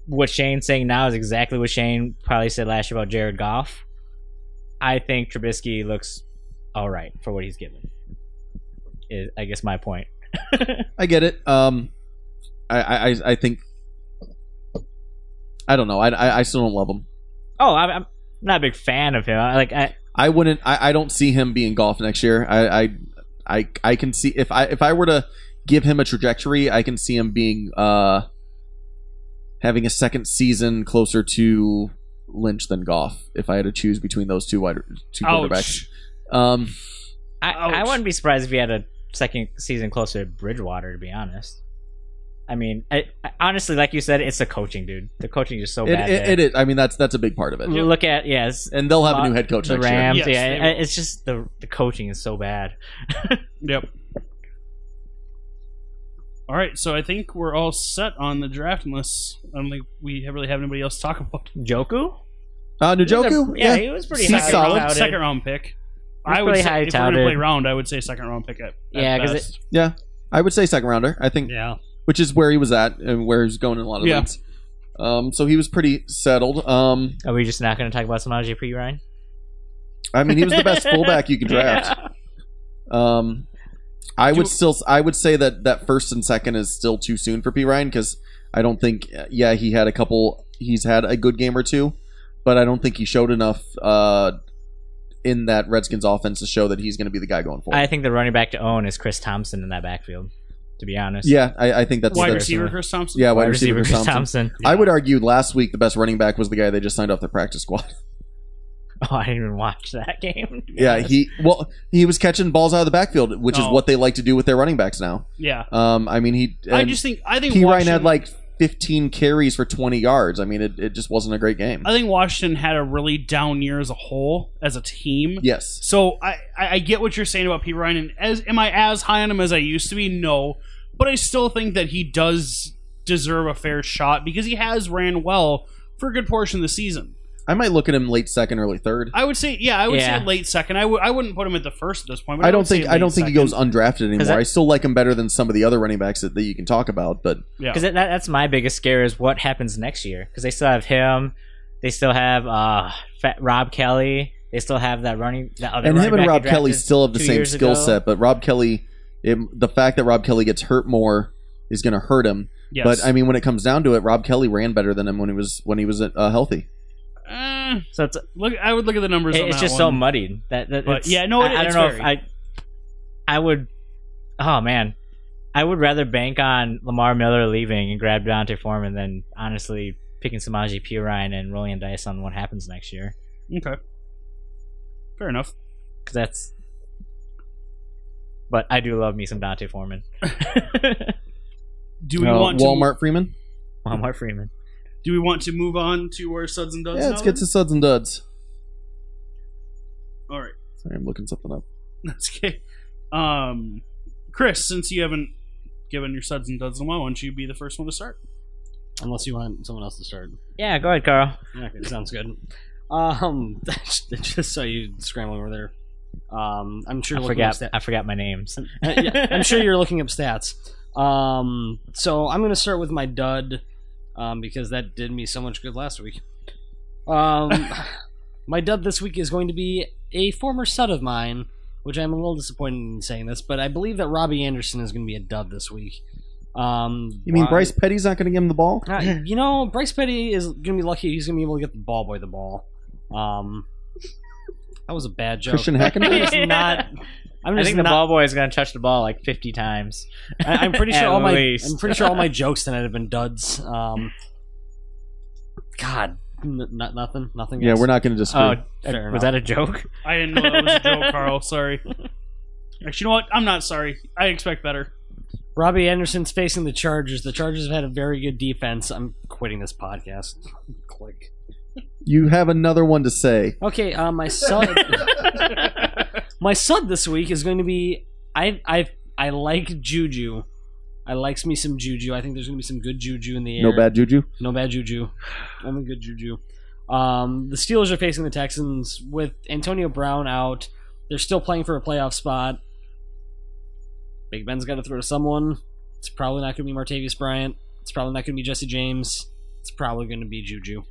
Speaker 3: what Shane's saying now is exactly what Shane probably said last year about Jared Goff. I think Trubisky looks all right for what he's given. Is I guess my point.
Speaker 1: I get it. Um, I- I I, I think I don't know. I, I I still don't love him.
Speaker 3: Oh, I'm, I'm not a big fan of him. I, like I,
Speaker 1: I wouldn't. I, I don't see him being golf next year. I, I I I can see if I if I were to give him a trajectory, I can see him being uh having a second season closer to Lynch than golf. If I had to choose between those two wide two quarterbacks,
Speaker 4: Ouch.
Speaker 1: um,
Speaker 3: I, I
Speaker 4: Ouch.
Speaker 3: wouldn't be surprised if he had a second season closer to Bridgewater. To be honest, I mean, I, I- honestly, like you said, it's the coaching, dude. The coaching is so
Speaker 1: It,
Speaker 3: bad.
Speaker 1: it,
Speaker 3: there.
Speaker 1: it is. I mean, that's that's a big part of it.
Speaker 3: You look at yes,
Speaker 1: And they'll have a new
Speaker 3: Lot-
Speaker 1: head coach
Speaker 3: the
Speaker 1: next
Speaker 3: Rams.
Speaker 4: Yes,
Speaker 3: yeah,
Speaker 4: they
Speaker 3: it-
Speaker 4: will.
Speaker 3: it's just the the coaching is so bad.
Speaker 4: Yep. All right, so I think we're all set on the draft, unless I don't think we have- really have anybody else to talk about.
Speaker 3: Joku,
Speaker 1: year. Uh, Njoku?
Speaker 3: yeah,
Speaker 1: yeah.
Speaker 3: he was pretty
Speaker 1: He's
Speaker 3: high
Speaker 1: solid.
Speaker 3: touted.
Speaker 4: Second round pick.
Speaker 3: He's
Speaker 4: I would
Speaker 3: pretty
Speaker 4: say,
Speaker 3: high
Speaker 4: if we're gonna play
Speaker 3: touted.
Speaker 4: round, I would say second round pick at, at
Speaker 3: Yeah, 'cause it-
Speaker 4: best.
Speaker 1: I would say second rounder. I think,
Speaker 4: yeah,
Speaker 1: which is where he was at and where he's going in a lot of
Speaker 4: Yeah.
Speaker 1: leagues. Um, so he was pretty settled. Um,
Speaker 3: Are we just not going to talk about Samaje P. Ryan?
Speaker 1: I mean, he was the best fullback you could draft. Um, I would
Speaker 4: Do-
Speaker 1: still, I would say that that first and second is still too soon for P Ryan because I don't think, yeah, he had a couple, he's had a good game or two, but I don't think he showed enough uh, in that Redskins offense to show that he's going to be the guy going forward.
Speaker 3: I think the running back to own is Chris Thompson in that backfield. To be honest,
Speaker 1: yeah, I, I think that's
Speaker 4: wide
Speaker 1: that's-
Speaker 4: receiver Chris Thompson.
Speaker 1: Yeah,
Speaker 3: wide,
Speaker 1: wide, receiver, Chris Thompson.
Speaker 3: [LAUGHS] Thompson.
Speaker 1: I would argue last week the best running back was the guy they just signed off their practice squad.
Speaker 3: Oh, I didn't even watch that [LAUGHS] game.
Speaker 1: Yeah, he well he was catching balls out of the backfield, which is
Speaker 4: Oh.
Speaker 1: what they like to do with their running backs now.
Speaker 4: yeah.
Speaker 1: Um, I mean he
Speaker 4: I
Speaker 1: and-
Speaker 4: just think I think
Speaker 1: P. Ryan
Speaker 4: Washington-
Speaker 1: had like 15 carries for 20 yards. I mean, it, it just wasn't a great game.
Speaker 4: I think Washington had a really down year as a whole, as a team.
Speaker 1: Yes.
Speaker 4: So I, I I get what you're saying about P Ryan. And as am I as high on him as I used to be? No, but I still think that he does deserve a fair shot because he has ran well for a good portion of the season.
Speaker 1: I might look at him late second, early third.
Speaker 4: I would say, yeah, I would
Speaker 3: Yeah.
Speaker 4: say late second. I would I wouldn't put him at the first at this point. But
Speaker 1: I, don't
Speaker 4: would say
Speaker 1: think I don't
Speaker 4: late
Speaker 1: think he
Speaker 4: second.
Speaker 1: goes undrafted anymore.
Speaker 3: that-
Speaker 1: I still like him better than some of the other running backs that, that you can talk about. But
Speaker 4: Yeah.
Speaker 3: Because that, that's my biggest scare is what happens next year. Because they still have him, they still have uh, Fat Rob Kelly, they still have that running. That other
Speaker 1: and
Speaker 3: running
Speaker 1: him and
Speaker 3: back
Speaker 1: Rob
Speaker 3: they drafted
Speaker 1: Kelly still have the
Speaker 3: two
Speaker 1: same
Speaker 3: years
Speaker 1: skill
Speaker 3: ago.
Speaker 1: set, but Rob Kelly, it, the fact that Rob Kelly gets hurt more is going to hurt him.
Speaker 4: Yes.
Speaker 1: But I mean, when it comes down to it, Rob Kelly ran better than him when he was when he was uh, healthy.
Speaker 4: Eh,
Speaker 3: So it's, it-
Speaker 4: look, I would look at the numbers. on
Speaker 3: it's
Speaker 4: that
Speaker 3: just so
Speaker 4: one.
Speaker 3: muddied. That, that
Speaker 4: But,
Speaker 3: it's-
Speaker 4: yeah, no, it-
Speaker 3: I, I
Speaker 4: it's
Speaker 3: don't know if
Speaker 4: very-
Speaker 3: I, I would. Oh man, I would rather bank on Lamar Miller leaving and grab Deontay Foreman than honestly picking Samaje Perine and rolling the dice on what happens next year.
Speaker 4: Okay. Fair enough.
Speaker 3: Because that's. But I do love me some
Speaker 4: [LAUGHS]
Speaker 3: Dante Foreman.
Speaker 4: Do we
Speaker 1: Uh,
Speaker 4: want
Speaker 1: Walmart Freeman?
Speaker 3: Walmart Freeman.
Speaker 4: To, do we want to move on to our suds and duds?
Speaker 1: Yeah,
Speaker 4: now
Speaker 1: let's get
Speaker 4: then?
Speaker 1: to Suds and Duds.
Speaker 4: All right.
Speaker 1: Sorry, I'm looking something up.
Speaker 4: [LAUGHS] That's okay. Um, Chris, since you haven't given your suds and duds in a while, why don't you be the first one to start?
Speaker 2: Unless you want someone else to start.
Speaker 3: Yeah, go ahead, Carl.
Speaker 2: Okay, sounds good. Um, [LAUGHS] just saw you scramble over there. Um, I'm sure.
Speaker 3: I
Speaker 2: looking
Speaker 3: forgot.
Speaker 2: up sta-
Speaker 3: I forgot my names.
Speaker 2: yeah, I'm sure you're looking up stats. Um, so I'm going to start with my dud um, because that did me so much good last week. Um, [LAUGHS] my dud this week is going to be a former stud of mine, which I'm a little disappointed in saying this, but I believe that Robbie Anderson is going to be a dud this week. Um,
Speaker 1: You mean
Speaker 2: why-
Speaker 1: Bryce Petty's not going to give him the ball?
Speaker 2: uh, you know, Bryce Petty is going to be lucky he's going to be able to get the ball boy the ball. Um, that was a bad joke.
Speaker 1: Christian Hackenberg.
Speaker 4: [LAUGHS]
Speaker 3: I'm just not. [LAUGHS]
Speaker 2: I'm
Speaker 3: I
Speaker 2: just
Speaker 3: think the
Speaker 2: not-
Speaker 3: ball boy is gonna touch the ball like 50 times.
Speaker 2: I, I'm pretty
Speaker 3: [LAUGHS]
Speaker 2: sure
Speaker 3: At
Speaker 2: all my
Speaker 3: least.
Speaker 2: I'm pretty sure all
Speaker 3: [LAUGHS]
Speaker 2: my jokes tonight have been duds. Um, God, n- not nothing, nothing.
Speaker 1: Yeah,
Speaker 2: else.
Speaker 1: we're not going to disagree.
Speaker 4: Uh,
Speaker 3: Oh,
Speaker 2: Fair
Speaker 3: was
Speaker 2: enough.
Speaker 3: that a joke?
Speaker 4: I didn't know that was a joke, Carl. Sorry. Actually, you know what? I'm not sorry. I expect better.
Speaker 2: [LAUGHS] Robbie Anderson's facing the Chargers. The Chargers have had a very good defense. I'm quitting this podcast. Click.
Speaker 1: you have another one to say.
Speaker 2: Okay, uh,
Speaker 3: [LAUGHS]
Speaker 2: my sub, my sub this week is going to be I I I like Juju. I likes me some Juju. I think there's going to be some good Juju in the air.
Speaker 1: No bad juju.
Speaker 2: No bad juju. Only good juju. Um, the Steelers are facing the Texans with Antonio Brown out. They're still playing for a playoff spot. Big Ben's got to throw to someone. It's probably not going to be Martavius Bryant. It's probably not going to be Jesse James. It's probably going to be Juju.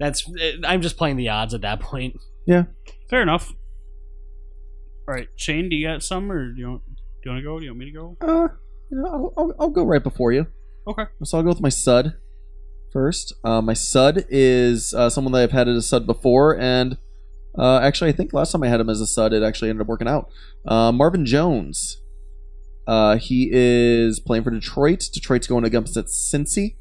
Speaker 2: That's. I'm just playing the odds at that point.
Speaker 4: Fair enough. All right, Shane, do you got some, or do you want, do you want to go? Do you want me to go?
Speaker 1: Uh, you know, I'll, I'll, I'll go right before you.
Speaker 4: Okay.
Speaker 1: So I'll go with my sud first. Uh, my sud is uh, someone that I've had as a sud before, and uh, actually, I think last time I had him as a sud, it actually ended up working out. Uh, Marvin Jones. Uh, he is playing for Detroit. Detroit's going against Cincy.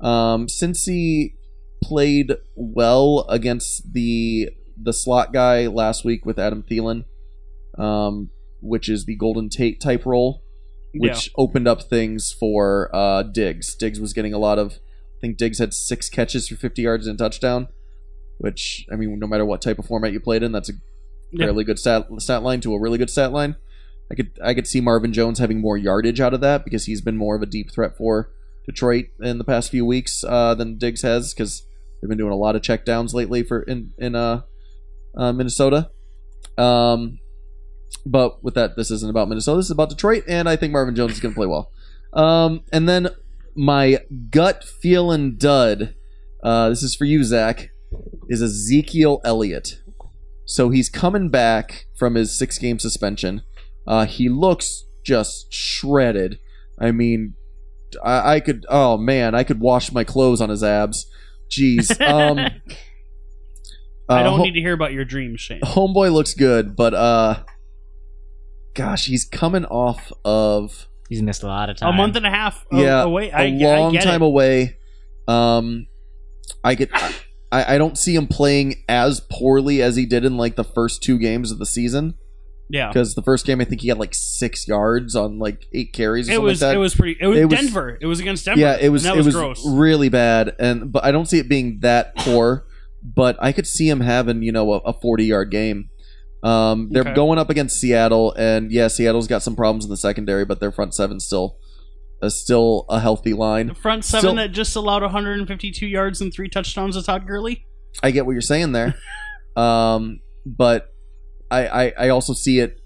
Speaker 1: Um, Cincy played well against the the slot guy last week with Adam Thielen, um, which is the Golden Tate type role. which opened up things for uh, Diggs. Diggs was getting a lot of. I think Diggs had six catches for 50 yards and a touchdown, which I mean, no matter what type of format you played in, that's a
Speaker 4: Yeah.
Speaker 1: fairly good stat stat line to a really good stat line. I could I could see Marvin Jones having more yardage out of that because he's been more of a deep threat for Detroit in the past few weeks uh, than Diggs has because they've been doing a lot of checkdowns lately for in in uh, uh, Minnesota. Um, but with that, this isn't about Minnesota. This is about Detroit, and I think Marvin Jones is going to play well. Um, and then my gut feeling dud. Uh, this is for you, Zach. Is Ezekiel Elliott. So he's coming back from his six game suspension. Uh, he looks just shredded. I mean, I, I could. Oh man, I could wash my clothes on his abs.
Speaker 4: [LAUGHS]
Speaker 1: Jeez. Um,
Speaker 4: I don't
Speaker 1: uh,
Speaker 4: need to hear about your dreams, Shane.
Speaker 1: Homeboy looks good, but uh gosh, he's coming off of
Speaker 3: He's missed a lot of time.
Speaker 4: A
Speaker 3: [LAUGHS]
Speaker 4: month and a half a-
Speaker 1: Yeah,
Speaker 4: away.
Speaker 1: a
Speaker 4: I, ge- I
Speaker 1: long
Speaker 4: get
Speaker 1: time
Speaker 4: it.
Speaker 1: away. Um I get I, I don't see him playing as poorly as he did in like the first two games of the season.
Speaker 4: Yeah.
Speaker 1: Because the first game I think he had like six yards on like eight carries or
Speaker 4: It
Speaker 1: something
Speaker 4: was
Speaker 1: like that.
Speaker 4: it was pretty it was
Speaker 1: It was-
Speaker 4: Denver. it was against Denver.
Speaker 1: Yeah, it was
Speaker 4: and that
Speaker 1: it was
Speaker 4: gross.
Speaker 1: really bad, and but I don't see it being
Speaker 4: [COUGHS]
Speaker 1: that poor. But I could see him having you know a, a forty yard game. Um, they're
Speaker 4: Okay.
Speaker 1: going up against Seattle, and yeah, Seattle's got some problems in the secondary, but their front seven still is still a healthy
Speaker 4: the
Speaker 1: line.
Speaker 4: front seven
Speaker 1: still-
Speaker 4: that just allowed 152 yards and three touchdowns to Todd Gurley.
Speaker 1: I get what you're saying
Speaker 4: [LAUGHS]
Speaker 1: there, um, but I, I I also see it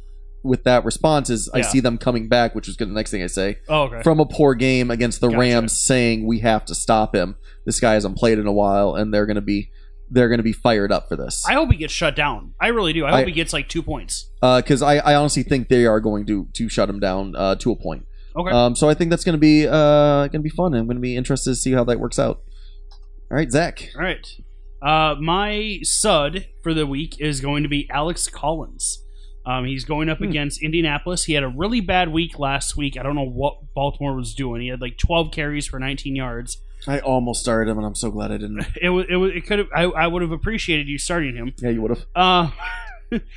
Speaker 1: with that response is I
Speaker 4: Yeah.
Speaker 1: see them coming back, which is the next thing I say.
Speaker 4: Oh, okay.
Speaker 1: from a poor game against the
Speaker 4: Gotcha.
Speaker 1: Rams saying we have to stop him. This guy hasn't played in a while and they're going to be they're going to be fired up for this.
Speaker 4: I hope he gets shut down. I really do. I hope
Speaker 1: I-
Speaker 4: he gets like two points.
Speaker 1: Because Uh, I, I honestly think they are going to to shut him down uh, to a point.
Speaker 4: Okay.
Speaker 1: Um, so I think that's going to be uh, going to be fun. I'm going to be interested to see how that works out. All right, Zach.
Speaker 4: All right. Uh, my sud for the week is going to be Alex Collins. Um, he's going up against Indianapolis. He had a really bad week last week. I don't know what Baltimore was doing. He had like 12 carries for 19 yards.
Speaker 1: I almost started him, and I'm so glad I didn't.
Speaker 4: It was, it, was, it could have. I, I would have appreciated you starting him.
Speaker 1: [LAUGHS] Yeah, you would have.
Speaker 4: Uh,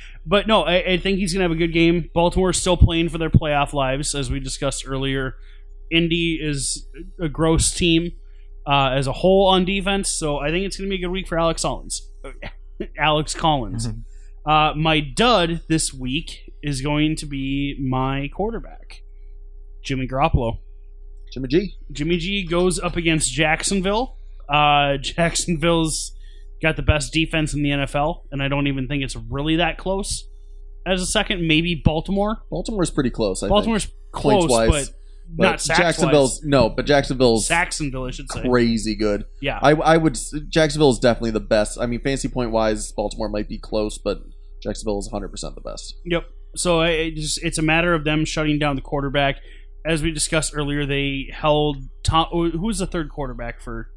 Speaker 4: [LAUGHS] but no, I, I think he's gonna have a good game. Baltimore's still playing for their playoff lives, as we discussed earlier. Indy is a gross team uh, as a whole on defense, so I think it's gonna be a good week for Alex Collins. [LAUGHS] Alex Collins. Uh, my dud this week is going to be my quarterback, Jimmy Garoppolo.
Speaker 1: Jimmy G.
Speaker 4: Jimmy G goes up against Jacksonville. Uh, Jacksonville's got the best defense in the NFL, and I don't even think it's really that close. As a second, maybe Baltimore.
Speaker 1: Baltimore's pretty close. I
Speaker 4: Baltimore's
Speaker 1: think.
Speaker 4: close,
Speaker 1: Points-wise,
Speaker 4: but, not sacks
Speaker 1: Jacksonville's no, but
Speaker 4: wise.
Speaker 1: Jacksonville's
Speaker 4: Saxonville, I should say.
Speaker 1: crazy good.
Speaker 4: Yeah,
Speaker 1: I, I would. Jacksonville is definitely the best. I mean, fantasy point wise, Baltimore might be close, but Jacksonville is 100 percent the best.
Speaker 4: Yep. So I- it just, it's a matter of them shutting down the quarterback. As we discussed earlier, they held Tom. Who was the third quarterback for?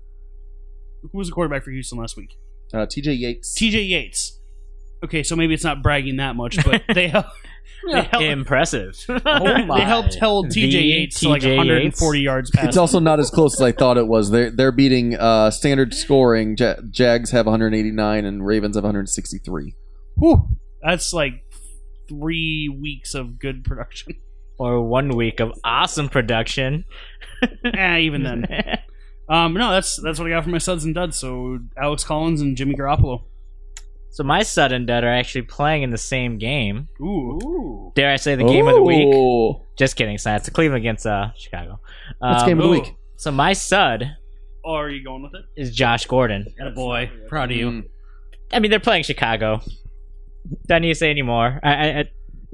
Speaker 4: Who was the quarterback for Houston last week?
Speaker 1: Uh, T.J. Yates.
Speaker 4: T.J. Yates. Okay, so maybe it's not bragging that much, but they held. They held
Speaker 3: Impressive. [LAUGHS]
Speaker 2: Oh
Speaker 4: [LAUGHS]
Speaker 2: my.
Speaker 4: They helped hold TJ
Speaker 3: The
Speaker 4: Yates to like
Speaker 3: TJ
Speaker 4: 140
Speaker 3: Yates.
Speaker 4: yards past.
Speaker 1: it's also not as close as I thought it was. They're they're beating uh, standard scoring. Ja- Jags have 189 and Ravens have 163.
Speaker 4: Whew. That's like three weeks of good production. [LAUGHS]
Speaker 3: or one week of awesome production.
Speaker 4: eh, even then. [LAUGHS] Um, no, that's that's what I got for my suds and duds. So Alex Collins and Jimmy Garoppolo.
Speaker 3: [LAUGHS] so my son and dad are actually playing in the same game.
Speaker 4: Ooh.
Speaker 3: Dare I say the game of the week?
Speaker 1: Ooh.
Speaker 3: Just kidding. So it's Cleveland against uh, Chicago.
Speaker 1: That's
Speaker 3: Um,
Speaker 1: game of the
Speaker 4: ooh.
Speaker 1: week.
Speaker 3: So my sud
Speaker 4: Oh, Are you going with it?
Speaker 3: is Josh Gordon.
Speaker 2: a boy. Proud of you.
Speaker 1: Mm.
Speaker 3: I mean, they're playing Chicago. Don't need to say anymore. I, I, I-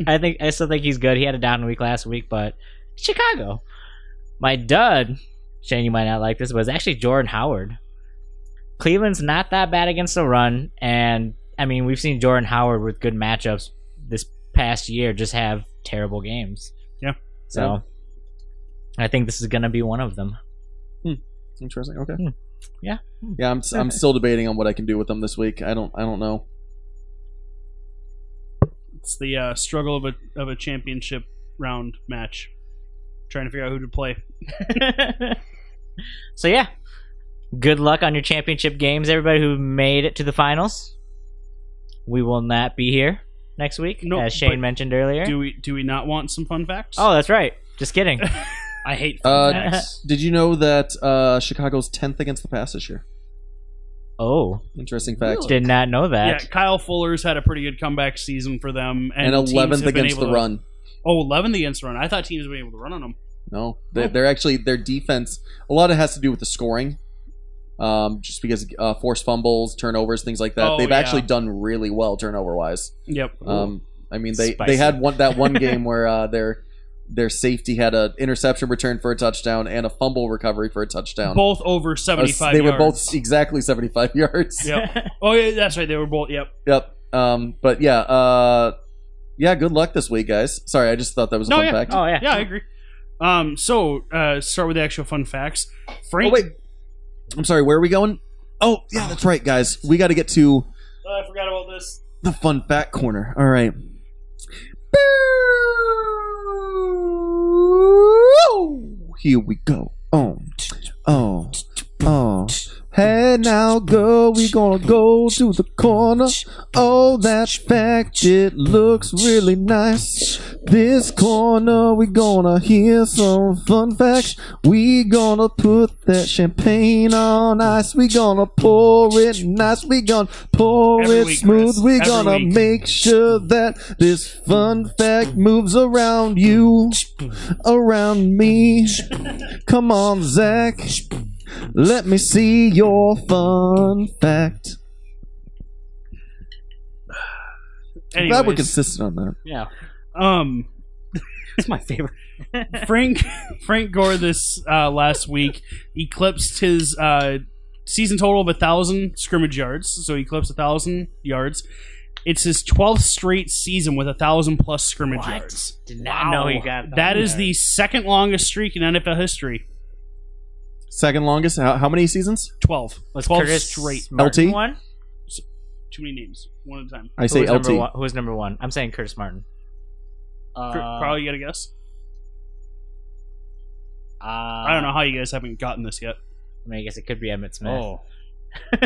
Speaker 3: I think I still think he's good. He had a down week last week, but Chicago. My dud, Shane, you might not like this, but it's actually Jordan Howard. Cleveland's not that bad against the run, and I mean, we've seen Jordan Howard with good matchups this past year just have terrible games.
Speaker 4: Yeah.
Speaker 3: So, I think this is gonna be one of them.
Speaker 1: Interesting. Okay.
Speaker 3: Hmm. Yeah. Hmm.
Speaker 1: Yeah. I'm I'm still debating on what I can do with them this week. I don't I don't
Speaker 3: [LAUGHS]
Speaker 1: know.
Speaker 4: It's the uh, struggle of a of a championship round match. Trying to figure out who to play.
Speaker 3: [LAUGHS] so yeah, good luck on your championship games, everybody who made it to the finals. We will not be here next week,
Speaker 4: No,
Speaker 3: as Shane
Speaker 4: but
Speaker 3: mentioned earlier.
Speaker 4: Do we do we not want some fun facts?
Speaker 3: oh, that's right. Just kidding. [LAUGHS]
Speaker 2: I hate.
Speaker 1: Uh,
Speaker 3: Nice.
Speaker 1: did you know that uh, Chicago's 10th against the pass this year?
Speaker 3: Oh,
Speaker 1: Interesting fact.
Speaker 3: did not know
Speaker 4: Yeah,
Speaker 3: that.
Speaker 4: Kyle Fuller's had a pretty good comeback season for them, and,
Speaker 1: And
Speaker 4: teams have
Speaker 1: 11th
Speaker 4: been
Speaker 1: against
Speaker 4: able
Speaker 1: the
Speaker 4: to-
Speaker 1: run.
Speaker 4: Oh, 11th against run. I thought teams were able to run on them.
Speaker 1: No, they, they're actually their defense. A lot of it has to do with the scoring, um, just because uh, forced fumbles, turnovers, things like that.
Speaker 4: Oh,
Speaker 1: They've
Speaker 4: yeah.
Speaker 1: actually done really well turnover wise.
Speaker 4: Yep.
Speaker 1: Um, I mean, they
Speaker 3: Spicy.
Speaker 1: they had one that
Speaker 4: [LAUGHS]
Speaker 1: one game where uh, their their safety had an interception return for a touchdown and a fumble recovery for a touchdown.
Speaker 4: both over
Speaker 1: Uh,
Speaker 4: 75
Speaker 1: they
Speaker 4: yards.
Speaker 1: were both exactly seventy-five [LAUGHS] yards.
Speaker 4: Yep. Oh, yeah, that's right. They were both. Yep.
Speaker 1: Yep. Um, but yeah, uh, yeah. Good luck this week, guys. Sorry, I just thought that was a
Speaker 4: No,
Speaker 1: fun
Speaker 4: yeah.
Speaker 1: fact.
Speaker 3: Oh yeah.
Speaker 4: Yeah, I agree. Um, so, uh, start with the actual fun facts.
Speaker 1: Oh,
Speaker 4: Frank.
Speaker 1: wait. I'm sorry, where are we going? Oh, yeah, that's right, guys. We got to get to
Speaker 4: Oh, I forgot about this.
Speaker 1: the fun fact corner. All right. Here we go. Oh, oh, oh. Hey, now, girl, we gonna go to the corner. Oh, that fact, it looks really nice. This corner, we gonna hear some fun facts. We gonna put that champagne on ice. We gonna pour it nice. We gonna pour
Speaker 4: Every
Speaker 1: it
Speaker 4: week,
Speaker 1: smooth.
Speaker 4: Chris.
Speaker 1: We
Speaker 4: Every
Speaker 1: gonna
Speaker 4: week.
Speaker 1: make sure that this fun fact moves around you, around me. Come on, Zach. Let me see your fun fact.
Speaker 4: Anyways,
Speaker 1: Glad we're consistent on that.
Speaker 2: yeah,
Speaker 4: um,
Speaker 2: it's my favorite.
Speaker 4: Frank [LAUGHS] Frank Gore this uh, last week eclipsed his uh, season total of a thousand scrimmage yards, so he eclipsed a thousand yards. It's his twelfth straight season with a thousand plus scrimmage
Speaker 3: What?
Speaker 4: yards.
Speaker 3: Did not know he got
Speaker 4: That is the second longest streak in NFL history.
Speaker 1: Second longest. How, how many seasons?
Speaker 4: Twelve.
Speaker 3: was
Speaker 4: Twelve
Speaker 3: Curtis
Speaker 4: straight.
Speaker 3: Martin
Speaker 1: LT?
Speaker 3: One?
Speaker 4: Too many names. One at a time.
Speaker 1: I say
Speaker 3: who was
Speaker 1: LT.
Speaker 3: Number one? Who was number one? I'm saying Curtis Martin.
Speaker 2: Uh,
Speaker 4: Cr- Carl, you got a guess?
Speaker 3: Uh,
Speaker 4: I don't know how you guys haven't gotten this yet.
Speaker 3: I mean, I guess it could be Emmett Smith. [LAUGHS]
Speaker 4: Oh.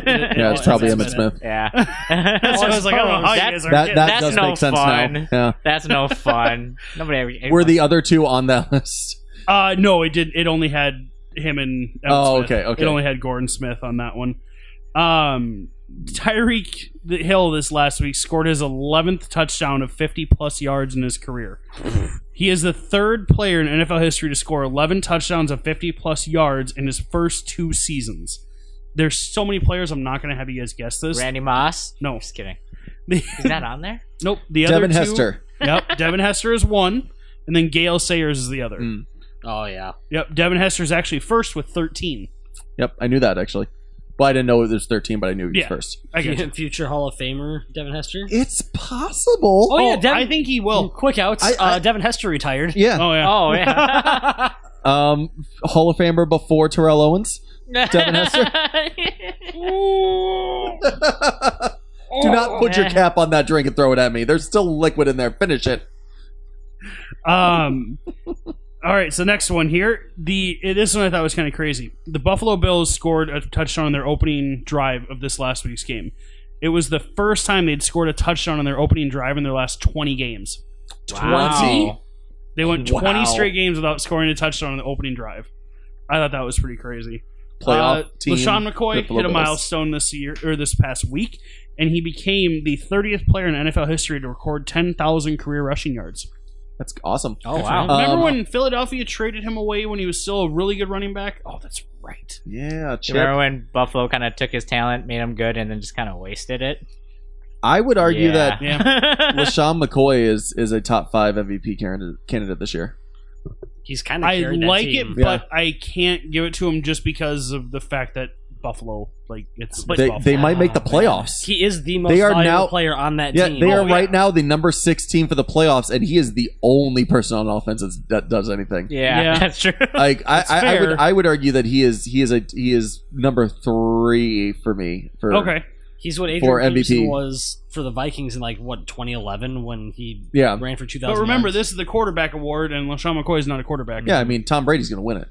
Speaker 1: Yeah, it's probably
Speaker 4: It's
Speaker 1: Emmett
Speaker 4: Emmett.
Speaker 1: Smith.
Speaker 3: yeah. [LAUGHS] Oh,
Speaker 4: [LAUGHS] That's why I was like, I don't know how you
Speaker 3: That's-
Speaker 4: guys are
Speaker 1: That
Speaker 4: getting
Speaker 1: that
Speaker 4: it.
Speaker 3: That's
Speaker 1: does
Speaker 3: no
Speaker 1: make sense now.
Speaker 3: fun.
Speaker 1: Yeah.
Speaker 3: That's no fun. Nobody ever.
Speaker 1: Were the other two on that list?
Speaker 4: Uh, no, it did. It only had him and. Emmett
Speaker 1: Oh,
Speaker 4: Smith.
Speaker 1: okay, okay.
Speaker 4: It only had Gordon Smith on that one. Um, Tyreek Hill this last week scored his 11th touchdown of 50 plus yards in
Speaker 1: [LAUGHS]
Speaker 4: his career. He is the third player in NFL history to score 11 touchdowns of 50 plus yards in his first two seasons. There's so many players. I'm not going to have you guys guess this.
Speaker 3: Randy Moss?
Speaker 4: No.
Speaker 3: Just kidding. He's not on there.
Speaker 4: nope. The other
Speaker 1: Devin
Speaker 4: two-
Speaker 1: Hester.
Speaker 4: Yep. Devin Hester is one, and then Gail Sayers is the other.
Speaker 1: Mm.
Speaker 2: Oh yeah,
Speaker 4: Yep. Devin Hester is actually first with 13.
Speaker 1: Yep, I knew that actually. Well, I didn't know it was 13, but I knew he was
Speaker 4: Yeah.
Speaker 1: first.
Speaker 4: I guess.
Speaker 1: [LAUGHS]
Speaker 2: future Hall of Famer Devin Hester.
Speaker 1: It's possible.
Speaker 2: Oh, yeah, Devin-
Speaker 4: I think he will.
Speaker 2: Quick outs.
Speaker 1: I- I-
Speaker 2: uh, Devin Hester retired.
Speaker 1: Yeah.
Speaker 4: Oh yeah.
Speaker 3: Oh yeah.
Speaker 1: Um, Hall of Famer before Terrell [LAUGHS] Owens. Devin Hester? Do
Speaker 4: Oh,
Speaker 1: not put your cap on that drink and throw it at me. There's still liquid in there. Finish it.
Speaker 4: Um. all right. So next one here. The eh, this one I thought was kind of crazy. The Buffalo Bills scored a touchdown on their opening drive of this last week's game. It was the first time they'd scored a touchdown on their opening drive in their last 20 games.
Speaker 3: Wow.
Speaker 4: They went 20
Speaker 1: Wow.
Speaker 4: straight games without scoring a touchdown on the opening drive. I thought that was pretty crazy.
Speaker 1: Playoff
Speaker 4: Uh,
Speaker 1: team.
Speaker 4: LaShawn McCoy
Speaker 1: Buffalo
Speaker 4: hit a
Speaker 1: Bills.
Speaker 4: milestone this year or this past week, and he became the 30th player in NFL history to record 10,000 career rushing yards.
Speaker 1: That's awesome.
Speaker 3: oh wow.
Speaker 1: Uh,
Speaker 4: Remember
Speaker 1: Um,
Speaker 4: when Philadelphia traded him away when he was still a really good running back? Oh, that's right.
Speaker 1: Yeah,
Speaker 3: Do
Speaker 1: Chip.
Speaker 3: you remember when Buffalo kind of took his talent, made him good, and then just kind of wasted it?
Speaker 1: I would argue that
Speaker 4: [LAUGHS] Yeah.
Speaker 1: LaShawn McCoy is is a top five MVP candidate candidate this year.
Speaker 2: He's kind of.
Speaker 4: I like it,
Speaker 1: Yeah.
Speaker 4: but I can't give it to him just because of the fact that Buffalo, like, it's
Speaker 2: But-
Speaker 1: they
Speaker 4: Buffalo.
Speaker 1: they might make the playoffs.
Speaker 2: He is the most
Speaker 1: They are
Speaker 2: valuable
Speaker 1: now-
Speaker 2: player on that
Speaker 1: yeah,
Speaker 2: team.
Speaker 1: they are
Speaker 4: Oh, yeah.
Speaker 1: right now the number six team for the playoffs, and he is the only person on offense that's, that does anything.
Speaker 3: yeah,
Speaker 4: Yeah.
Speaker 3: that's true.
Speaker 1: like I, I, I
Speaker 4: fair.
Speaker 1: would I would argue that he is he is a he is number three for me for
Speaker 4: okay.
Speaker 2: [LAUGHS] He's what
Speaker 1: For
Speaker 2: Adrian Peterson
Speaker 1: MVP.
Speaker 2: was for the Vikings in like what 2011 when he
Speaker 1: yeah
Speaker 2: ran for 2000.
Speaker 4: But remember,
Speaker 2: yards.
Speaker 4: this is the quarterback award, and LaShawn McCoy is not a quarterback.
Speaker 1: yeah I mean Tom Brady's gonna win it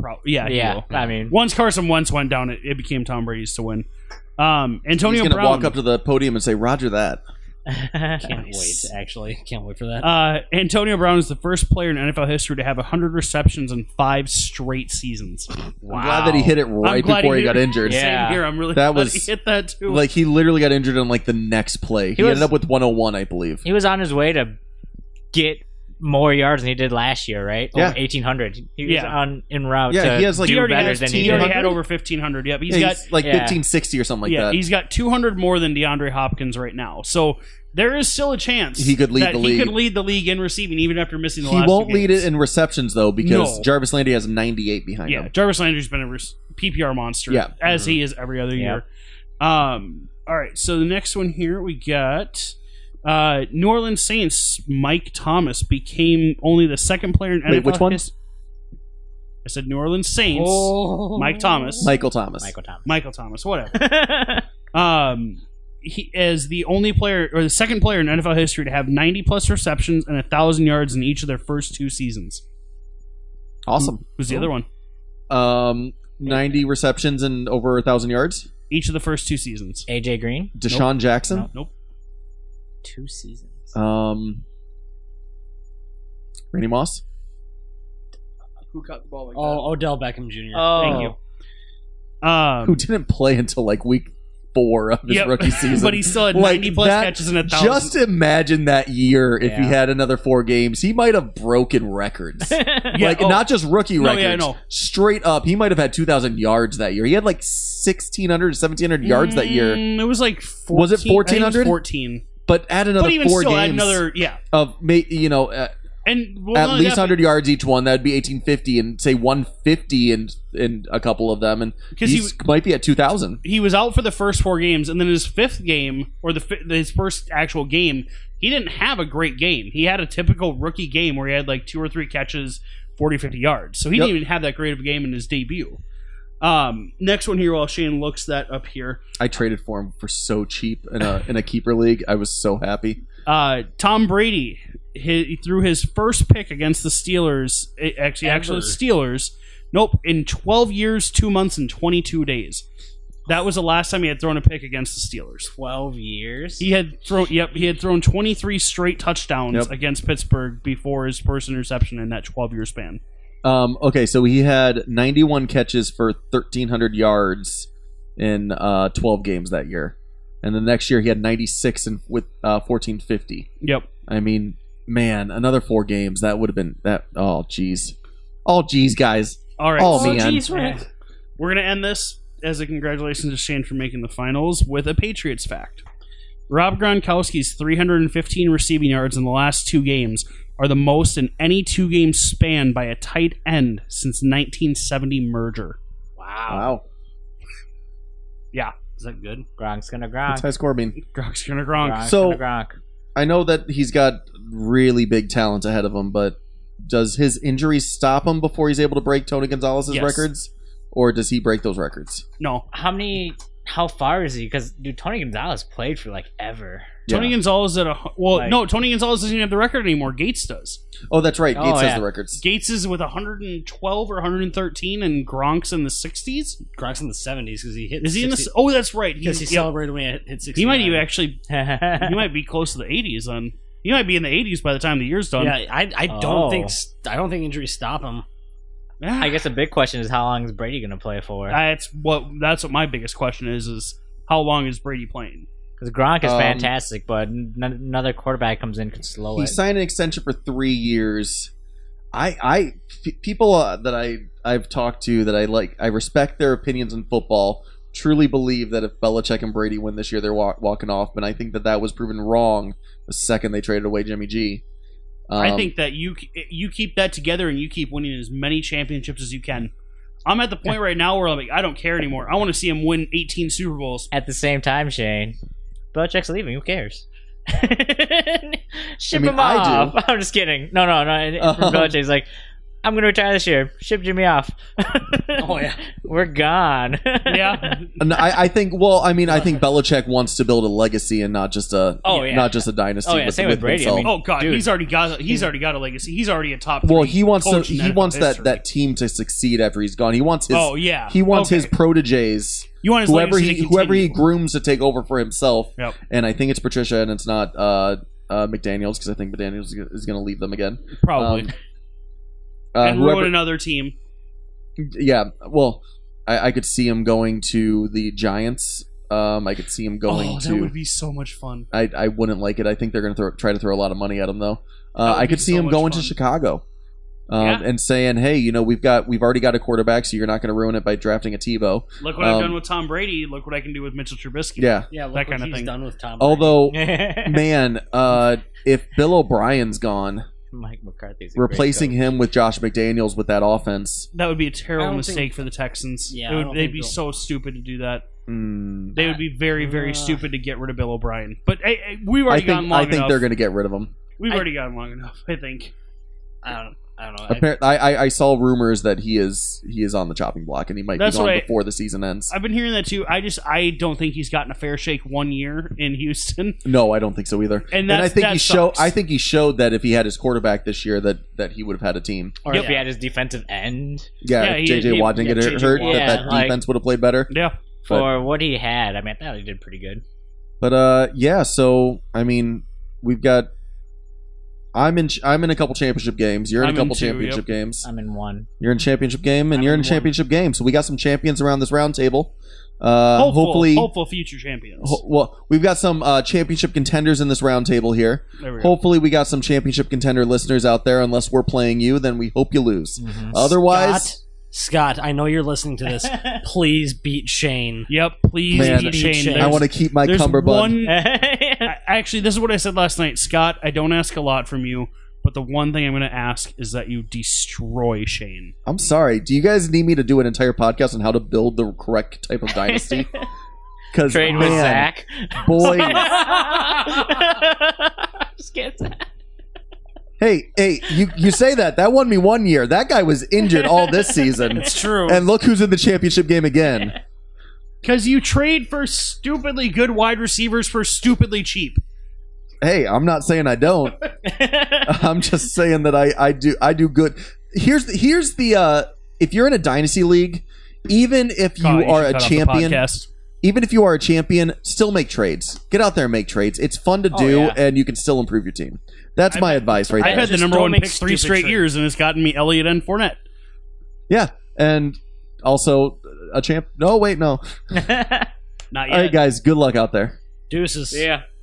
Speaker 4: Pro- yeah, he
Speaker 3: yeah,
Speaker 4: will.
Speaker 3: I mean,
Speaker 4: Once Carson Wentz went down, it, it became Tom Brady's to win. Um, Antonio
Speaker 1: he's gonna
Speaker 4: Brown.
Speaker 1: walk up to the podium and say Roger that
Speaker 2: Can't wait, actually. Can't wait for that.
Speaker 4: Uh, Antonio Brown is the first player in NFL history to have 100 receptions in five straight seasons.
Speaker 1: I'm glad that he hit it right
Speaker 4: glad
Speaker 1: before
Speaker 4: he
Speaker 1: he, got
Speaker 4: did.
Speaker 1: injured.
Speaker 3: Yeah.
Speaker 4: Same here. I'm really
Speaker 1: That
Speaker 4: glad
Speaker 1: was-
Speaker 4: he hit that too.
Speaker 1: Like he literally got injured on like the next play. He,
Speaker 3: was-
Speaker 1: ended up with 101, I believe.
Speaker 3: He was on his way to get more yards than he did last year, right?
Speaker 1: Yeah.
Speaker 3: Over 1,800. He was
Speaker 4: Yeah.
Speaker 3: on en route
Speaker 1: Yeah,
Speaker 3: to
Speaker 1: he has, like,
Speaker 3: do
Speaker 1: he
Speaker 4: already
Speaker 3: better
Speaker 4: has-
Speaker 3: than
Speaker 4: he
Speaker 3: he
Speaker 4: already
Speaker 3: did.
Speaker 4: had over 1,500. Yep,
Speaker 1: Yeah,
Speaker 4: he's got
Speaker 1: he's like
Speaker 3: yeah.
Speaker 1: 1560 or something like
Speaker 4: yeah,
Speaker 1: that.
Speaker 4: he's got 200 more than DeAndre Hopkins right now. So there is still a chance
Speaker 1: He could lead
Speaker 4: that
Speaker 1: the
Speaker 4: He
Speaker 1: league.
Speaker 4: could lead the league in receiving, even after missing the
Speaker 1: He
Speaker 4: last.
Speaker 1: won't
Speaker 4: two
Speaker 1: lead
Speaker 4: games.
Speaker 1: it in receptions though because
Speaker 4: No.
Speaker 1: Jarvis Landry has 98 behind
Speaker 4: Yeah,
Speaker 1: him.
Speaker 4: Jarvis Landry's been a re- PPR monster,
Speaker 1: Yeah.
Speaker 4: as he is every other
Speaker 3: Yeah.
Speaker 4: year. Um, all right, so the next one here we got uh, New Orleans Saints. Mike Thomas became only the second player in
Speaker 1: Wait,
Speaker 4: NFL.
Speaker 1: which one?
Speaker 4: his- I said New Orleans Saints.
Speaker 3: Oh.
Speaker 4: Mike Thomas,
Speaker 1: Michael Thomas.
Speaker 3: Michael Thomas.
Speaker 4: Michael Thomas, whatever. um, he is the only player or the second player in NFL history to have 90 plus receptions and 1,000 yards in each of their first two seasons.
Speaker 1: Awesome.
Speaker 4: Who's the
Speaker 1: Cool.
Speaker 4: other one?
Speaker 1: Um 90 receptions and over 1000 yards.
Speaker 4: Each of the first two seasons.
Speaker 3: AJ Green,
Speaker 1: Deshaun Jackson.
Speaker 4: Nope. nope.
Speaker 3: two seasons.
Speaker 1: Um Randy Moss.
Speaker 4: Who caught the ball like
Speaker 2: Oh, Odell Beckham Jr.
Speaker 3: oh,
Speaker 4: Thank you. Um,
Speaker 1: who didn't play until like week 4 of his
Speaker 4: Yep.
Speaker 1: rookie season.
Speaker 4: [LAUGHS] but he still had
Speaker 1: Like
Speaker 4: 90 plus
Speaker 1: that-
Speaker 4: catches and a thousand.
Speaker 1: just imagine that year if he
Speaker 3: Yeah.
Speaker 1: had another four games, he might have broken records.
Speaker 4: [LAUGHS] Yeah,
Speaker 1: like
Speaker 4: oh,
Speaker 1: not just rookie
Speaker 4: No,
Speaker 1: records.
Speaker 4: yeah, I know.
Speaker 1: Straight up, he might have had 2,000 yards that year. He had like 1,600, 1,700 yards that year.
Speaker 4: Mm, It was like 14,
Speaker 1: Was it
Speaker 4: I think
Speaker 1: 1400?
Speaker 4: 14.
Speaker 1: But add another
Speaker 4: but even
Speaker 1: four
Speaker 4: still, add
Speaker 1: games
Speaker 4: another, yeah.
Speaker 1: of, ma- you know, uh,
Speaker 4: And well,
Speaker 1: at
Speaker 4: not
Speaker 1: least
Speaker 4: that,
Speaker 1: 100 yards each one. That would be 1,850 and say 150 in, in a couple of them. And
Speaker 4: because
Speaker 1: he
Speaker 4: he
Speaker 1: might be at 2,000.
Speaker 4: he was out for the first four games, and then his fifth game or the fi- his first actual game, he didn't have a great game. He had a typical rookie game where he had like two or three catches, 40, 50 yards. So he
Speaker 1: Yep.
Speaker 4: didn't even have that great of a game in his debut. Um, next one here, while Shane looks that up here,
Speaker 1: I traded for him for so cheap in a, in a keeper league. I was so happy.
Speaker 4: uh, Tom Brady he threw his first pick against the Steelers. eh, Actually,
Speaker 2: Ever.
Speaker 4: actually Steelers. Nope, in 12 years, two months, and 22 days. That was the last time he had thrown a pick against the Steelers.
Speaker 3: 12 years.
Speaker 4: He had thrown. Yep, he had thrown 23 straight touchdowns
Speaker 1: Yep.
Speaker 4: against Pittsburgh before his first interception in that 12 year span.
Speaker 1: Um, okay, so he had 91 catches for 1,300 yards in uh, 12 games that year, and the next year he had 96 and with uh, 1,450.
Speaker 4: Yep.
Speaker 1: I mean, man, another four games that would have been that. Oh, jeez, oh, jeez, guys.
Speaker 4: All right.
Speaker 1: Oh,
Speaker 4: so
Speaker 1: man.
Speaker 2: jeez,
Speaker 3: Eh.
Speaker 2: Rick.
Speaker 4: we're gonna end this as a congratulations to Shane for making the finals with a Patriots fact. Rob Gronkowski's 315 receiving yards in the last two games are the most in any two game span by a tight end since 1970 merger.
Speaker 3: Wow.
Speaker 1: Wow,
Speaker 4: Is that good?
Speaker 3: Gronk's gonna
Speaker 1: that's
Speaker 3: Gronk.
Speaker 1: high score. I mean,
Speaker 4: Gronk's gonna Gronk.
Speaker 3: Gronk's
Speaker 1: So-
Speaker 3: gonna Gronk.
Speaker 1: I know that he's got really big talent ahead of him, but does his injury stop him before he's able to break Tony Gonzalez's
Speaker 4: Yes.
Speaker 1: records, or does he break those records?
Speaker 4: No,
Speaker 3: How many? How far is he? Because dude, Tony Gonzalez played for like [LAUGHS] ever.
Speaker 4: Tony Gonzalez at a hu- well.
Speaker 3: Like-
Speaker 4: no, Tony Gonzalez doesn't even have the record anymore. Gates does.
Speaker 1: Oh, that's right.
Speaker 3: Oh,
Speaker 1: Gates has
Speaker 3: yeah.
Speaker 1: the records.
Speaker 4: Gates is with 112 or 113, and Gronk's in the 60s.
Speaker 2: Gronk's in the 70s because he hit.
Speaker 4: Is he in the? Oh, that's right.
Speaker 2: Because he
Speaker 4: yeah.
Speaker 2: celebrated when he hit- hit 60.
Speaker 4: He might even actually. He might be close to the 80s. Then he might be in the 80s by the time the year's done.
Speaker 2: Yeah, I, I don't
Speaker 3: Oh.
Speaker 2: think s- I don't think injuries stop him.
Speaker 4: Yeah.
Speaker 3: I guess the big question is how long is Brady gonna play for?
Speaker 4: that's what. That's what my biggest question is: is how long is Brady playing?
Speaker 3: Because Gronk is
Speaker 1: Um,
Speaker 3: fantastic, but n- another quarterback comes in can slow
Speaker 1: he
Speaker 3: it.
Speaker 1: signed an extension for three years. I, I, p- people uh, that I I've talked to that I like, I respect their opinions in football. Truly believe that if Belichick and Brady win this year, they're wa- walking off. But I think that that was proven wrong the second they traded away Jimmy G. Um,
Speaker 4: I think that you you keep that together and you keep winning as many championships as you can. I'm at the point right now where I'm like, I don't care anymore. I want to see him win 18
Speaker 1: [LAUGHS]
Speaker 4: Super Bowls.
Speaker 3: At the same time, Shane, Belichick's leaving. Who cares? [LAUGHS] Ship
Speaker 1: mean,
Speaker 3: him
Speaker 1: I
Speaker 3: off. [LAUGHS] I'm just kidding. No, no, no. And, and
Speaker 1: Um,
Speaker 3: Uh-huh. from Belichick's like, I'm going to retire this year. Ship Jimmy off.
Speaker 2: Oh yeah.
Speaker 3: [LAUGHS] We're gone.
Speaker 4: Yeah.
Speaker 1: And I, I think. Well, I mean, I
Speaker 3: [LAUGHS]
Speaker 1: think Belichick wants to build a legacy and not just a
Speaker 3: Oh, yeah.
Speaker 1: not just a dynasty.
Speaker 3: Oh, yeah,
Speaker 1: with,
Speaker 3: same with Brady. I
Speaker 1: himself. Oh,
Speaker 3: mean,
Speaker 4: Oh god,
Speaker 3: Dude.
Speaker 4: he's already got he's already got a legacy. He's already a top.
Speaker 1: well,
Speaker 4: three
Speaker 1: he wants to
Speaker 4: coach in
Speaker 1: he
Speaker 4: NFL
Speaker 1: wants that
Speaker 4: history.
Speaker 1: that team to succeed after he's gone. He wants his
Speaker 4: oh yeah,
Speaker 1: he wants
Speaker 4: Okay.
Speaker 1: his proteges,
Speaker 4: you want his
Speaker 1: whoever
Speaker 4: legacy
Speaker 1: he
Speaker 4: to
Speaker 1: whoever he
Speaker 4: continue.
Speaker 1: grooms to take over for himself.
Speaker 4: Yep.
Speaker 1: And I think it's Patricia, and it's not uh, uh, McDaniel's because I think McDaniel's is going to leave them again.
Speaker 4: probably [LAUGHS]
Speaker 1: Um, uh,
Speaker 4: and ruin
Speaker 1: whoever,
Speaker 4: another team.
Speaker 1: yeah. Well, I, I could see him going to the Giants. Um, I could see him going
Speaker 4: oh,
Speaker 1: to.
Speaker 4: that would be so much fun.
Speaker 1: I, I wouldn't like it. I think they're going to throw, try to throw a lot of money at him, though.
Speaker 4: That
Speaker 1: Uh,
Speaker 4: would
Speaker 1: I could
Speaker 4: be
Speaker 1: see
Speaker 4: so
Speaker 1: him
Speaker 4: much
Speaker 1: going
Speaker 4: fun.
Speaker 1: to Chicago um,
Speaker 4: Yeah.
Speaker 1: and saying, "Hey, you know, we've got we've already got a quarterback, so you're not going to ruin it by drafting a Tebow."
Speaker 4: Look what I've
Speaker 1: um,
Speaker 4: done with Tom Brady. Look what I can do with Mitchell Trubisky.
Speaker 1: Yeah.
Speaker 2: Yeah, look
Speaker 4: That
Speaker 2: what
Speaker 4: kinda
Speaker 2: he's
Speaker 4: thing.
Speaker 2: done with Tom. Brady.
Speaker 1: Although,
Speaker 3: Man.
Speaker 1: man, uh, if Bill O'Brien's gone,
Speaker 3: [LAUGHS]
Speaker 1: [LAUGHS]
Speaker 3: Mike McCarthy's a great
Speaker 1: replacing
Speaker 3: coach.
Speaker 1: him with Josh McDaniels with that offense,
Speaker 4: That would be a
Speaker 2: I
Speaker 4: terrible
Speaker 2: don't
Speaker 4: mistake
Speaker 2: think-
Speaker 4: for the Texans.
Speaker 2: Yeah,
Speaker 4: It
Speaker 2: I
Speaker 4: would-
Speaker 2: don't
Speaker 4: they'd
Speaker 2: think
Speaker 4: be
Speaker 2: they'll-
Speaker 4: so stupid to do that.
Speaker 1: mm,
Speaker 4: They would be very, very
Speaker 2: Uh,
Speaker 4: stupid to get rid of Bill O'Brien. But hey, hey, we've
Speaker 1: I
Speaker 4: already gotten
Speaker 1: think
Speaker 4: long
Speaker 1: I think
Speaker 4: enough.
Speaker 1: they're going to get rid of him.
Speaker 4: we've
Speaker 2: I-
Speaker 4: already gotten long enough. I think.
Speaker 2: I don't, I don't know. I-
Speaker 1: Appar- I, I I saw rumors that he is he is on the chopping block and he might
Speaker 4: That's
Speaker 1: be gone
Speaker 4: what I-
Speaker 1: before the season ends.
Speaker 4: I've been hearing that too. I just I don't think he's gotten a fair shake one year in Houston. [LAUGHS]
Speaker 1: No, I don't think so either.
Speaker 4: And
Speaker 1: And,
Speaker 4: that's-
Speaker 1: I think
Speaker 4: that
Speaker 1: he showed.
Speaker 4: sucks.
Speaker 1: I think he showed that if he had his quarterback this year, that that he would have had a team.
Speaker 3: Or
Speaker 4: Yep.
Speaker 3: if he had his defensive end.
Speaker 1: Yeah,
Speaker 4: Yeah,
Speaker 1: if
Speaker 4: he-
Speaker 1: JJ
Speaker 4: he-
Speaker 1: Watt didn't
Speaker 4: yeah,
Speaker 1: get
Speaker 4: J.J.
Speaker 1: hurt,
Speaker 4: Watt.
Speaker 1: that that
Speaker 3: Yeah, like-
Speaker 1: defense would have played better.
Speaker 4: Yeah.
Speaker 1: But-
Speaker 3: For what he had, I mean, I thought he did pretty good.
Speaker 1: But uh, yeah. So I mean, we've got. I'm in. I'm in a couple championship games. You're in
Speaker 4: I'm
Speaker 1: a
Speaker 4: in
Speaker 1: couple
Speaker 4: two,
Speaker 1: championship games.
Speaker 3: I'm in one.
Speaker 1: You're in championship game, and
Speaker 3: I'm
Speaker 1: you're
Speaker 3: in
Speaker 1: in
Speaker 3: one.
Speaker 1: championship game. So we got some champions around this round table. Uh,
Speaker 4: hopeful,
Speaker 1: hopefully,
Speaker 4: hopeful future champions.
Speaker 1: ho- well, we've got some uh, championship contenders in this round table here.
Speaker 4: there we go.
Speaker 1: Hopefully, we got some championship contender listeners out there. Unless we're playing you, then we hope you lose.
Speaker 3: [LAUGHS]
Speaker 1: Otherwise,
Speaker 2: Scott, Scott, I know you're listening to this. Please beat Shane.
Speaker 4: Yep. Please,
Speaker 1: Man,
Speaker 4: beat
Speaker 2: Shane,
Speaker 4: Shane.
Speaker 1: I
Speaker 4: There's-
Speaker 1: want to keep my
Speaker 4: there's
Speaker 1: cummerbund.
Speaker 4: one- I- actually, this is what I said last night, Scott. I don't ask a lot from you, but the one thing I'm going to ask is that you destroy
Speaker 2: [LAUGHS]
Speaker 4: Shane.
Speaker 1: I'm sorry. Do you guys need me to do an entire podcast on how to build the correct type of
Speaker 3: [LAUGHS]
Speaker 1: dynasty? Because
Speaker 3: Trade with Zach. [LAUGHS]
Speaker 1: boy,
Speaker 3: Just get Zach. [LAUGHS]
Speaker 1: hey, hey, you you say that that won me one year. That guy was injured all this season,
Speaker 4: It's true.
Speaker 1: and look who's in the championship game again.
Speaker 4: Because you trade for stupidly good wide receivers for stupidly cheap.
Speaker 1: Hey, I'm not saying I don't. [LAUGHS] I'm just saying that I I do I do good. Here's the, here's the uh if you're in a dynasty league, even if you
Speaker 4: God, should
Speaker 1: are a
Speaker 4: cut off the
Speaker 1: champion,
Speaker 4: podcast.
Speaker 1: even if you are a champion, still make trades. Get out there and make trades. It's fun to
Speaker 3: Oh,
Speaker 1: do,
Speaker 3: yeah.
Speaker 1: and you can still improve your team. That's
Speaker 4: I
Speaker 1: my
Speaker 4: bet-
Speaker 1: advice right
Speaker 4: I've
Speaker 1: there.
Speaker 4: had the
Speaker 2: Just
Speaker 4: number
Speaker 2: don't
Speaker 4: one
Speaker 2: make
Speaker 4: pick three
Speaker 2: stupid
Speaker 4: straight
Speaker 2: trades.
Speaker 4: years, and it's gotten me Elliott and Fournette.
Speaker 1: and also a champ. No, wait, no.
Speaker 4: Not
Speaker 1: All
Speaker 4: yet.
Speaker 1: right, guys, good luck out there.
Speaker 2: Deuces.
Speaker 4: yeah.